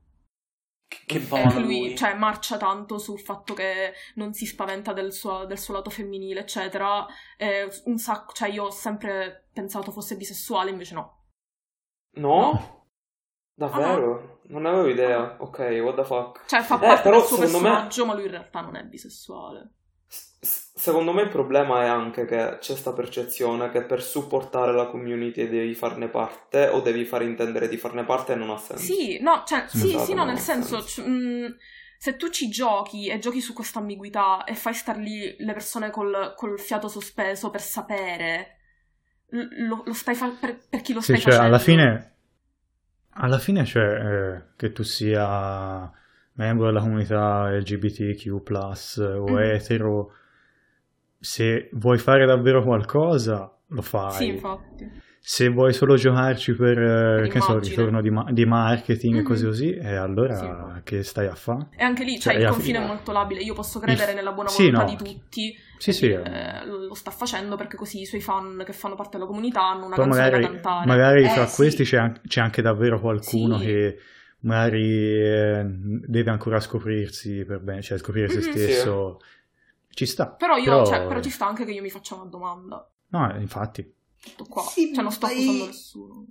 Speaker 4: Che- Che
Speaker 2: E
Speaker 4: buono
Speaker 2: anche lui,
Speaker 4: lui.
Speaker 2: cioè, marcia tanto sul fatto che non si spaventa del suo, del suo lato femminile, eccetera. Eh, un sacco, cioè, io ho sempre pensato fosse bisessuale, invece no.
Speaker 3: No?
Speaker 2: Ah,
Speaker 3: Davvero? Non avevo idea. Ok, what the fuck.
Speaker 2: Cioè, fa
Speaker 3: Eh,
Speaker 2: parte
Speaker 3: però
Speaker 2: del suo
Speaker 3: secondo me-
Speaker 2: personaggio, ma lui in realtà non è bisessuale.
Speaker 3: S- s- Secondo me il problema è anche che c'è sta percezione che per supportare la community devi farne parte o devi far intendere di farne parte e non ha senso.
Speaker 2: Sì, no, cioè,
Speaker 1: Sì,
Speaker 2: sì,
Speaker 3: esatto,
Speaker 2: sì, no,
Speaker 3: no,
Speaker 2: nel senso,
Speaker 3: senso.
Speaker 2: c- mh, se tu ci giochi e giochi su questa ambiguità e fai star lì le persone col, col fiato sospeso per sapere, l- lo, lo stai fa- per, per chi lo
Speaker 1: Sì,
Speaker 2: stai
Speaker 1: cioè,
Speaker 2: facendo.
Speaker 1: alla fine, alla fine, cioè, eh, che tu sia membro della comunità LGBTQ+, o
Speaker 2: Mm.
Speaker 1: etero, se vuoi fare davvero qualcosa, lo fai.
Speaker 2: Sì, infatti.
Speaker 1: se vuoi solo giocarci per, eh, che ne so,
Speaker 2: L'immagine.
Speaker 1: ritorno di, ma- di marketing e
Speaker 2: Mhm.
Speaker 1: cose così, e allora
Speaker 2: Sì, no.
Speaker 1: che stai a fare?
Speaker 2: E anche lì, cioè,
Speaker 1: Cioè,
Speaker 2: il
Speaker 1: alla
Speaker 2: confine
Speaker 1: fine-
Speaker 2: è molto labile. Io posso credere
Speaker 1: Il-
Speaker 2: nella buona
Speaker 1: sì,
Speaker 2: volontà
Speaker 1: no.
Speaker 2: di tutti,
Speaker 1: Sì, sì,
Speaker 2: eh, lo lo sta facendo perché così i suoi fan che fanno parte della comunità hanno una
Speaker 1: poi
Speaker 2: canzone
Speaker 1: magari,
Speaker 2: da cantare.
Speaker 1: magari
Speaker 2: Eh,
Speaker 1: fra
Speaker 2: sì.
Speaker 1: questi c'è, an- c'è anche davvero qualcuno
Speaker 2: Sì.
Speaker 1: che magari eh, deve ancora scoprirsi per bene, cioè scoprire se
Speaker 2: Mhm. Sì.
Speaker 1: stesso. Ci sta.
Speaker 2: Però, io,
Speaker 1: Però-
Speaker 2: Cioè, però ci sta anche che io mi faccia una domanda.
Speaker 1: No, infatti.
Speaker 2: Tutto qua.
Speaker 4: Sì,
Speaker 2: cioè, non sto
Speaker 4: ma
Speaker 2: accusando
Speaker 4: i-
Speaker 2: nessuno.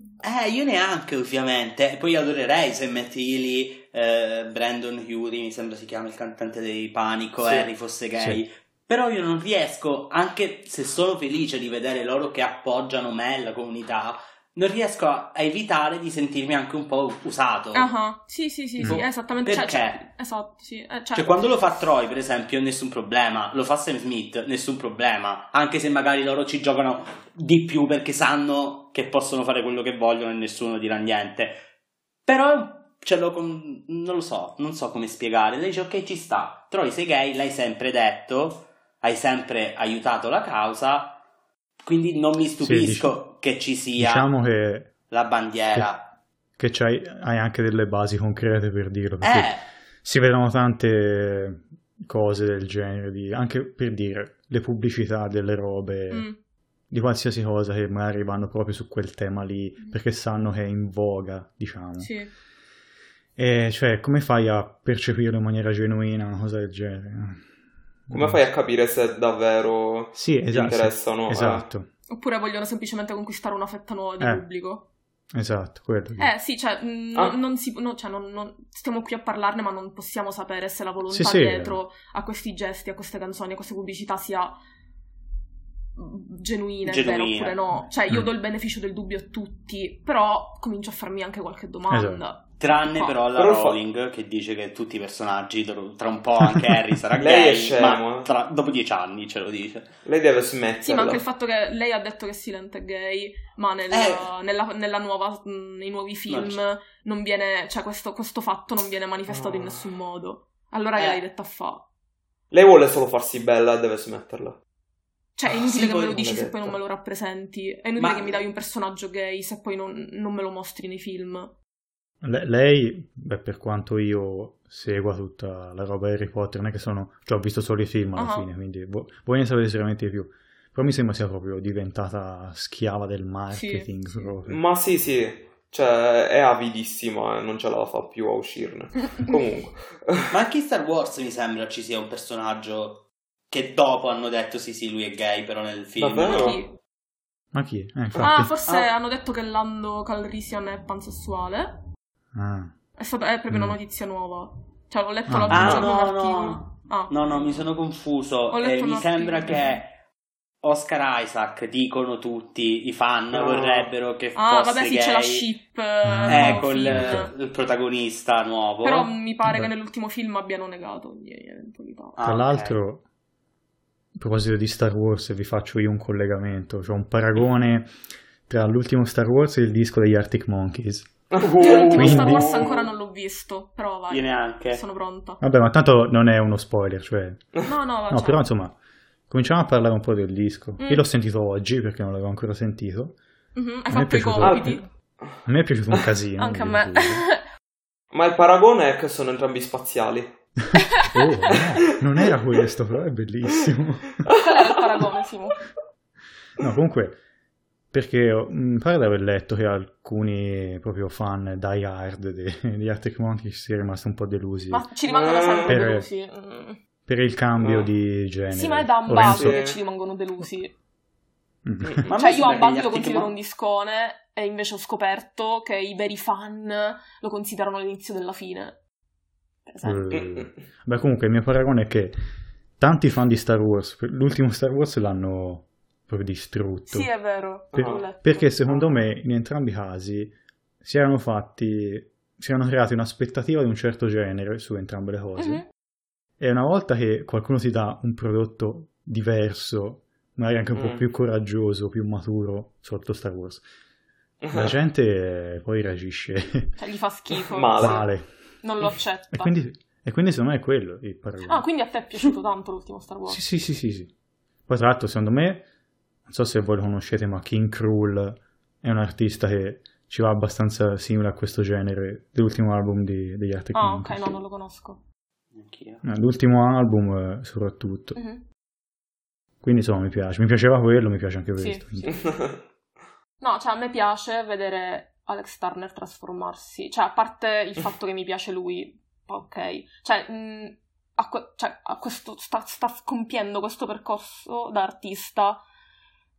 Speaker 4: Eh, io neanche, ovviamente. E Poi adorerei se metti lì eh, Brandon Hury, mi sembra si chiama il cantante dei Panico,
Speaker 3: Sì.
Speaker 4: Harry fosse gay. Però io non riesco, anche se sono felice di vedere loro che appoggiano me, la comunità, non riesco a, a evitare di sentirmi anche un po' usato.
Speaker 2: Ah, sì, sì, sì, sì,
Speaker 4: Mm.
Speaker 2: è esattamente. cioè,
Speaker 4: Perché?
Speaker 2: cioè, esatto, sì. eh, cioè,
Speaker 4: Cioè, quando lo fa Troy, per esempio, nessun problema. Lo fa Sam Smith, nessun problema. Anche se magari loro ci giocano di più perché sanno che possono fare quello che vogliono e nessuno dirà niente. Però, ce l'ho con- non lo so, non so come spiegare. Lei dice, ok, ci sta. Troy, sei gay, l'hai sempre detto, hai sempre aiutato la causa. Quindi non mi stupisco che ci sia
Speaker 1: Diciamo che,
Speaker 4: la bandiera.
Speaker 1: che c'hai, hai anche delle basi concrete per dirlo. perché
Speaker 4: Eh,
Speaker 1: si vedono tante cose del genere, di- anche per dire le pubblicità delle robe,
Speaker 2: mm,
Speaker 4: Eh.
Speaker 1: di qualsiasi cosa che magari vanno proprio su quel tema lì,
Speaker 2: Mm.
Speaker 1: perché sanno che è in voga, diciamo.
Speaker 2: sì.
Speaker 1: E cioè, come fai a percepirlo in maniera genuina, una cosa del genere?
Speaker 3: Come fai a capire se davvero
Speaker 1: Sì,
Speaker 3: ti
Speaker 1: esatto.
Speaker 3: interessano? eh?
Speaker 1: Esatto,
Speaker 2: Oppure vogliono semplicemente conquistare una fetta nuova di
Speaker 1: Eh.
Speaker 2: pubblico.
Speaker 1: esatto, quello. lì.
Speaker 2: Eh sì, cioè, mh,
Speaker 3: Ah.
Speaker 2: non- non si, no, cioè non, non- stiamo qui a parlarne, ma non possiamo sapere se la volontà
Speaker 1: Sì, sì.
Speaker 2: dietro a questi gesti, a queste canzoni, a queste pubblicità sia mh, genuina, è vero,
Speaker 4: Genuina.
Speaker 2: oppure no. Cioè, io
Speaker 1: Mm.
Speaker 2: do il beneficio del dubbio a tutti, però comincio a farmi anche qualche domanda.
Speaker 4: Tranne
Speaker 2: Fa-
Speaker 4: però la
Speaker 3: però fa-
Speaker 4: Rowling che dice che tutti i personaggi, tro- tra un po' anche Harry sarà
Speaker 3: Lei è
Speaker 4: gay,
Speaker 3: scemo,
Speaker 4: ma
Speaker 3: eh.
Speaker 4: tra- dopo dieci anni ce lo dice.
Speaker 3: Lei deve smetterla.
Speaker 2: Sì, ma anche il fatto che lei ha detto che Silent è gay, ma nel-
Speaker 4: Eh.
Speaker 2: nella, nella nuova, mh, nei nuovi film non viene, cioè questo, questo fatto non viene manifestato in
Speaker 3: Ah.
Speaker 2: nessun modo. Allora
Speaker 4: Eh.
Speaker 2: che l'hai detta a fa.
Speaker 3: Lei vuole solo farsi bella e deve smetterla.
Speaker 2: Cioè, è
Speaker 4: Ah,
Speaker 2: inutile che
Speaker 4: sì, poi
Speaker 2: me lo
Speaker 4: non
Speaker 2: dici
Speaker 3: l'ho
Speaker 2: se poi non
Speaker 3: detto.
Speaker 2: me lo rappresenti. È inutile
Speaker 4: Ma-
Speaker 2: che mi dai un personaggio gay se poi non, non me lo mostri nei film.
Speaker 1: Le- lei, beh, per quanto io segua tutta la roba di Harry Potter, non è che sono... Cioè, ho visto solo i film alla
Speaker 2: Ah.
Speaker 1: fine, quindi vo- voglio ne sapere sicuramente di più. Però mi sembra sia proprio diventata schiava del marketing
Speaker 2: sì.
Speaker 1: proprio.
Speaker 3: Ma sì, sì, cioè è avidissima e non ce la fa più a uscirne. Comunque,
Speaker 4: Ma anche in Star Wars mi sembra ci sia un personaggio che dopo hanno detto sì sì lui è gay, però nel film...
Speaker 3: Davvero?
Speaker 2: Sì.
Speaker 1: Ma chi? Eh, infatti.
Speaker 2: Ah, forse
Speaker 4: Ah.
Speaker 2: hanno detto che Lando Calrissian è pansessuale.
Speaker 1: Ah.
Speaker 2: È, stata, è proprio
Speaker 1: Mm.
Speaker 2: una notizia nuova. Cioè, l'ho letto
Speaker 1: Ah.
Speaker 2: l'altro
Speaker 4: Ah
Speaker 2: giorno un
Speaker 4: no,
Speaker 2: articolo.
Speaker 4: no,
Speaker 2: Ah.
Speaker 4: no, no, mi sono confuso.
Speaker 2: Ho letto
Speaker 4: Eh, mi
Speaker 2: un
Speaker 4: sembra
Speaker 2: articolo.
Speaker 4: che Oscar Isaac, dicono tutti, i fan
Speaker 3: No.
Speaker 4: vorrebbero che
Speaker 2: Ah,
Speaker 4: fosse
Speaker 2: vabbè, sì,
Speaker 4: gay.
Speaker 2: c'è la ship. eh,
Speaker 1: Ah.
Speaker 4: Eh,
Speaker 2: nuovo
Speaker 4: col Oh.
Speaker 2: film.
Speaker 4: il protagonista nuovo. Ah,
Speaker 2: Però mi pare
Speaker 1: Vabbè.
Speaker 2: che nell'ultimo film abbiano negato ogni eventualità.
Speaker 4: Ah,
Speaker 1: Tra
Speaker 4: ok.
Speaker 1: l'altro, a proposito di Star Wars, vi faccio io un collegamento, cioè un paragone tra l'ultimo Star Wars e il disco degli Arctic Monkeys.
Speaker 3: Oh,
Speaker 2: Io l'ultimo Star
Speaker 1: Quindi-
Speaker 2: Wars ancora non l'ho visto, però vai.
Speaker 4: Io neanche.
Speaker 2: Sono pronta.
Speaker 1: Vabbè, ma tanto non è uno spoiler, cioè...
Speaker 2: No, no, va,
Speaker 1: No,
Speaker 2: cioè,
Speaker 1: però insomma, cominciamo a parlare un po' del disco.
Speaker 2: Mm.
Speaker 1: Io l'ho sentito oggi perché non l'avevo ancora sentito.
Speaker 2: mhm,
Speaker 1: A
Speaker 2: hai
Speaker 1: me è
Speaker 2: fatto i
Speaker 1: piaciuto. Ah,
Speaker 2: compiti.
Speaker 1: A me è piaciuto un casino.
Speaker 2: Anche a
Speaker 1: devo
Speaker 2: me.
Speaker 1: dire.
Speaker 3: Ma il paragone è che sono entrambi spaziali.
Speaker 1: Oh, no, non era questo, però è bellissimo.
Speaker 2: Qual era il paragone, Simo?
Speaker 1: No, comunque, perché ho- mi pare di aver letto che alcuni proprio fan die hard de- di Arctic Monkeys si è rimasti un po' delusi
Speaker 2: Ma ci rimangono sempre
Speaker 1: Per-
Speaker 2: delusi. mm.
Speaker 1: per il cambio
Speaker 3: Ah.
Speaker 1: di genere.
Speaker 2: Sì, ma è da
Speaker 1: Ora, non
Speaker 2: Ambato
Speaker 1: so-
Speaker 2: che ci rimangono delusi.
Speaker 1: Mm.
Speaker 4: Ma
Speaker 2: cioè,
Speaker 4: a me
Speaker 2: io
Speaker 4: sembra che gli
Speaker 2: Ambato lo
Speaker 4: Arctic
Speaker 2: considero
Speaker 4: Mon-
Speaker 2: un discone e invece ho scoperto che i veri fan lo considerano l'inizio della fine. Per esempio.
Speaker 1: Eh, Beh, comunque, il mio paragone è che tanti fan di Star Wars, l'ultimo Star Wars l'hanno proprio distrutto.
Speaker 2: Sì, è vero.
Speaker 1: Per-
Speaker 2: l'ho letto.
Speaker 1: Perché secondo me in entrambi i casi si erano fatti, si erano creati un'aspettativa di un certo genere su entrambe le cose.
Speaker 2: Mhm.
Speaker 1: E una volta che qualcuno ti dà un prodotto diverso, magari anche un po'
Speaker 3: Mm.
Speaker 1: più coraggioso, più maturo, sotto Star Wars, la gente eh, poi reagisce
Speaker 2: Cioè, gli fa schifo.
Speaker 3: Male.
Speaker 1: male.
Speaker 2: Non lo accetta.
Speaker 1: E quindi, e E quindi secondo me è quello il paragone.
Speaker 2: Ah, quindi a te è piaciuto tanto l'ultimo Star Wars?
Speaker 1: Sì, sì, sì, sì, sì. Poi tra l'altro, secondo me, non so se voi lo conoscete, ma King Krul è un artista che ci va abbastanza simile a questo genere dell'ultimo album di, degli Arte
Speaker 2: Ah, ok, no, non lo conosco.
Speaker 4: Anch'io.
Speaker 1: L'ultimo album eh, soprattutto.
Speaker 2: Mhm.
Speaker 1: Quindi insomma mi piace. Mi piaceva quello, mi piace anche
Speaker 2: Sì,
Speaker 1: questo.
Speaker 2: sì.
Speaker 3: Mm.
Speaker 2: No, cioè a me piace vedere Alex Turner trasformarsi, cioè a parte il fatto che mi piace lui, ok, cioè, mh, ha que- cioè, ha questo- sta, sta compiendo questo percorso da artista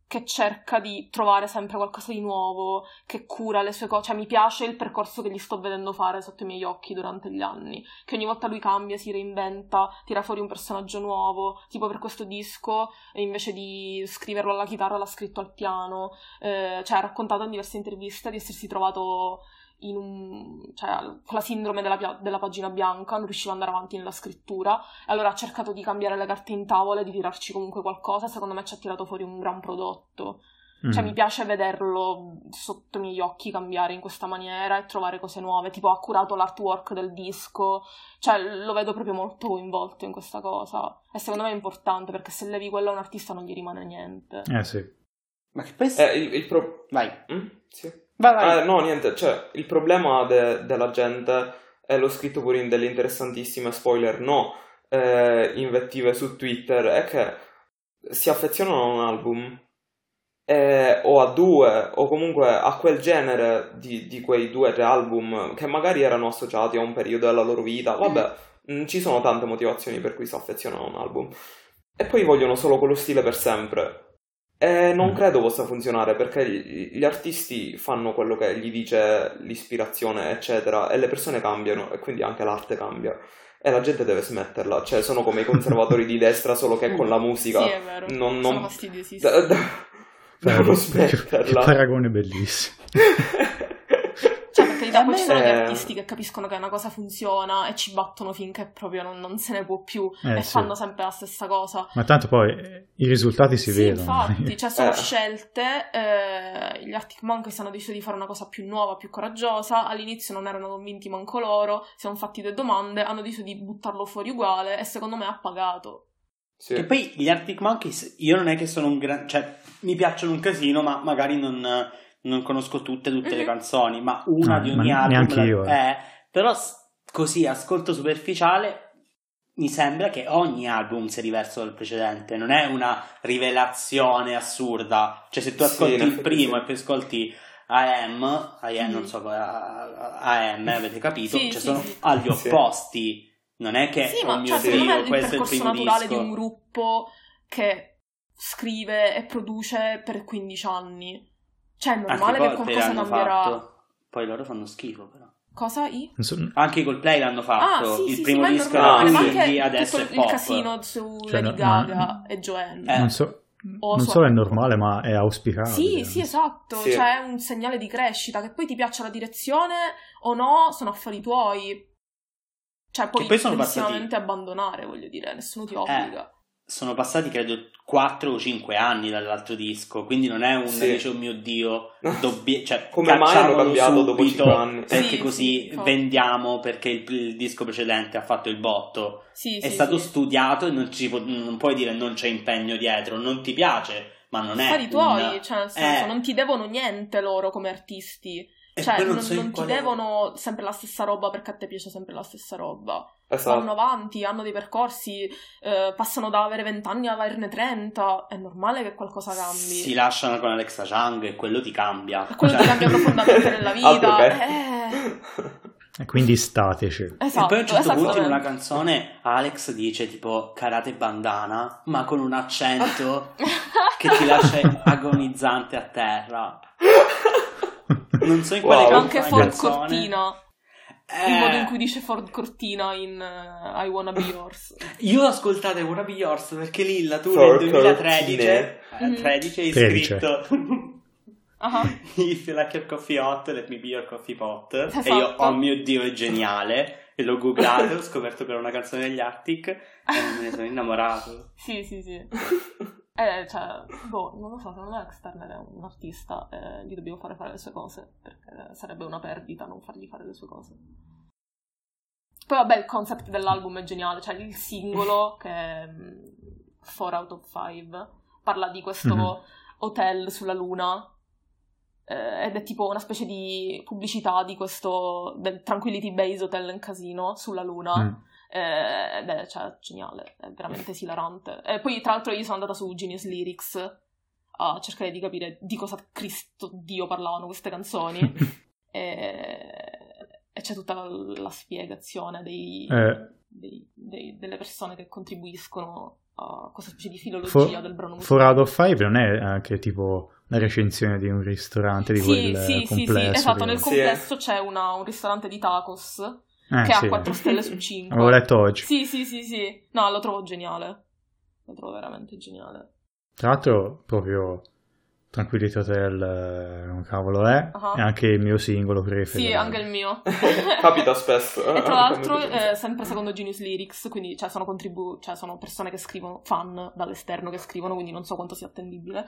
Speaker 2: che cerca di trovare sempre qualcosa di nuovo, che cura le sue cose, cioè mi piace il percorso che gli sto vedendo fare sotto i miei occhi durante gli anni, che ogni volta lui cambia, si reinventa, tira fuori un personaggio nuovo, tipo per questo disco invece di scriverlo alla chitarra l'ha scritto al piano, eh, cioè ha raccontato in diverse interviste di essersi trovato in un- cioè, con la sindrome della, pia- della pagina bianca, non riusciva ad andare avanti nella scrittura, e allora ha cercato di cambiare le carte in tavola e di tirarci comunque qualcosa, secondo me ci ha tirato fuori un gran prodotto. Cioè,
Speaker 1: Mm.
Speaker 2: mi piace vederlo sotto i miei occhi cambiare in questa maniera e trovare cose nuove. Tipo, ha curato l'artwork del disco. Cioè, lo vedo proprio molto coinvolto in questa cosa. E secondo me è importante perché se levi quello a un artista non gli rimane niente.
Speaker 1: Eh sì.
Speaker 4: Ma che pensi?
Speaker 3: Eh, il, il pro-
Speaker 4: Vai,
Speaker 3: Mm? Sì.
Speaker 4: vai, vai.
Speaker 3: Eh, no, niente, cioè, il problema de- della gente, e l'ho scritto pure in delle interessantissime spoiler, no, eh, invettive su Twitter, è che si affezionano a un album, eh, o a due, o comunque a quel genere di, di quei due o tre album che magari erano associati a un periodo della loro vita, vabbè, mm, ci sono tante motivazioni per cui si affezionano a un album. E poi vogliono solo quello stile per sempre. E non
Speaker 1: Mm.
Speaker 3: credo possa funzionare perché gli, gli artisti fanno quello che gli dice l'ispirazione, eccetera, e le persone cambiano e quindi anche l'arte cambia. E la gente deve smetterla, cioè sono come i conservatori di destra, solo che con la musica.
Speaker 2: Sì, è vero.
Speaker 3: non- non-
Speaker 2: Sono fastidiosissimo.
Speaker 3: Da- da-
Speaker 1: che,
Speaker 3: devono
Speaker 1: che
Speaker 3: smetterla.
Speaker 1: paragone bellissimo.
Speaker 2: Cioè, per carità,
Speaker 4: A
Speaker 2: poi
Speaker 4: me-
Speaker 2: ci sono gli
Speaker 3: Eh.
Speaker 2: artisti che capiscono che una cosa funziona e ci battono finché proprio non, non se ne può più
Speaker 1: Eh,
Speaker 2: e
Speaker 1: sì.
Speaker 2: fanno sempre la stessa cosa.
Speaker 1: Ma tanto poi eh, i risultati si
Speaker 2: sì,
Speaker 1: vedono.
Speaker 2: infatti, cioè sono
Speaker 3: Eh.
Speaker 2: scelte, eh, gli Arctic Monkeys hanno deciso di fare una cosa più nuova, più coraggiosa, all'inizio non erano convinti manco loro, si sono fatti due domande, hanno deciso di buttarlo fuori uguale e secondo me ha pagato.
Speaker 3: Sì.
Speaker 4: E poi gli Arctic Monkeys, io non è che sono un gran... cioè, mi piacciono un casino, ma magari non, non conosco tutte, tutte le
Speaker 2: Mhm.
Speaker 4: canzoni, ma una
Speaker 1: No,
Speaker 4: di
Speaker 1: Ah, ma
Speaker 4: ogni album...
Speaker 1: neanche
Speaker 4: la-
Speaker 1: io, eh.
Speaker 4: eh, però s- così, ascolto superficiale, mi sembra che ogni album sia diverso dal precedente, non è una rivelazione assurda. Cioè, se tu
Speaker 3: Sì,
Speaker 4: ascolti
Speaker 3: in
Speaker 4: il
Speaker 3: effetti
Speaker 4: primo
Speaker 3: sì.
Speaker 4: e poi ascolti AM, AM,
Speaker 2: Mhm.
Speaker 4: non so, cosa- AM, avete capito?
Speaker 2: Sì,
Speaker 4: cioè,
Speaker 2: sì,
Speaker 4: sono
Speaker 2: sì.
Speaker 4: agli
Speaker 3: Sì.
Speaker 4: opposti. Non è che
Speaker 2: sì,
Speaker 4: oh
Speaker 2: ma
Speaker 4: mio
Speaker 2: cioè, secondo
Speaker 4: Dio,
Speaker 2: me il
Speaker 4: questo è il
Speaker 2: percorso
Speaker 4: primo
Speaker 2: naturale
Speaker 4: disco.
Speaker 2: di un gruppo che scrive e produce per 15 anni. Cioè, è normale
Speaker 4: Anche
Speaker 2: che
Speaker 4: Coldplay
Speaker 2: qualcosa
Speaker 4: l'hanno
Speaker 2: cambierà.
Speaker 4: fatto. Poi loro fanno schifo, però.
Speaker 2: Cosa? I?
Speaker 1: Non so-
Speaker 4: Anche i Coldplay l'hanno fatto.
Speaker 2: Ah, sì,
Speaker 4: il
Speaker 2: sì,
Speaker 4: primo
Speaker 2: sì, ma è
Speaker 4: disco
Speaker 2: normale,
Speaker 4: era
Speaker 2: ma
Speaker 3: indie,
Speaker 4: quindi
Speaker 2: anche
Speaker 4: adesso
Speaker 2: tutto
Speaker 4: è
Speaker 2: il
Speaker 4: pop.
Speaker 2: casino su
Speaker 1: Cioè,
Speaker 2: Lady
Speaker 1: no, ma-
Speaker 2: Gaga e Joanne.
Speaker 4: Eh.
Speaker 1: non so,
Speaker 2: O
Speaker 1: non
Speaker 2: so-
Speaker 1: so è normale, ma è auspicabile.
Speaker 2: Sì, sì, esatto,
Speaker 3: Sì.
Speaker 2: cioè è un segnale di crescita, che poi ti piaccia la direzione o no, sono affari tuoi. Cioè puoi
Speaker 4: Che poi sono Eh.
Speaker 2: prossimamente abbandonare, voglio dire, nessuno ti obbliga.
Speaker 4: Sono passati credo 4 o 5 anni dall'altro disco, quindi non è un
Speaker 3: Sì.
Speaker 4: dice oh mio Dio, dobbie- cioè,
Speaker 3: Come mai hanno
Speaker 4: cacciamolo
Speaker 3: cambiato dopo
Speaker 4: subito,
Speaker 3: 5 anni?
Speaker 4: Perché
Speaker 2: Sì, sì,
Speaker 4: così
Speaker 2: infatti.
Speaker 4: vendiamo perché il, il disco precedente ha fatto il botto.
Speaker 2: Sì,
Speaker 4: è
Speaker 2: sì,
Speaker 4: stato
Speaker 2: sì.
Speaker 4: studiato e non, ci pu- non puoi dire non c'è impegno dietro, non ti piace, ma non è
Speaker 2: affari
Speaker 4: un-
Speaker 2: tuoi, cioè nel senso,
Speaker 4: Eh.
Speaker 2: non ti devono niente loro come artisti.
Speaker 4: E
Speaker 2: Cioè,
Speaker 4: poi
Speaker 2: non,
Speaker 4: Eh, so in
Speaker 2: non ti
Speaker 4: quale-
Speaker 2: devono sempre la stessa roba perché a te piace sempre la stessa roba. vanno
Speaker 3: Esatto.
Speaker 2: avanti, hanno dei percorsi, eh, passano da avere 20 anni a averne 30, è normale che qualcosa cambi.
Speaker 4: Si lasciano con Alexa Chang e quello ti cambia. Cioè,
Speaker 2: E quello ti cambia profondamente nella
Speaker 3: Altro
Speaker 2: vita. Eh,
Speaker 3: che-
Speaker 1: E quindi stateci.
Speaker 2: esatto,
Speaker 4: e poi a un certo punto in
Speaker 2: esattamente.
Speaker 4: una canzone Alex dice tipo karate bandana, ma con un accento che ti lascia agonizzante a terra. Non so in quale
Speaker 3: Wow.
Speaker 2: C'è anche
Speaker 4: canzone-
Speaker 2: Ford
Speaker 4: canzone-
Speaker 2: Cortina,
Speaker 4: Eh,
Speaker 2: il modo in cui dice Ford Cortina in eh, I Wanna Be Yours.
Speaker 4: Io ascoltate Wanna Be Yours perché Lilla tu
Speaker 3: Ford
Speaker 4: nel 2013 eh,
Speaker 2: Mm.
Speaker 4: 13 hai
Speaker 1: Tredice.
Speaker 4: scritto
Speaker 2: Ah,
Speaker 4: If you like your coffee hot, let me be your coffee pot.
Speaker 2: Esatto.
Speaker 4: E io, oh mio dio, è geniale. E l'ho googlato, ho scoperto che era una canzone degli Arctic e me ne sono innamorato.
Speaker 2: Sì, sì, sì. Eh, cioè, boh, non lo so, secondo me Alex Turner è un artista, eh, gli dobbiamo fare fare le sue cose, perché sarebbe una perdita non fargli fare le sue cose. Poi vabbè il concept dell'album è geniale, cioè il singolo che è mm, 4 out of 5 parla di questo
Speaker 1: Mhm.
Speaker 2: hotel sulla luna eh, ed è tipo una specie di pubblicità di questo del Tranquility Base Hotel in casino sulla luna.
Speaker 1: Mm.
Speaker 2: Eh, ed è cioè, geniale, è veramente esilarante. E poi, tra l'altro, io sono andata su Genius Lyrics a cercare di capire di cosa Cristo Dio parlavano queste canzoni. e, e c'è tutta la, la spiegazione dei-
Speaker 1: Eh,
Speaker 2: dei- dei- delle persone che contribuiscono a questa specie di filologia
Speaker 1: For-
Speaker 2: del brano musicale.
Speaker 1: 4 out of 5 non è anche tipo una recensione di un ristorante di
Speaker 2: Sì,
Speaker 1: quel
Speaker 2: sì, sì, sì,
Speaker 1: complesso.
Speaker 2: esatto,
Speaker 1: che-
Speaker 2: nel
Speaker 3: Sì,
Speaker 2: complesso c'è una- un ristorante di tacos
Speaker 1: Eh,
Speaker 2: che
Speaker 1: sì.
Speaker 2: ha 4 stelle su 5.
Speaker 1: Avevo letto oggi.
Speaker 2: Sì, sì, sì, sì. No, lo trovo geniale. Lo trovo veramente geniale.
Speaker 1: Tra l'altro, proprio Tranquillity Hotel, eh, un cavolo è,
Speaker 2: Ah.
Speaker 1: è anche il mio singolo preferito.
Speaker 2: Sì, anche il mio.
Speaker 3: Capita spesso. eh,
Speaker 2: E tra l'altro, eh, sempre secondo Genius Lyrics, quindi cioè, sono, contribu- cioè, sono persone che scrivono, fan dall'esterno che scrivono, quindi non so quanto sia attendibile.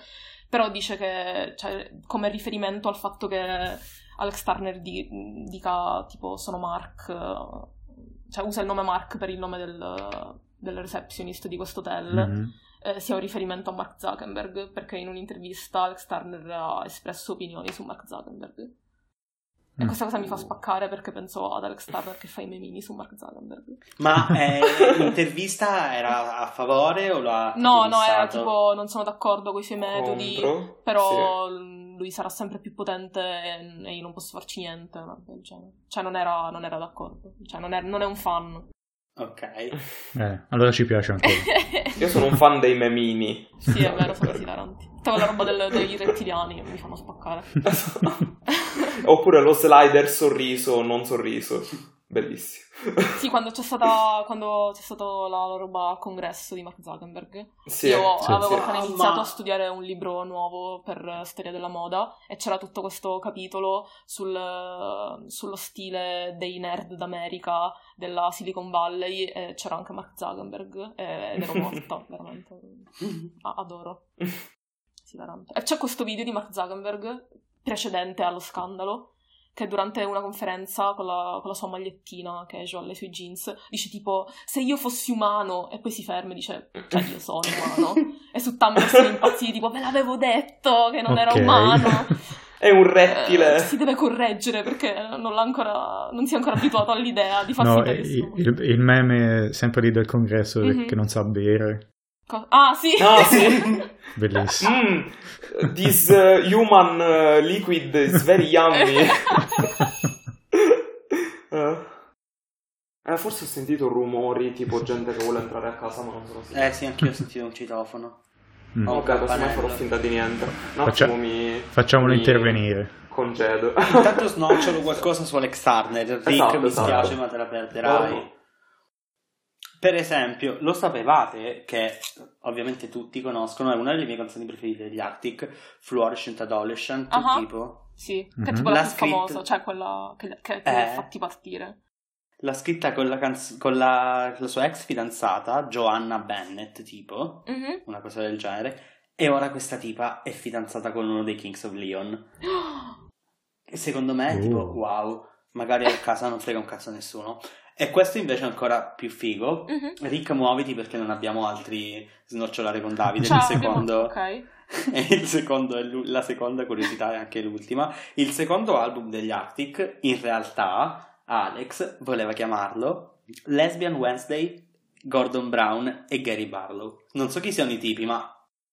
Speaker 2: Però dice che, cioè, come riferimento al fatto che Alex Turner di- dica tipo sono Mark, eh, cioè usa il nome Mark per il nome del, del receptionist di questo hotel.
Speaker 3: Mm-hmm.
Speaker 1: Mhm.
Speaker 2: eh, sia un riferimento a Mark Zuckerberg, perché in un'intervista Alex Turner ha espresso opinioni su Mark Zuckerberg. E
Speaker 1: Mm.
Speaker 2: questa cosa mi fa spaccare perché penso ad Alex Turner che fa i memini su Mark Zuckerberg.
Speaker 4: Ma eh, l'intervista era a favore o l'ha
Speaker 2: No, no, era
Speaker 4: intervistato?
Speaker 2: tipo non sono d'accordo con i suoi metodi,
Speaker 3: Contro.
Speaker 2: però l- lui sarà sempre più potente e, e io non posso farci niente, una roba del genere. Cioè non era, non era d'accordo, cioè non è, non è un fan.
Speaker 4: Ok.
Speaker 1: Eh, allora ci piace ancora.
Speaker 3: Sì. Io sono un fan dei memini.
Speaker 2: sì, è vero, sono esilaranti. Tutta quella roba del- dei rettiliani mi fanno spaccare.
Speaker 3: Oppure lo slider sorriso, non sorriso. Bellissimo.
Speaker 2: Sì, quando c'è stata quando c'è stato la roba al congresso di Mark Zuckerberg,
Speaker 3: Sì,
Speaker 2: io
Speaker 1: sì,
Speaker 2: avevo
Speaker 3: sì.
Speaker 2: appena
Speaker 4: Ah,
Speaker 2: iniziato
Speaker 4: ma-
Speaker 2: a studiare un libro nuovo per eh, storia della moda e c'era tutto questo capitolo sul, eh, sullo stile dei nerd d'America, della Silicon Valley, e c'era anche Mark Zuckerberg eh, ed ero morta, veramente. A- Ah, adoro. Esilarante. E c'è questo video di Mark Zuckerberg precedente allo scandalo che durante una conferenza con la, con la sua magliettina casual e i suoi jeans dice tipo se io fossi umano e poi si ferma e dice cioè io sono umano e su Tumblr sono impazziti tipo ve l'avevo detto che non
Speaker 1: Ok.
Speaker 2: era umano
Speaker 3: È un
Speaker 2: Eh,
Speaker 3: rettile.
Speaker 2: si deve correggere perché non, l'ha ancora, non si è ancora abituato all'idea di farsi
Speaker 1: No,
Speaker 2: vedere
Speaker 1: eh,
Speaker 2: nessuno.
Speaker 1: il, il meme sempre lì del congresso
Speaker 2: Mhm.
Speaker 1: che non sa bere,
Speaker 2: Co- ah sì
Speaker 3: No, sì.
Speaker 1: bellissimo.
Speaker 3: Mm, this uh, human uh, liquid is very yummy. Eh. Eh, forse ho sentito rumori, tipo gente che vuole entrare a casa, ma non sono sicuro.
Speaker 4: Eh sì, anch'io ho sentito un citofono.
Speaker 1: Mm.
Speaker 4: Oh,
Speaker 3: Ok, così non farò
Speaker 4: campanello.
Speaker 3: finta di niente. Un attimo
Speaker 1: Faccia-
Speaker 3: mi...
Speaker 1: Facciamolo
Speaker 3: mi
Speaker 1: intervenire.
Speaker 3: Congedo.
Speaker 4: Intanto snocciolo qualcosa su Alex Turner. Rick,
Speaker 3: Esatto,
Speaker 4: mi
Speaker 3: esatto.
Speaker 4: spiace, ma te la perderai.
Speaker 3: Oh.
Speaker 4: Per esempio, lo sapevate che ovviamente tutti conoscono, è una delle mie canzoni preferite degli Arctic, Fluorescent Adolescent,
Speaker 2: Ah.
Speaker 4: tipo.
Speaker 2: Sì, che
Speaker 1: Mhm.
Speaker 2: è tipo la
Speaker 4: L'ha
Speaker 2: più
Speaker 4: scritto-
Speaker 2: famosa, cioè quella che, che, che li ha
Speaker 4: Eh.
Speaker 2: fatti partire.
Speaker 4: L'ha scritta con la, canz- con la- la sua ex fidanzata, Joanna Bennett, tipo,
Speaker 2: Mhm.
Speaker 4: una cosa del genere. E ora questa tipa è fidanzata con uno dei Kings of Leon. E secondo me,
Speaker 1: Uh.
Speaker 4: tipo, wow, magari a casa non frega un cazzo a nessuno. E questo invece è ancora più figo.
Speaker 2: Mhm.
Speaker 4: Rick, muoviti perché non abbiamo altri snocciolare con Davide.
Speaker 2: Ciao,
Speaker 4: il
Speaker 2: abbiamo-
Speaker 4: secondo,
Speaker 2: ok.
Speaker 4: e il secondo è l'u- la seconda curiosità e anche l'ultima. Il secondo album degli Arctic, in realtà, Alex voleva chiamarlo Lesbian Wednesday, Gordon Brown e Gary Barlow. Non so chi siano i tipi, ma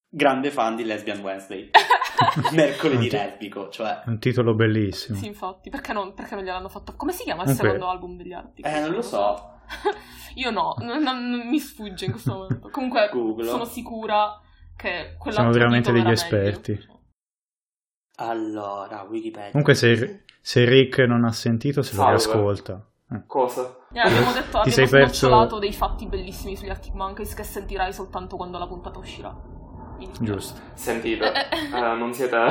Speaker 4: grande fan di Lesbian Wednesday. Mercoledì
Speaker 1: Oddio.
Speaker 4: lesbico, cioè.
Speaker 1: È un titolo bellissimo.
Speaker 2: Sì, infatti, perché non, perché non gliel'hanno fatto? Come si chiama il
Speaker 1: Ok.
Speaker 2: secondo album degli Arctic?
Speaker 4: Eh, non lo so.
Speaker 2: Io no, non- non- mi sfugge in questo momento. Comunque,
Speaker 4: Googlo.
Speaker 2: sono sicura che quella
Speaker 1: Siamo veramente degli esperti.
Speaker 4: Allora, Wikipedia.
Speaker 1: Comunque se, se Rick non ha sentito se lo Eh,
Speaker 3: Salve.
Speaker 1: ascolta.
Speaker 3: Cosa?
Speaker 2: Eh, abbiamo detto,
Speaker 1: Ti
Speaker 2: abbiamo
Speaker 1: sei perso-
Speaker 2: snocciolato dei fatti bellissimi sugli Arctic Monkeys che sentirai soltanto quando la puntata uscirà. Mi dispiace.
Speaker 1: Giusto.
Speaker 3: Sentite, eh, non, siete,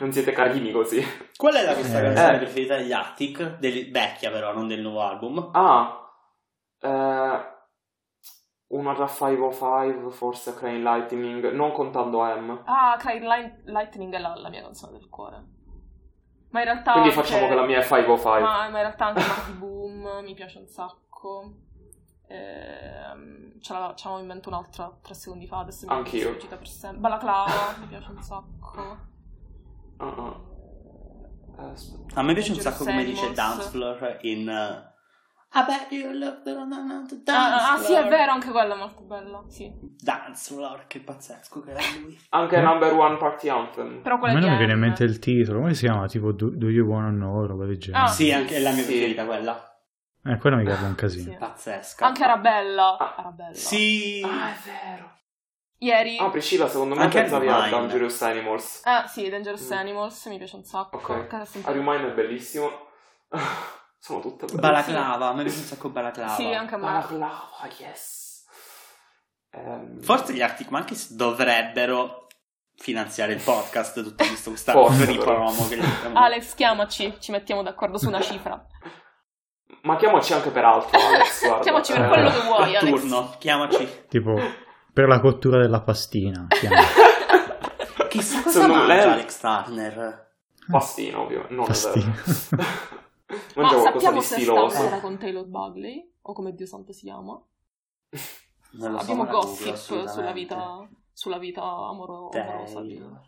Speaker 3: non siete carini così.
Speaker 4: Qual è la questa
Speaker 1: Eh.
Speaker 4: canzone preferita degli Arctic? Del- vecchia però, non del nuovo album.
Speaker 3: Ah, eh, una da 505, forse Crane Lightning, non contando M.
Speaker 2: Ah, Cry Light- Lightning è la, la mia canzone del cuore. Ma in realtà...
Speaker 3: Quindi
Speaker 2: anche-
Speaker 3: facciamo che la mia è 505.
Speaker 2: Ma, ma in realtà anche Marty Boom mi piace un sacco. Marocco. Ehm, ce l'avevo ce l'avevo in mente un'altra tre secondi fa, adesso mi
Speaker 3: Anch'io.
Speaker 2: è sfuggita per sempre. Balaclava, mi piace un sacco.
Speaker 3: Ah, ah. Eh, aspetta.
Speaker 4: A me piace un
Speaker 2: Danger
Speaker 4: sacco come dice
Speaker 2: Samuels.
Speaker 4: Dancefloor in... eh, I bet you love the dance
Speaker 2: Ah, ah, sì, è
Speaker 4: floor.
Speaker 2: vero, anche quella è molto bella, sì.
Speaker 4: Dancefloor, che pazzesco che era lui.
Speaker 3: Anche
Speaker 1: Eh.
Speaker 3: Number One Party Anthem.
Speaker 2: Però
Speaker 1: A
Speaker 2: quella
Speaker 1: me
Speaker 2: di
Speaker 1: non mi viene in
Speaker 2: Anne-
Speaker 1: mente il titolo, come si chiama? Tipo Do, Do You Wanna Know, roba del genere.
Speaker 2: Ah.
Speaker 4: sì, anche è la mia
Speaker 3: Sì.
Speaker 4: preferita quella.
Speaker 1: Eh, quello mi cade un casino.
Speaker 2: Sì.
Speaker 4: Pazzesca.
Speaker 2: Anche Arabella.
Speaker 3: Ah,
Speaker 2: Arabella.
Speaker 4: Sì.
Speaker 3: Ah, è vero.
Speaker 2: Ieri...
Speaker 3: Ah, Priscilla, secondo me
Speaker 4: Anche
Speaker 3: pensavi a
Speaker 4: Mine.
Speaker 3: Dangerous Animals.
Speaker 2: Ah, sì, Dangerous
Speaker 3: Mm.
Speaker 2: Animals, mi piace un sacco.
Speaker 3: Ok.
Speaker 2: Che adesso-
Speaker 3: Are You Mine è bellissimo. Sono tutte belle.
Speaker 4: Balaclava, a me piace un sacco Balaclava.
Speaker 2: Sì, anche a me.
Speaker 3: Ah. Balaclava, yes. Ehm,
Speaker 4: Forse gli Arctic Monkeys dovrebbero finanziare il podcast, tutto questo, questa
Speaker 3: Forse,
Speaker 4: di
Speaker 3: però.
Speaker 4: promo che gli mettiamo.
Speaker 2: Alex, chiamaci, ci mettiamo d'accordo su una cifra.
Speaker 3: Ma chiamaci anche per altro, Alex. guarda.
Speaker 2: Chiamaci per
Speaker 3: Eh,
Speaker 2: quello che vuoi,
Speaker 4: A
Speaker 2: Alex.
Speaker 4: turno, chiamaci.
Speaker 1: Tipo, per la cottura della pastina. chiama.
Speaker 4: Chissà cosa
Speaker 3: Secondo me
Speaker 4: mangia
Speaker 3: lei-
Speaker 4: Alex Turner.
Speaker 3: Pastino, ovvio. Non
Speaker 1: Pastino.
Speaker 3: è vero.
Speaker 2: Ma
Speaker 3: Mangia qualcosa
Speaker 2: sappiamo
Speaker 3: di
Speaker 2: se
Speaker 3: stiloso.
Speaker 2: stasera con Taylor Bugley, o come Dio santo si chiama.
Speaker 4: Non lo so,
Speaker 2: Abbiamo
Speaker 4: me la Google,
Speaker 2: gossip sulla
Speaker 4: assolutamente.
Speaker 2: vita, sulla vita amoro- amorosa. di-
Speaker 4: Taylor.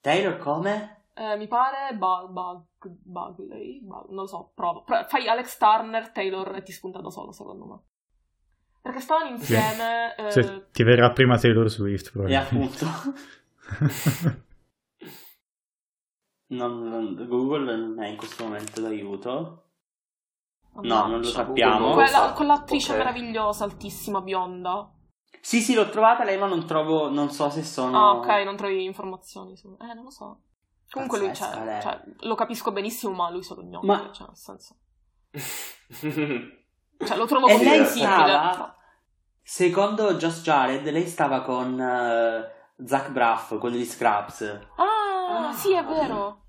Speaker 4: Taylor come?
Speaker 2: Eh, mi pare Bug, Bugley, Bug- non lo so, prova. Pro- fai Alex Turner, Taylor e ti spunta da solo, secondo me. Perché stavano insieme... eh,
Speaker 1: Se ti verrà prima Taylor Swift,
Speaker 4: E
Speaker 1: probabilmente.
Speaker 4: appunto, non- non- Google non è in questo momento d'aiuto. No, non lo
Speaker 2: mannaggia.
Speaker 4: sappiamo.
Speaker 3: Google non lo
Speaker 2: Quella,
Speaker 3: sa.
Speaker 2: con l'attrice
Speaker 3: Ok.
Speaker 2: meravigliosa, altissima, bionda.
Speaker 4: Sì, sì, l'ho trovata lei, ma non trovo, non so se sono...
Speaker 2: Ah, ok, non trovi informazioni su... Eh, non lo so. Comunque lui
Speaker 4: Pazzesca,
Speaker 2: c'è,
Speaker 4: lei.
Speaker 2: cioè, lo capisco benissimo, ma lui solo gnocchi,
Speaker 4: Ma-
Speaker 2: cioè, nel senso... Cioè, lo trovo
Speaker 4: E lei
Speaker 2: comprensibile.
Speaker 4: stava, secondo Just Jared, lei stava con eh, Zach Braff, quello di Scraps.
Speaker 2: Ah,
Speaker 3: Ah.
Speaker 2: sì, è vero.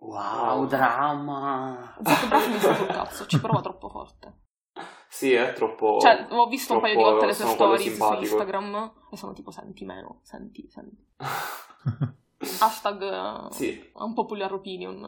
Speaker 4: Wow, dramma.
Speaker 2: Zach Braff mi sta sul cazzo, ci prova troppo forte.
Speaker 3: sì, è troppo...
Speaker 2: Cioè, ho visto un paio di
Speaker 3: troppo-
Speaker 2: volte le sue
Speaker 3: Oh, sono quello
Speaker 2: stories su
Speaker 3: simpatico.
Speaker 2: Instagram e sono tipo, senti meno, senti, senti. Hashtag eh,
Speaker 3: sì.
Speaker 2: un popular opinion.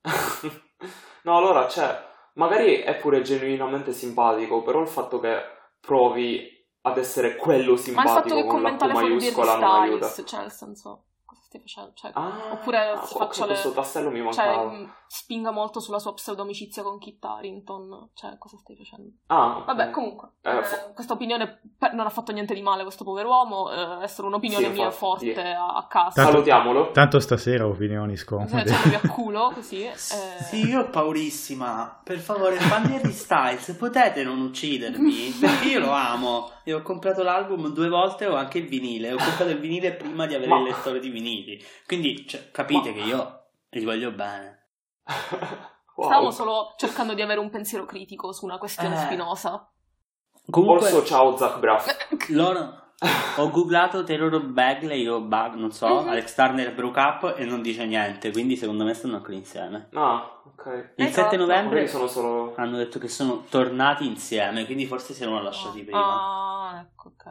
Speaker 3: no, allora, cioè, magari è pure genuinamente simpatico, però il fatto che provi ad essere
Speaker 2: Ma
Speaker 3: quello
Speaker 2: il
Speaker 3: simpatico
Speaker 2: fatto che
Speaker 3: con la
Speaker 2: commenta
Speaker 3: Q
Speaker 2: le foto di
Speaker 3: maiuscola non
Speaker 2: Harry
Speaker 3: aiuta.
Speaker 2: Styles, cioè, nel senso, cosa stai facendo? Cioè,
Speaker 3: Ah,
Speaker 2: Oppure
Speaker 3: ah,
Speaker 2: si
Speaker 3: ok,
Speaker 2: faccia le-
Speaker 3: questo tassello mi
Speaker 2: cioè,
Speaker 3: mancava.
Speaker 2: mh, spinga molto sulla sua pseudomicizia con Kit Harington. Cioè, cosa stai facendo?
Speaker 3: Ah, ok.
Speaker 2: Vabbè, comunque,
Speaker 3: Eh,
Speaker 2: eh,
Speaker 3: fo-
Speaker 2: questa opinione per- non ha fatto niente di male a questo pover'uomo, eh, è solo un'opinione
Speaker 3: Sì,
Speaker 2: mia
Speaker 3: infatti,
Speaker 2: forte
Speaker 3: sì.
Speaker 2: a, a casa.
Speaker 1: Tanto-
Speaker 3: Salutiamolo.
Speaker 1: Tanto stasera opinioni
Speaker 2: Cioè,
Speaker 1: scomode.
Speaker 2: cioè, a culo, così. eh.
Speaker 4: Sì, io ho paurissima. Per favore, fan di Harry Styles, potete non uccidermi? Perché io lo amo. E ho comprato l'album due volte, ho anche il vinile. Ho comprato il vinile prima di avere
Speaker 3: Ma-
Speaker 4: il lettore di vinili. Quindi, cioè, capite
Speaker 3: Ma-
Speaker 4: che io li voglio bene.
Speaker 3: Wow.
Speaker 2: Stavamo solo cercando di avere un pensiero critico su una questione
Speaker 4: Eh.
Speaker 2: spinosa.
Speaker 4: Comunque,
Speaker 3: Also, ciao Zach Braff.
Speaker 2: Eh.
Speaker 4: loro... Ho googlato Taylor Bagley o Bug, non so,
Speaker 2: Mhm.
Speaker 4: Alex Turner Brook Up e non dice niente, quindi secondo me stanno ancora insieme.
Speaker 3: Ah, ok.
Speaker 4: Il
Speaker 2: Eh,
Speaker 4: 7
Speaker 2: no,
Speaker 4: novembre
Speaker 3: Magari sono solo...
Speaker 4: hanno detto che sono tornati insieme, quindi forse si erano lasciati prima.
Speaker 2: Ah, ecco, ok.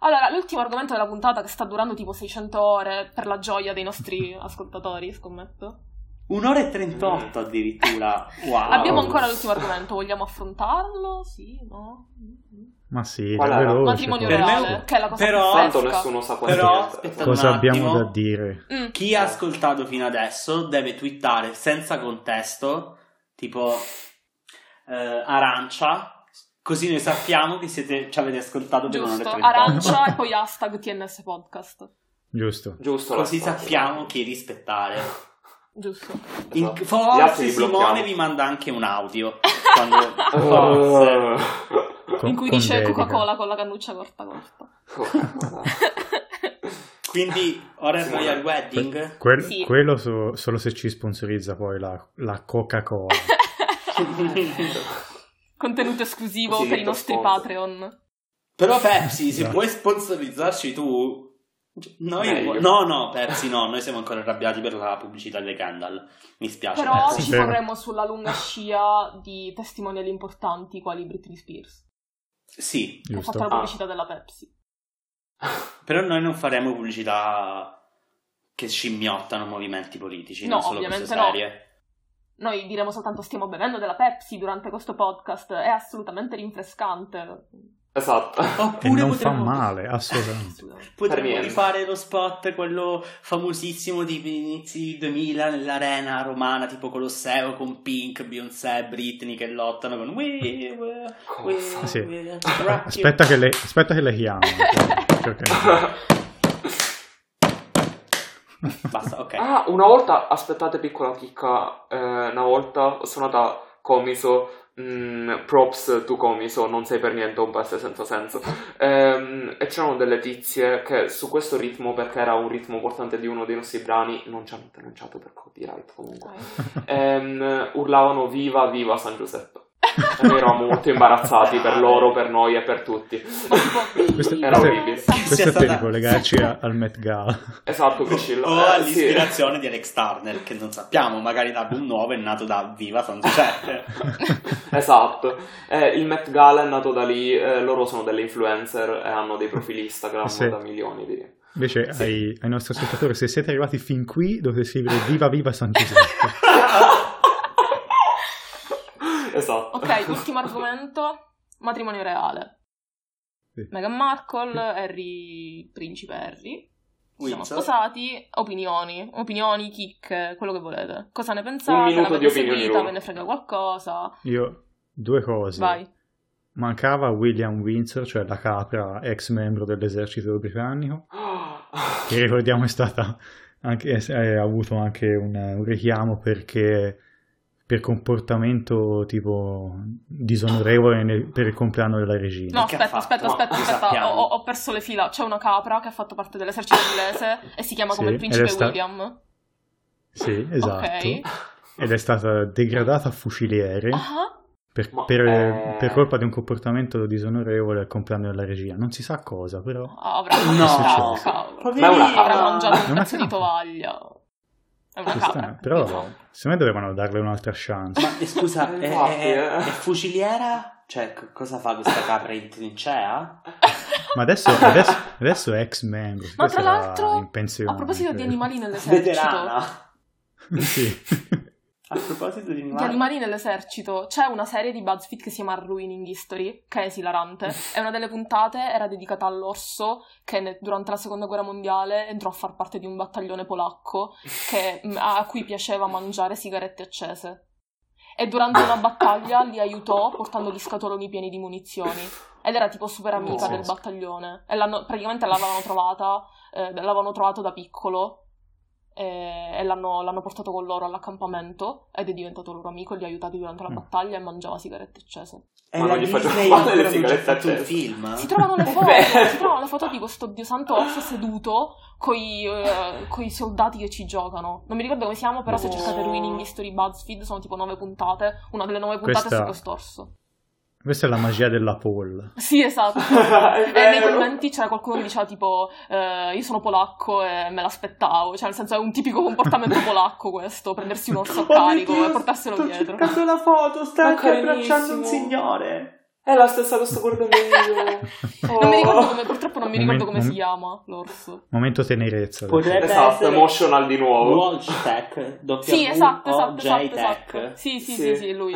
Speaker 2: Allora, l'ultimo argomento della puntata che sta durando tipo 600 ore per la gioia dei nostri ascoltatori, scommetto.
Speaker 4: Un'ora e 38 addirittura. Wow.
Speaker 2: Abbiamo ancora l'ultimo argomento, vogliamo affrontarlo? Sì, no? Mm-mm.
Speaker 1: Ma sì,
Speaker 3: Qual era?
Speaker 1: dai, veloce,
Speaker 2: Matrimonio
Speaker 1: forse.
Speaker 4: Per me-
Speaker 2: orale, che è la cosa
Speaker 4: però-
Speaker 2: più
Speaker 3: Tanto
Speaker 2: fresca.
Speaker 3: nessuno sa quasi
Speaker 4: Però,
Speaker 3: niente.
Speaker 4: aspetta un
Speaker 1: Cosa abbiamo
Speaker 4: attimo.
Speaker 1: da dire?
Speaker 2: Mm.
Speaker 4: Chi ha ascoltato fino adesso deve twittare senza contesto, tipo eh, arancia, così noi sappiamo che siete, ci avete ascoltato per un'ora e
Speaker 2: Giusto,
Speaker 4: 38.
Speaker 2: arancia e poi hashtag TNS podcast.
Speaker 1: Giusto.
Speaker 3: Giusto. la
Speaker 4: Così
Speaker 3: storia.
Speaker 4: sappiamo chi rispettare.
Speaker 2: Giusto.
Speaker 4: In-
Speaker 3: Esatto. Gli altri
Speaker 4: forse
Speaker 3: li
Speaker 4: Simone
Speaker 3: blocchiamo.
Speaker 4: vi manda anche un audio. quando- forse.
Speaker 3: Oh.
Speaker 1: Con-
Speaker 2: In cui
Speaker 1: con
Speaker 2: dice
Speaker 1: dedica.
Speaker 2: Coca-Cola con la cannuccia corta corta.
Speaker 4: Quindi ora è Royal Wedding.
Speaker 1: Quel-
Speaker 2: Sì.
Speaker 1: Quello so- solo se ci sponsorizza poi la, la Coca-Cola.
Speaker 2: Contenuto esclusivo
Speaker 3: Così
Speaker 2: per i
Speaker 3: detto
Speaker 2: nostri
Speaker 3: sponsor.
Speaker 2: Patreon.
Speaker 4: Però Pepsi, se
Speaker 1: No.
Speaker 4: vuoi sponsorizzarci tu, noi
Speaker 3: Meglio.
Speaker 4: no, no, Pepsi, no, noi siamo ancora arrabbiati per la pubblicità delle Gandalf. Mi
Speaker 3: Ah,
Speaker 4: spiace.
Speaker 2: Però
Speaker 4: Pepsi.
Speaker 2: ci
Speaker 1: vero.
Speaker 2: vorremmo sulla lunga scia di testimoniali importanti quali Britney Spears.
Speaker 4: Sì,
Speaker 2: Che ha fatto
Speaker 1: Giusto.
Speaker 2: la pubblicità della Pepsi.
Speaker 4: però noi non faremo pubblicità che scimmiottano movimenti politici,
Speaker 2: No,
Speaker 4: non solo
Speaker 2: ovviamente
Speaker 4: queste
Speaker 2: no.
Speaker 4: serie.
Speaker 2: Noi diremo soltanto stiamo bevendo della Pepsi durante questo podcast, è assolutamente rinfrescante.
Speaker 3: Esatto.
Speaker 1: E
Speaker 4: Oppure
Speaker 1: non fa
Speaker 4: potremmo,
Speaker 1: male, assolutamente.
Speaker 2: Assolutamente.
Speaker 3: Per
Speaker 4: potremmo
Speaker 3: niente.
Speaker 4: rifare lo spot, quello famosissimo di inizi 2000 nell'arena romana, tipo Colosseo con Pink, Beyoncé, Britney che lottano con... We, we, we,
Speaker 3: Cosa?
Speaker 1: Sì.
Speaker 4: we-
Speaker 1: Aspe-
Speaker 4: rock
Speaker 1: Aspetta che le, aspetta che le chiamo. cioè, ok.
Speaker 4: you. Basta, ok.
Speaker 3: Ah, una volta, aspettate piccola chicca, eh, una volta ho suonato Comiso, mm, props to Comiso, non sei per niente un paese senza senso. Ehm, e c'erano delle tizie che su questo ritmo, perché era un ritmo portante di uno dei nostri brani, non ci hanno denunciato per copyright comunque, ehm, urlavano viva viva San Giuseppe. E noi eravamo molto imbarazzati per loro, per noi e per tutti.
Speaker 2: Tipo,
Speaker 1: Questo-
Speaker 2: "Bimbi,
Speaker 3: Era
Speaker 1: questo-
Speaker 3: orribile.
Speaker 2: sa-
Speaker 1: Questo è
Speaker 4: stata-
Speaker 1: per ricollegarci a- al Met Gala.
Speaker 3: Esatto, Priscilla.
Speaker 4: o
Speaker 3: Eh, sì.
Speaker 4: all'ispirazione di Alex Turner, che non sappiamo, magari l'album nuovo è nato da Viva San Giuseppe.
Speaker 3: Esatto, Eh, il Met Gala è nato da lì, eh, loro sono delle influencer e hanno dei profili Instagram
Speaker 1: Sì.
Speaker 3: da milioni di...
Speaker 1: Invece
Speaker 3: Sì.
Speaker 1: ai, ai nostri ascoltatori, se siete arrivati fin qui, dovete scrivere Viva Viva San Giuseppe.
Speaker 3: esatto.
Speaker 2: Ok, ultimo argomento, matrimonio reale.
Speaker 1: Sì.
Speaker 2: Meghan Markle, Harry, principe Harry. Siamo
Speaker 4: Windsor.
Speaker 2: sposati, opinioni, opinioni, chicche, quello che volete. Cosa ne
Speaker 3: Un
Speaker 2: pensate?
Speaker 3: minuto di
Speaker 2: L'avete
Speaker 3: opinioni
Speaker 2: seguita?
Speaker 3: loro.
Speaker 2: Ve ne frega qualcosa?
Speaker 1: Io, due cose.
Speaker 2: Vai.
Speaker 1: Mancava William Windsor, cioè la capra ex membro dell'esercito britannico, che ricordiamo è stata anche, è- è- ha avuto anche un, un richiamo perché per comportamento tipo disonorevole nel- per il compleanno della regina.
Speaker 2: No,
Speaker 4: che ha
Speaker 2: aspetta,
Speaker 4: fatto?
Speaker 2: aspetta,
Speaker 3: Ma
Speaker 2: aspetta,
Speaker 3: lo
Speaker 2: aspetta.
Speaker 4: sappiamo.
Speaker 2: Ho, ho perso le fila. C'è una capra che ha fatto parte dell'esercito inglese e si chiama
Speaker 1: Sì,
Speaker 2: come il
Speaker 1: ed è
Speaker 2: principe
Speaker 1: sta-
Speaker 2: William.
Speaker 1: Sì, esatto.
Speaker 2: Ok.
Speaker 1: Ed è stata degradata a fuciliere.
Speaker 2: Ah,
Speaker 1: per,
Speaker 3: Ma-
Speaker 1: per-
Speaker 3: eh.
Speaker 1: per colpa di un comportamento disonorevole al compleanno della regia. Non si sa cosa, però.
Speaker 2: ah, avrà
Speaker 4: No.
Speaker 2: mangiato
Speaker 1: Successo.
Speaker 2: cavolo.
Speaker 4: Poverina.
Speaker 3: Ma è una capra.
Speaker 2: Avrà mangiato
Speaker 1: È
Speaker 2: un
Speaker 1: una
Speaker 2: pezzo di
Speaker 1: capra.
Speaker 2: tovaglia. È una
Speaker 1: ci
Speaker 2: capra.
Speaker 1: sta, però
Speaker 2: insomma.
Speaker 1: secondo me dovevano darle un'altra chance.
Speaker 4: Ma eh, scusa, è,
Speaker 3: Infatti,
Speaker 4: è-
Speaker 3: eh.
Speaker 4: è fuciliera? Cioè, c- cosa fa questa capra in trincea?
Speaker 1: Ma adesso, adesso, adesso è ex membro.
Speaker 2: Ma
Speaker 1: questo
Speaker 2: tra
Speaker 1: era
Speaker 2: l'altro,
Speaker 1: in pensione,
Speaker 2: A proposito di
Speaker 1: credo.
Speaker 2: animali nell'esercito,
Speaker 4: Veterana.
Speaker 1: sì.
Speaker 4: A proposito di
Speaker 2: di
Speaker 4: animali...
Speaker 2: animali nell'esercito c'è una serie di BuzzFeed che si chiama Ruining History, che è esilarante. E una delle puntate era dedicata all'orso che ne- durante la seconda guerra mondiale entrò a far parte di un battaglione polacco che- m- a cui piaceva mangiare sigarette accese. E durante una battaglia li aiutò portando gli scatoloni pieni di munizioni. Ed era tipo super amica
Speaker 1: Nel
Speaker 2: del
Speaker 1: senso.
Speaker 2: battaglione. E l'hanno, praticamente l'avevano trovata, eh, l'avevano trovato da piccolo eh, e l'hanno, l'hanno portato con loro all'accampamento ed è diventato loro amico, li ha aiutati durante la
Speaker 1: Mm.
Speaker 2: battaglia e mangiava sigarette accese.
Speaker 4: È
Speaker 3: Ma
Speaker 4: la
Speaker 3: non gli faccio
Speaker 4: Disney
Speaker 3: fare le
Speaker 4: ancora non c'è
Speaker 3: sigarette
Speaker 4: fatto un
Speaker 3: accese.
Speaker 1: Ah.
Speaker 4: film?
Speaker 2: Si trovano le foto,
Speaker 3: Beh.
Speaker 2: si trovano le foto di questo dio santo orso seduto coi, eh, coi soldati che ci giocano. Non mi ricordo come siamo, però se
Speaker 3: No.
Speaker 2: cercate Ruining History BuzzFeed sono tipo nove puntate, una delle nove puntate
Speaker 1: Questa-
Speaker 2: su quest'orso.
Speaker 1: Questa è la magia della poll.
Speaker 2: Sì, esatto.
Speaker 3: È
Speaker 2: E nei
Speaker 3: vero.
Speaker 2: commenti c'era qualcuno che diceva tipo eh, io sono polacco e me l'aspettavo, cioè nel senso è un tipico comportamento polacco questo, prendersi un orso a carico e portarselo dietro.
Speaker 4: la foto, sta
Speaker 3: Ma anche carinissimo. abbracciando un
Speaker 4: signore.
Speaker 3: È la stessa che sto guardando io.
Speaker 2: Non mi ricordo
Speaker 3: Oh.
Speaker 2: come, purtroppo non mi
Speaker 1: Momen-
Speaker 2: ricordo come si
Speaker 1: momen-
Speaker 2: chiama l'orso.
Speaker 1: Momento tenerezza.
Speaker 4: Potrebbe
Speaker 3: Esatto,
Speaker 4: essere
Speaker 3: emotional di nuovo.
Speaker 4: Walsh Tech,
Speaker 2: Sì, esatto, esatto, esatto, esatto.
Speaker 4: Tech.
Speaker 2: Sì, sì,
Speaker 3: Sì.
Speaker 2: sì, sì, è lui.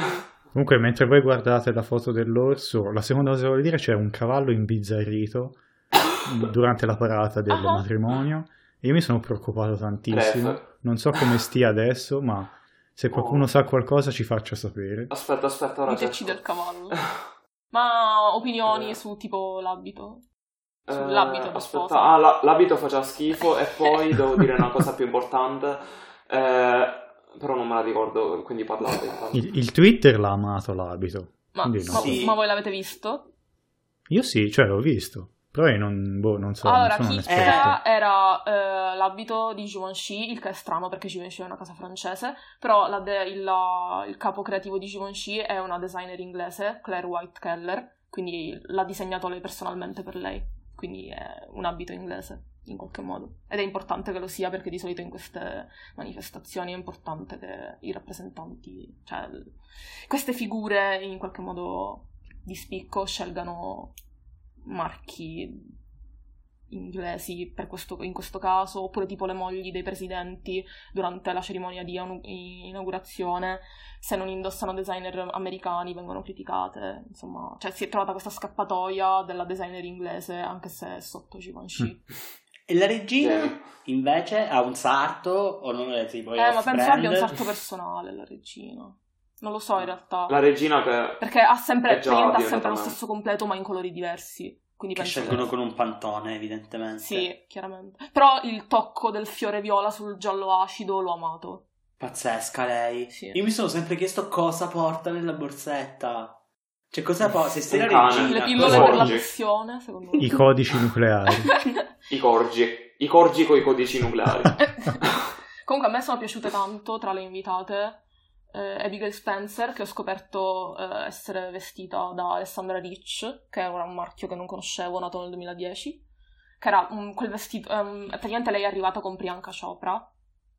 Speaker 1: Comunque, mentre voi guardate la foto dell'orso, la seconda cosa che voglio dire è c'è un cavallo imbizzarrito durante la parata del
Speaker 2: Ah.
Speaker 1: matrimonio. E io mi sono preoccupato tantissimo.
Speaker 3: Breve.
Speaker 1: Non so come stia adesso, ma se qualcuno
Speaker 3: Oh. Ah.
Speaker 1: sa qualcosa ci faccia sapere.
Speaker 3: Aspetta, aspetta, ora
Speaker 2: Diteci del
Speaker 3: cerco.
Speaker 2: cavallo. Ma opinioni
Speaker 3: certo. Eh.
Speaker 2: su tipo l'abito?
Speaker 3: Eh,
Speaker 2: Sull'abito per
Speaker 3: aspetta,
Speaker 2: cosa?
Speaker 3: ah, la- l'abito faceva schifo e poi devo dire una cosa più importante, eh, però non me la ricordo, quindi parlate intanto.
Speaker 1: Il, il Twitter l'ha amato l'abito.
Speaker 2: Ma,
Speaker 1: Quindi no.
Speaker 2: ma-
Speaker 4: Sì.
Speaker 2: ma voi l'avete visto?
Speaker 1: Io sì, cioè l'ho visto. Però io non, boh, non so,
Speaker 2: allora,
Speaker 1: non sono un
Speaker 2: Kit
Speaker 1: esperto.
Speaker 2: era, era, eh, l'abito di Givenchy, il che è strano perché Givenchy è una casa francese, però la de- il, la- il capo creativo di Givenchy è una designer inglese, Claire White Keller, quindi l'ha disegnato lei personalmente per lei, quindi è un abito inglese in qualche modo. Ed è importante che lo sia perché di solito in queste manifestazioni è importante che i rappresentanti, cioè l- queste figure in qualche modo di spicco scelgano marchi inglesi per questo, in questo caso, oppure tipo le mogli dei presidenti durante la cerimonia di anu- inaugurazione, se non indossano designer americani vengono criticate, insomma, cioè si è trovata questa scappatoia della designer inglese anche se è sotto Givenchy.
Speaker 4: E la regina invece ha un sarto o non è tipo
Speaker 2: Eh, ma penso abbia un sarto personale la regina. Non lo so in realtà.
Speaker 3: La regina che...
Speaker 2: Perché ha sempre,
Speaker 3: È già
Speaker 2: praticamente ha
Speaker 3: ovvio,
Speaker 2: sempre lo
Speaker 3: naturalmente.
Speaker 2: stesso completo ma in colori diversi. Quindi
Speaker 4: che
Speaker 2: penso che-
Speaker 4: scelgono con un pantone evidentemente.
Speaker 2: Sì, chiaramente. Però il tocco del fiore viola sul giallo acido l'ho amato.
Speaker 4: Pazzesca lei.
Speaker 2: Sì.
Speaker 4: Io mi sono sempre chiesto cosa porta nella borsetta. Cioè, cosa porta? Se sei
Speaker 3: Un
Speaker 4: la
Speaker 3: cane.
Speaker 4: regina,
Speaker 2: Le
Speaker 3: Esatto.
Speaker 2: pillole
Speaker 4: cosa-
Speaker 2: per la
Speaker 3: Sorge.
Speaker 2: pressione, secondo me.
Speaker 1: I codici nucleari.
Speaker 3: I corgi. I corgi con i codici nucleari.
Speaker 2: Comunque a me sono piaciute tanto tra le invitate eh, Abigail Spencer, che ho scoperto eh, essere vestita da Alessandra Rich, che era un marchio che non conoscevo, nato nel 2010, che era mm, quel vestito... ehm, praticamente lei è arrivata con Priyanka Chopra,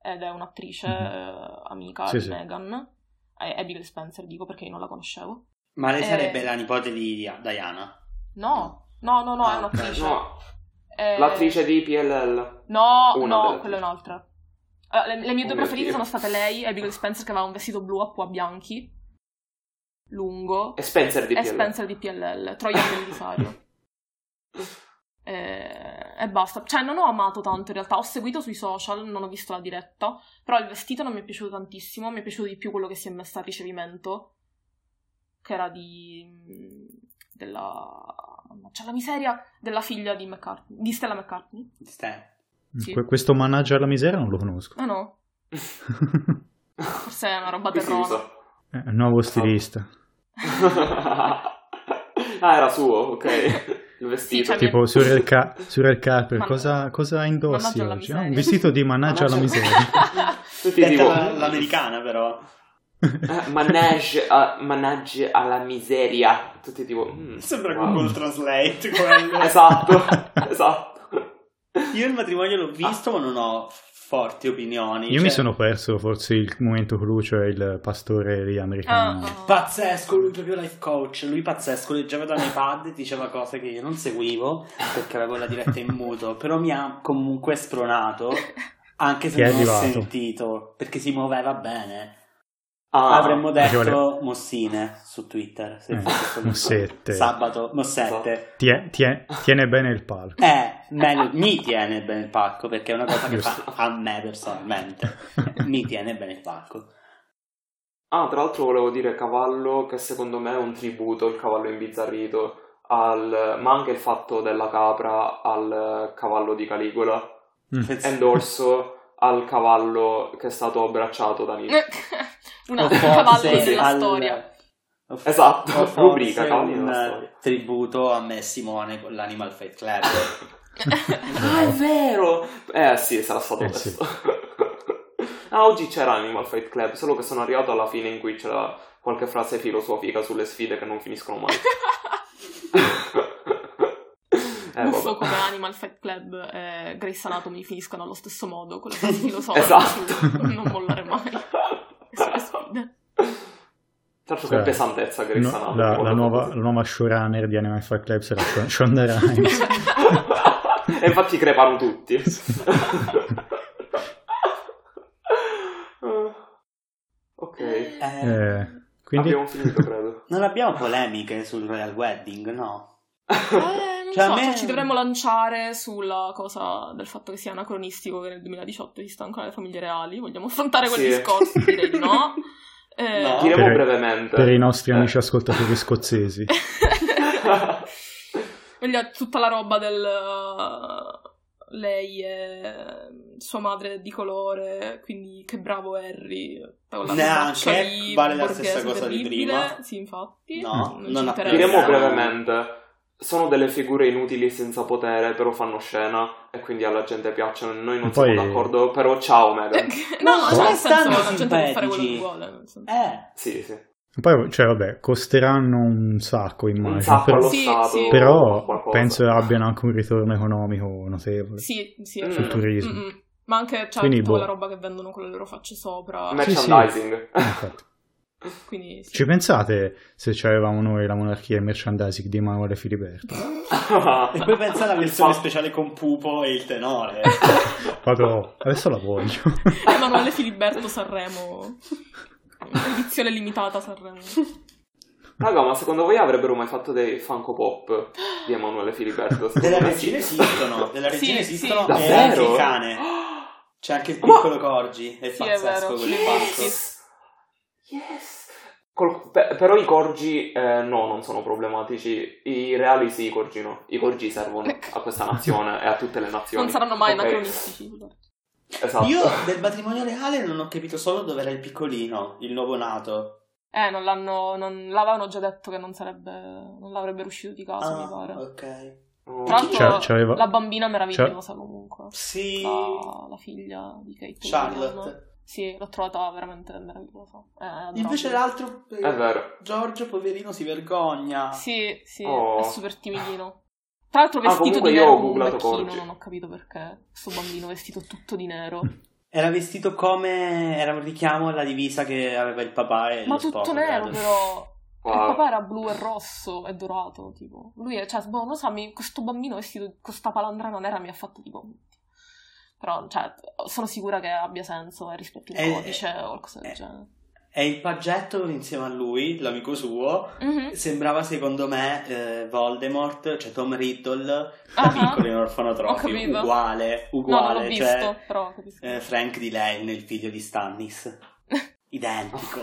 Speaker 2: ed è un'attrice
Speaker 1: Mhm.
Speaker 2: eh, amica
Speaker 1: Sì,
Speaker 2: di
Speaker 1: sì.
Speaker 2: Meghan. Eh, Abigail Spencer, dico, perché io non la conoscevo.
Speaker 4: Ma lei
Speaker 2: Eh.
Speaker 4: sarebbe la nipote di Dia- Diana.
Speaker 2: No, no, no, no,
Speaker 4: Ah,
Speaker 2: è un'attrice.
Speaker 3: No,
Speaker 2: Eh,
Speaker 3: l'attrice di PLL.
Speaker 2: No,
Speaker 3: Una
Speaker 2: no,
Speaker 3: delle-
Speaker 2: quella è un'altra. Allora, le, le mie due
Speaker 3: Oh mio
Speaker 2: preferite
Speaker 3: Dio.
Speaker 2: sono state lei e Abigail Spencer che aveva un vestito blu a pua bianchi, lungo,
Speaker 3: E Spencer di
Speaker 2: e
Speaker 3: PLL.
Speaker 2: Spencer di PLL, Troian del Rosario. E... e basta. Cioè, non ho amato tanto in realtà, ho seguito sui social, non ho visto la diretta, però il vestito non mi è piaciuto tantissimo, mi è piaciuto di più quello che si è messo a ricevimento, che era di... della... c'è la miseria della figlia di McCartney, di Stella McCartney.
Speaker 4: Ste-
Speaker 2: Sì.
Speaker 1: Que- questo manager alla miseria non lo conosco.
Speaker 2: Ah no, forse è una roba
Speaker 3: Chi si
Speaker 2: terrona.
Speaker 3: usa?
Speaker 1: È un Eh, nuovo stilista.
Speaker 3: ah, era suo, ok. Il
Speaker 2: Sì,
Speaker 3: vestito.
Speaker 2: cioè,
Speaker 1: Tipo Surreal, Ca- Surreal Carper,
Speaker 2: Man-
Speaker 1: cosa, cosa indossi
Speaker 2: Mannaggia alla
Speaker 1: oggi? Ah, un
Speaker 2: miseria.
Speaker 1: vestito di mannaggia alla
Speaker 3: Mannaggia-
Speaker 1: miseria.
Speaker 3: Tutti
Speaker 4: Detta
Speaker 3: tipo-
Speaker 4: la- l'americana, però.
Speaker 3: Eh, Manage, a- manage alla miseria. Tutti tipo... mm,
Speaker 4: Sembra
Speaker 3: wow.
Speaker 4: Google Translate. quello.
Speaker 3: Esatto, esatto.
Speaker 4: Io il matrimonio l'ho visto, ma non ho forti opinioni.
Speaker 1: Io
Speaker 4: cioè-
Speaker 1: mi sono perso forse il momento cruce, il pastore lì
Speaker 2: Ah,
Speaker 3: oh.
Speaker 1: americano.
Speaker 2: ah.
Speaker 4: Pazzesco, lui proprio life coach, lui pazzesco, leggeva da iPad e diceva cose che io non seguivo perché avevo la diretta in muto, però mi ha comunque spronato, anche se
Speaker 1: Che è
Speaker 4: non ho
Speaker 1: arrivato.
Speaker 4: sentito, perché si muoveva bene.
Speaker 3: Ah,
Speaker 4: Avremmo detto
Speaker 1: Ci vuole-
Speaker 4: mossine su Twitter, se
Speaker 1: Eh,
Speaker 4: fosse solo-
Speaker 1: mossette.
Speaker 4: Sabato,
Speaker 3: Esatto.
Speaker 4: mossette.
Speaker 1: Tie- tie- tiene bene il palco.
Speaker 4: Eh, me- mi tiene bene il pacco perché è una cosa che
Speaker 1: Giusto.
Speaker 4: fa a me personalmente. Mi tiene bene il pacco.
Speaker 3: Ah, tra l'altro volevo dire cavallo che secondo me è un tributo, il cavallo imbizzarrito, al... ma anche il fatto della capra al cavallo di Caligola
Speaker 1: Mm.
Speaker 3: e il dorso al cavallo che è stato abbracciato da Nietzsche.
Speaker 2: Una
Speaker 4: O
Speaker 2: un
Speaker 4: Oh, forse
Speaker 2: cavallo della
Speaker 4: al-
Speaker 2: storia.
Speaker 4: o f-
Speaker 3: Esatto,
Speaker 4: o forse
Speaker 3: rubrica, cavalli
Speaker 4: un
Speaker 3: della storia.
Speaker 4: tributo a me e Simone con l'Animal Fight Club.
Speaker 3: Ah, è vero! Eh sì, sarà stato
Speaker 1: Eh,
Speaker 3: questo. ah, oggi c'era Animal Fight Club, solo che sono arrivato alla fine in cui c'era qualche frase filosofica sulle sfide che non finiscono mai. eh,
Speaker 2: Buffo
Speaker 3: vabbè.
Speaker 2: come Animal Fight Club e Grace Anatomy finiscono allo stesso modo, quello che lo so,
Speaker 3: Esatto.
Speaker 2: non mollare mai sulle sfide.
Speaker 3: Tra l'altro
Speaker 1: Cioè,
Speaker 3: che Certo, pesantezza che
Speaker 1: No,
Speaker 3: risana.
Speaker 1: la, la nuova, la nuova showrunner di Animal Fight Club sarà Shon- Shonda Rhimes.
Speaker 3: e infatti crepano tutti. ok.
Speaker 4: Eh,
Speaker 1: Eh, quindi
Speaker 3: Abbiamo finito, credo.
Speaker 4: Non abbiamo polemiche sul Royal Wedding, no?
Speaker 2: Eh, non
Speaker 4: Cioè, a
Speaker 2: so,
Speaker 4: me-
Speaker 2: cioè, ci dovremmo lanciare sulla cosa del fatto che sia anacronistico che nel 2018 esistano ancora le famiglie reali, vogliamo affrontare quel
Speaker 3: Sì.
Speaker 2: discorso, direi di no. Eh,
Speaker 4: No.
Speaker 3: Diremo
Speaker 1: Per-
Speaker 3: brevemente. Eh.
Speaker 1: per i nostri amici ascoltatori scozzesi.
Speaker 2: Quindi tutta la roba del uh, lei è sua madre di colore, quindi che bravo Harry. tutta quella
Speaker 4: Neanche,
Speaker 2: robaccia lì,
Speaker 4: vale la stessa
Speaker 2: borghese
Speaker 4: cosa di
Speaker 2: terribile.
Speaker 4: prima.
Speaker 2: Sì, infatti.
Speaker 4: No,
Speaker 2: non,
Speaker 4: non
Speaker 2: ci
Speaker 4: appena.
Speaker 2: interessa.
Speaker 3: Diremo
Speaker 4: Diremo-
Speaker 3: brevemente. Sono delle figure inutili senza potere, però fanno scena e quindi alla gente piacciono. Noi non
Speaker 1: Poi-
Speaker 3: siamo d'accordo, però ciao Megan.
Speaker 2: No, no,
Speaker 1: Sono
Speaker 2: cioè, nel senso,
Speaker 4: stanno
Speaker 2: la gente può fare quello che
Speaker 4: simpatici.
Speaker 2: vuole. nel senso.
Speaker 4: Eh,
Speaker 3: Sì, sì.
Speaker 1: Poi, cioè, vabbè, costeranno un sacco, immagino.
Speaker 3: Un sacco
Speaker 1: però
Speaker 3: allo
Speaker 2: Sì,
Speaker 3: Stato.
Speaker 2: sì.
Speaker 1: però
Speaker 3: qualcosa.
Speaker 1: penso abbiano anche un ritorno economico notevole.
Speaker 2: Sì, sì,
Speaker 3: Mm.
Speaker 1: Sul turismo.
Speaker 2: Mm-mm. Ma anche cioè,
Speaker 1: Quindi,
Speaker 2: tutta
Speaker 1: boh.
Speaker 2: quella roba che vendono con le loro facce sopra.
Speaker 1: sì.
Speaker 3: Merchandising.
Speaker 1: Infatti.
Speaker 2: Quindi sì.
Speaker 1: Ci pensate se avevamo noi la monarchia e il merchandising di Emanuele Filiberto?
Speaker 4: E poi pensa alla versione speciale con Pupo e il tenore.
Speaker 1: Vado, adesso la voglio.
Speaker 2: Emanuele Filiberto Sanremo. Edizione limitata Sanremo.
Speaker 3: Raga, ma secondo voi avrebbero mai fatto dei Funko Pop di Emanuele Filiberto?
Speaker 4: Della
Speaker 3: Secondo me sì.
Speaker 4: regina esistono, della
Speaker 2: Sì,
Speaker 4: regina
Speaker 2: sì.
Speaker 4: esistono e
Speaker 3: Davvero?
Speaker 4: anche il cane. C'è anche il piccolo Corgi, è
Speaker 2: Sì, è
Speaker 4: pazzesco
Speaker 2: vero.
Speaker 4: quel
Speaker 2: Sì,
Speaker 4: pazzo.
Speaker 2: sì.
Speaker 3: Yes. Col- pe- però i corgi eh, no, non sono problematici. I reali sì, i corgi no. I corgi servono a questa nazione e a tutte le
Speaker 2: Ecco.
Speaker 3: nazioni.
Speaker 2: Non saranno mai
Speaker 3: Ok,
Speaker 2: anacronistici.
Speaker 3: Esatto.
Speaker 4: Io del matrimonio reale non ho capito solo dove era il piccolino, il nuovo nato.
Speaker 2: Eh, non l'hanno. Non, l'avevano già detto che non sarebbe. Non l'avrebbero uscito di casa, mi
Speaker 4: Ah,
Speaker 2: pare.
Speaker 4: ok.
Speaker 3: Oh.
Speaker 2: Tra l'altro,
Speaker 1: Cioè, c'aveva-
Speaker 2: la bambina
Speaker 3: Cioè?
Speaker 2: meravigliosa comunque.
Speaker 4: Sì,
Speaker 2: La, la figlia di Kate. Middleton.
Speaker 4: Charlotte.
Speaker 2: Ah. Sì, l'ho trovata veramente meravigliosa. Eh, È adorabile.
Speaker 4: Invece l'altro, eh,
Speaker 3: È vero.
Speaker 4: Giorgio, poverino, si vergogna.
Speaker 2: Sì, sì,
Speaker 3: Oh.
Speaker 2: è super timidino. Tra l'altro
Speaker 3: Ah,
Speaker 2: vestito
Speaker 3: comunque
Speaker 2: di
Speaker 3: io
Speaker 2: nero
Speaker 3: ho
Speaker 2: come un
Speaker 3: googlato
Speaker 2: becchino,
Speaker 3: Corgi.
Speaker 2: non ho capito perché. Sto bambino vestito tutto di nero.
Speaker 4: Era vestito come... era un richiamo alla divisa che aveva il papà e
Speaker 2: Ma
Speaker 4: lo
Speaker 2: tutto
Speaker 4: sport,
Speaker 2: nero
Speaker 4: credo.
Speaker 2: però. Il
Speaker 3: Wow.
Speaker 2: papà era blu e rosso e dorato, tipo. Lui è, cioè, boh, non so, mi- questo bambino vestito con sta palandrana nera mi ha fatto tipo... Però, cioè, sono sicura che abbia senso e rispetti il
Speaker 4: Eh,
Speaker 2: codice o qualcosa del
Speaker 4: eh.
Speaker 2: genere.
Speaker 4: E il paggetto insieme a lui, l'amico suo,
Speaker 2: Mhm.
Speaker 4: sembrava secondo me eh, Voldemort, cioè Tom Riddle, da
Speaker 2: Ah,
Speaker 4: piccolo in
Speaker 2: Ho capito.
Speaker 4: orfanotrofio, uguale,
Speaker 2: No, non
Speaker 4: uguale,
Speaker 2: l'ho visto,
Speaker 4: cioè
Speaker 2: però capisco.
Speaker 4: eh, Frank di Lane, il figlio di Stannis. Identico.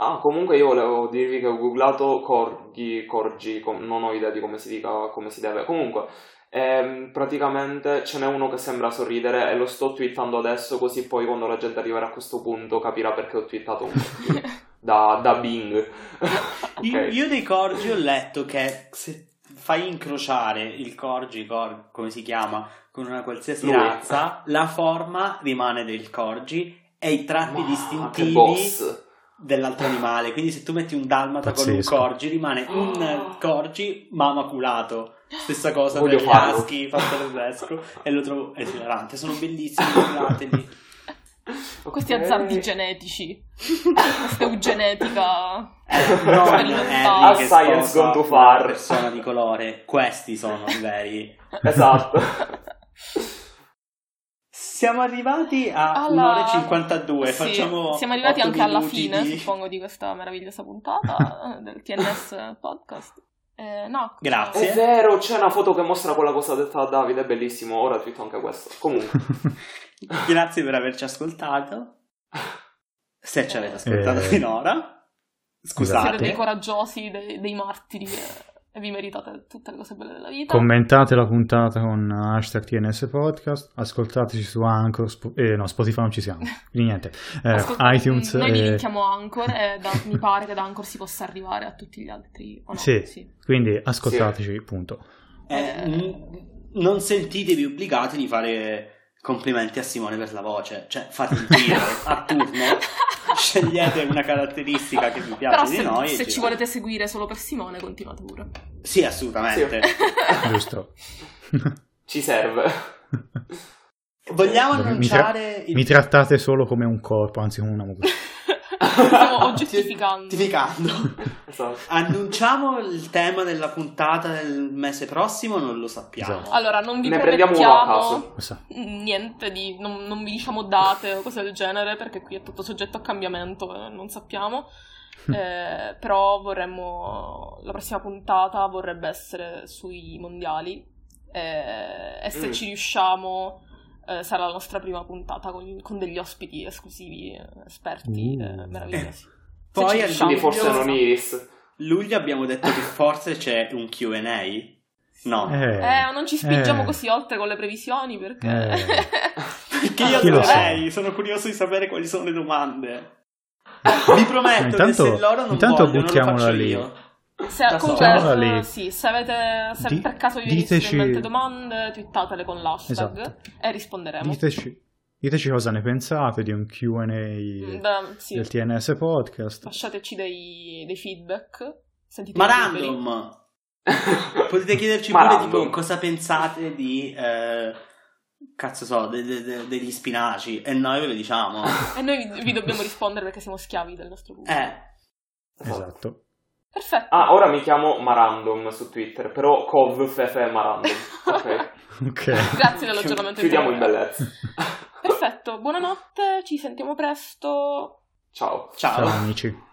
Speaker 3: Ah, comunque io volevo dirvi che ho googlato corgi, corgi, com- non ho idea di come si dica, come si deve. Comunque, ehm, praticamente ce n'è uno che sembra sorridere e lo sto twittando adesso così poi quando la gente arriverà a questo punto capirà perché ho twittato un da, da Bing.
Speaker 4: Io,
Speaker 3: Ok.
Speaker 4: io dei corgi ho letto che se fai incrociare il corgi, cor- come si chiama, con una qualsiasi
Speaker 3: Lui.
Speaker 4: razza, la forma rimane del corgi e i tratti
Speaker 3: Ma che
Speaker 4: distintivi
Speaker 3: boss.
Speaker 4: dell'altro animale. Quindi se tu metti un dalmata con un
Speaker 1: Pazzesco.
Speaker 4: corgi, rimane un eh, corgi ma maculato. Stessa cosa
Speaker 3: Voglio
Speaker 4: per gli
Speaker 3: farlo.
Speaker 4: husky, fatto tedesco, e lo trovo esilarante. Sono bellissimi, guardateli.
Speaker 2: Questi
Speaker 3: Ok.
Speaker 2: azzardi genetici. Questa eugenetica.
Speaker 4: No,
Speaker 2: Sperimentale.
Speaker 4: che
Speaker 3: Ah, Science
Speaker 4: sposa
Speaker 3: gone too
Speaker 4: una
Speaker 3: far.
Speaker 4: persona di colore. Questi sono i veri.
Speaker 3: Esatto.
Speaker 4: Siamo arrivati a
Speaker 2: Alla-
Speaker 4: 1 e 52,
Speaker 2: Sì,
Speaker 4: facciamo
Speaker 2: siamo arrivati
Speaker 4: otto
Speaker 2: anche alla
Speaker 4: minuti
Speaker 2: fine,
Speaker 4: di-
Speaker 2: suppongo, di questa meravigliosa puntata eh, del TNS podcast. Eh, no,
Speaker 4: Grazie.
Speaker 3: È vero, c'è una foto che mostra quella cosa detta da Davide, è bellissimo. Ora twitto anche questo. Comunque,
Speaker 4: Grazie per averci ascoltato. Se ci avete ascoltato
Speaker 1: Eh.
Speaker 4: finora,
Speaker 2: Siete dei
Speaker 4: scusate.
Speaker 2: coraggiosi, dei, dei martiri eh, e vi meritate tutte le cose belle della vita.
Speaker 1: Commentate la puntata con hashtag TNS Podcast, ascoltateci su Anchor, Sp- eh, no, Spotify non ci siamo, quindi niente, eh,
Speaker 2: Ascolta-
Speaker 1: iTunes,
Speaker 2: mm, Noi li
Speaker 1: eh,
Speaker 2: linkiamo a Anchor e da- mi pare che da Anchor si possa arrivare a tutti gli altri. o no?
Speaker 1: Sì. quindi ascoltateci, punto.
Speaker 4: Eh, n- non sentitevi obbligati di fare complimenti a Simone per la voce, cioè fate il giro a turno, scegliete una caratteristica che vi piace
Speaker 2: Però
Speaker 4: di
Speaker 2: se,
Speaker 4: noi. e
Speaker 2: se ci
Speaker 4: girate.
Speaker 2: volete seguire solo per Simone, continuate pure.
Speaker 4: Sì, assolutamente.
Speaker 1: Giusto.
Speaker 3: ci serve.
Speaker 4: Vogliamo
Speaker 1: Mi tra-
Speaker 4: annunciare il
Speaker 1: Mi trattate solo come un corpo, anzi come una mucca.
Speaker 2: Stiamo oggettificando.
Speaker 4: Giustificando.
Speaker 3: Esatto.
Speaker 4: Annunciamo il tema della puntata del mese prossimo, non lo sappiamo.
Speaker 1: Esatto.
Speaker 2: Allora, non vi
Speaker 3: Ne prendiamo uno a caso.
Speaker 2: promettiamo
Speaker 1: Lo so.
Speaker 2: niente di... Non, non vi diciamo date o cose del genere, perché qui è tutto soggetto a cambiamento, eh, non sappiamo. Eh, però vorremmo... La prossima puntata vorrebbe essere sui mondiali. eh, e se
Speaker 3: Mm.
Speaker 2: ci riusciamo... eh, sarà la nostra prima puntata con, con degli ospiti esclusivi, eh, esperti,
Speaker 1: Mm.
Speaker 2: eh, meravigliosi. Se
Speaker 4: Poi
Speaker 2: ci
Speaker 4: a
Speaker 2: riusciamo.
Speaker 3: Quindi
Speaker 4: luglio,
Speaker 3: forse non Iris.
Speaker 4: luglio abbiamo detto che forse c'è un QA. No,
Speaker 1: Eh,
Speaker 2: Eh, non ci spingiamo
Speaker 1: eh.
Speaker 2: così oltre con le previsioni perché...
Speaker 1: Eh.
Speaker 4: perché
Speaker 1: Ah,
Speaker 4: io
Speaker 1: chi lo sa?
Speaker 4: dovrei, sono curioso di sapere quali sono le domande. Vi prometto
Speaker 1: Intanto-
Speaker 4: che se loro non
Speaker 1: intanto
Speaker 4: vogliono, non lo
Speaker 1: buttiamola
Speaker 4: faccio
Speaker 1: lì.
Speaker 4: io.
Speaker 2: Se,
Speaker 4: Da
Speaker 2: comunque,
Speaker 1: sola.
Speaker 2: eh,
Speaker 1: Lì.
Speaker 2: sì, se avete se
Speaker 1: Di-
Speaker 2: per caso vi venissero
Speaker 1: diteci-
Speaker 2: in mente domande, twittatele con l'hashtag
Speaker 1: Esatto.
Speaker 2: e risponderemo.
Speaker 1: Diteci, diteci cosa ne pensate di un QA
Speaker 2: Mm,
Speaker 1: del
Speaker 2: da- sì,
Speaker 1: TNS podcast.
Speaker 2: lasciateci dei, dei feedback. Sentite
Speaker 4: Ma random, potete chiederci
Speaker 3: Ma
Speaker 4: pure
Speaker 3: random.
Speaker 4: tipo cosa pensate di eh, cazzo so, de- de- de- degli spinaci e noi ve lo diciamo.
Speaker 2: E noi vi, vi dobbiamo rispondere perché siamo schiavi del nostro pubblico.
Speaker 4: eh,
Speaker 1: Esatto.
Speaker 2: Perfetto.
Speaker 3: Ah, ora mi chiamo Marandom su Twitter, però Cov Fefe Marandom. Ok.
Speaker 1: Ok.
Speaker 2: Grazie dell'aggiornamento.
Speaker 3: Chiudiamo in
Speaker 2: informativo.
Speaker 3: bellezza.
Speaker 2: Perfetto, buonanotte, ci sentiamo presto.
Speaker 3: Ciao.
Speaker 4: ciao.
Speaker 1: Ciao amici.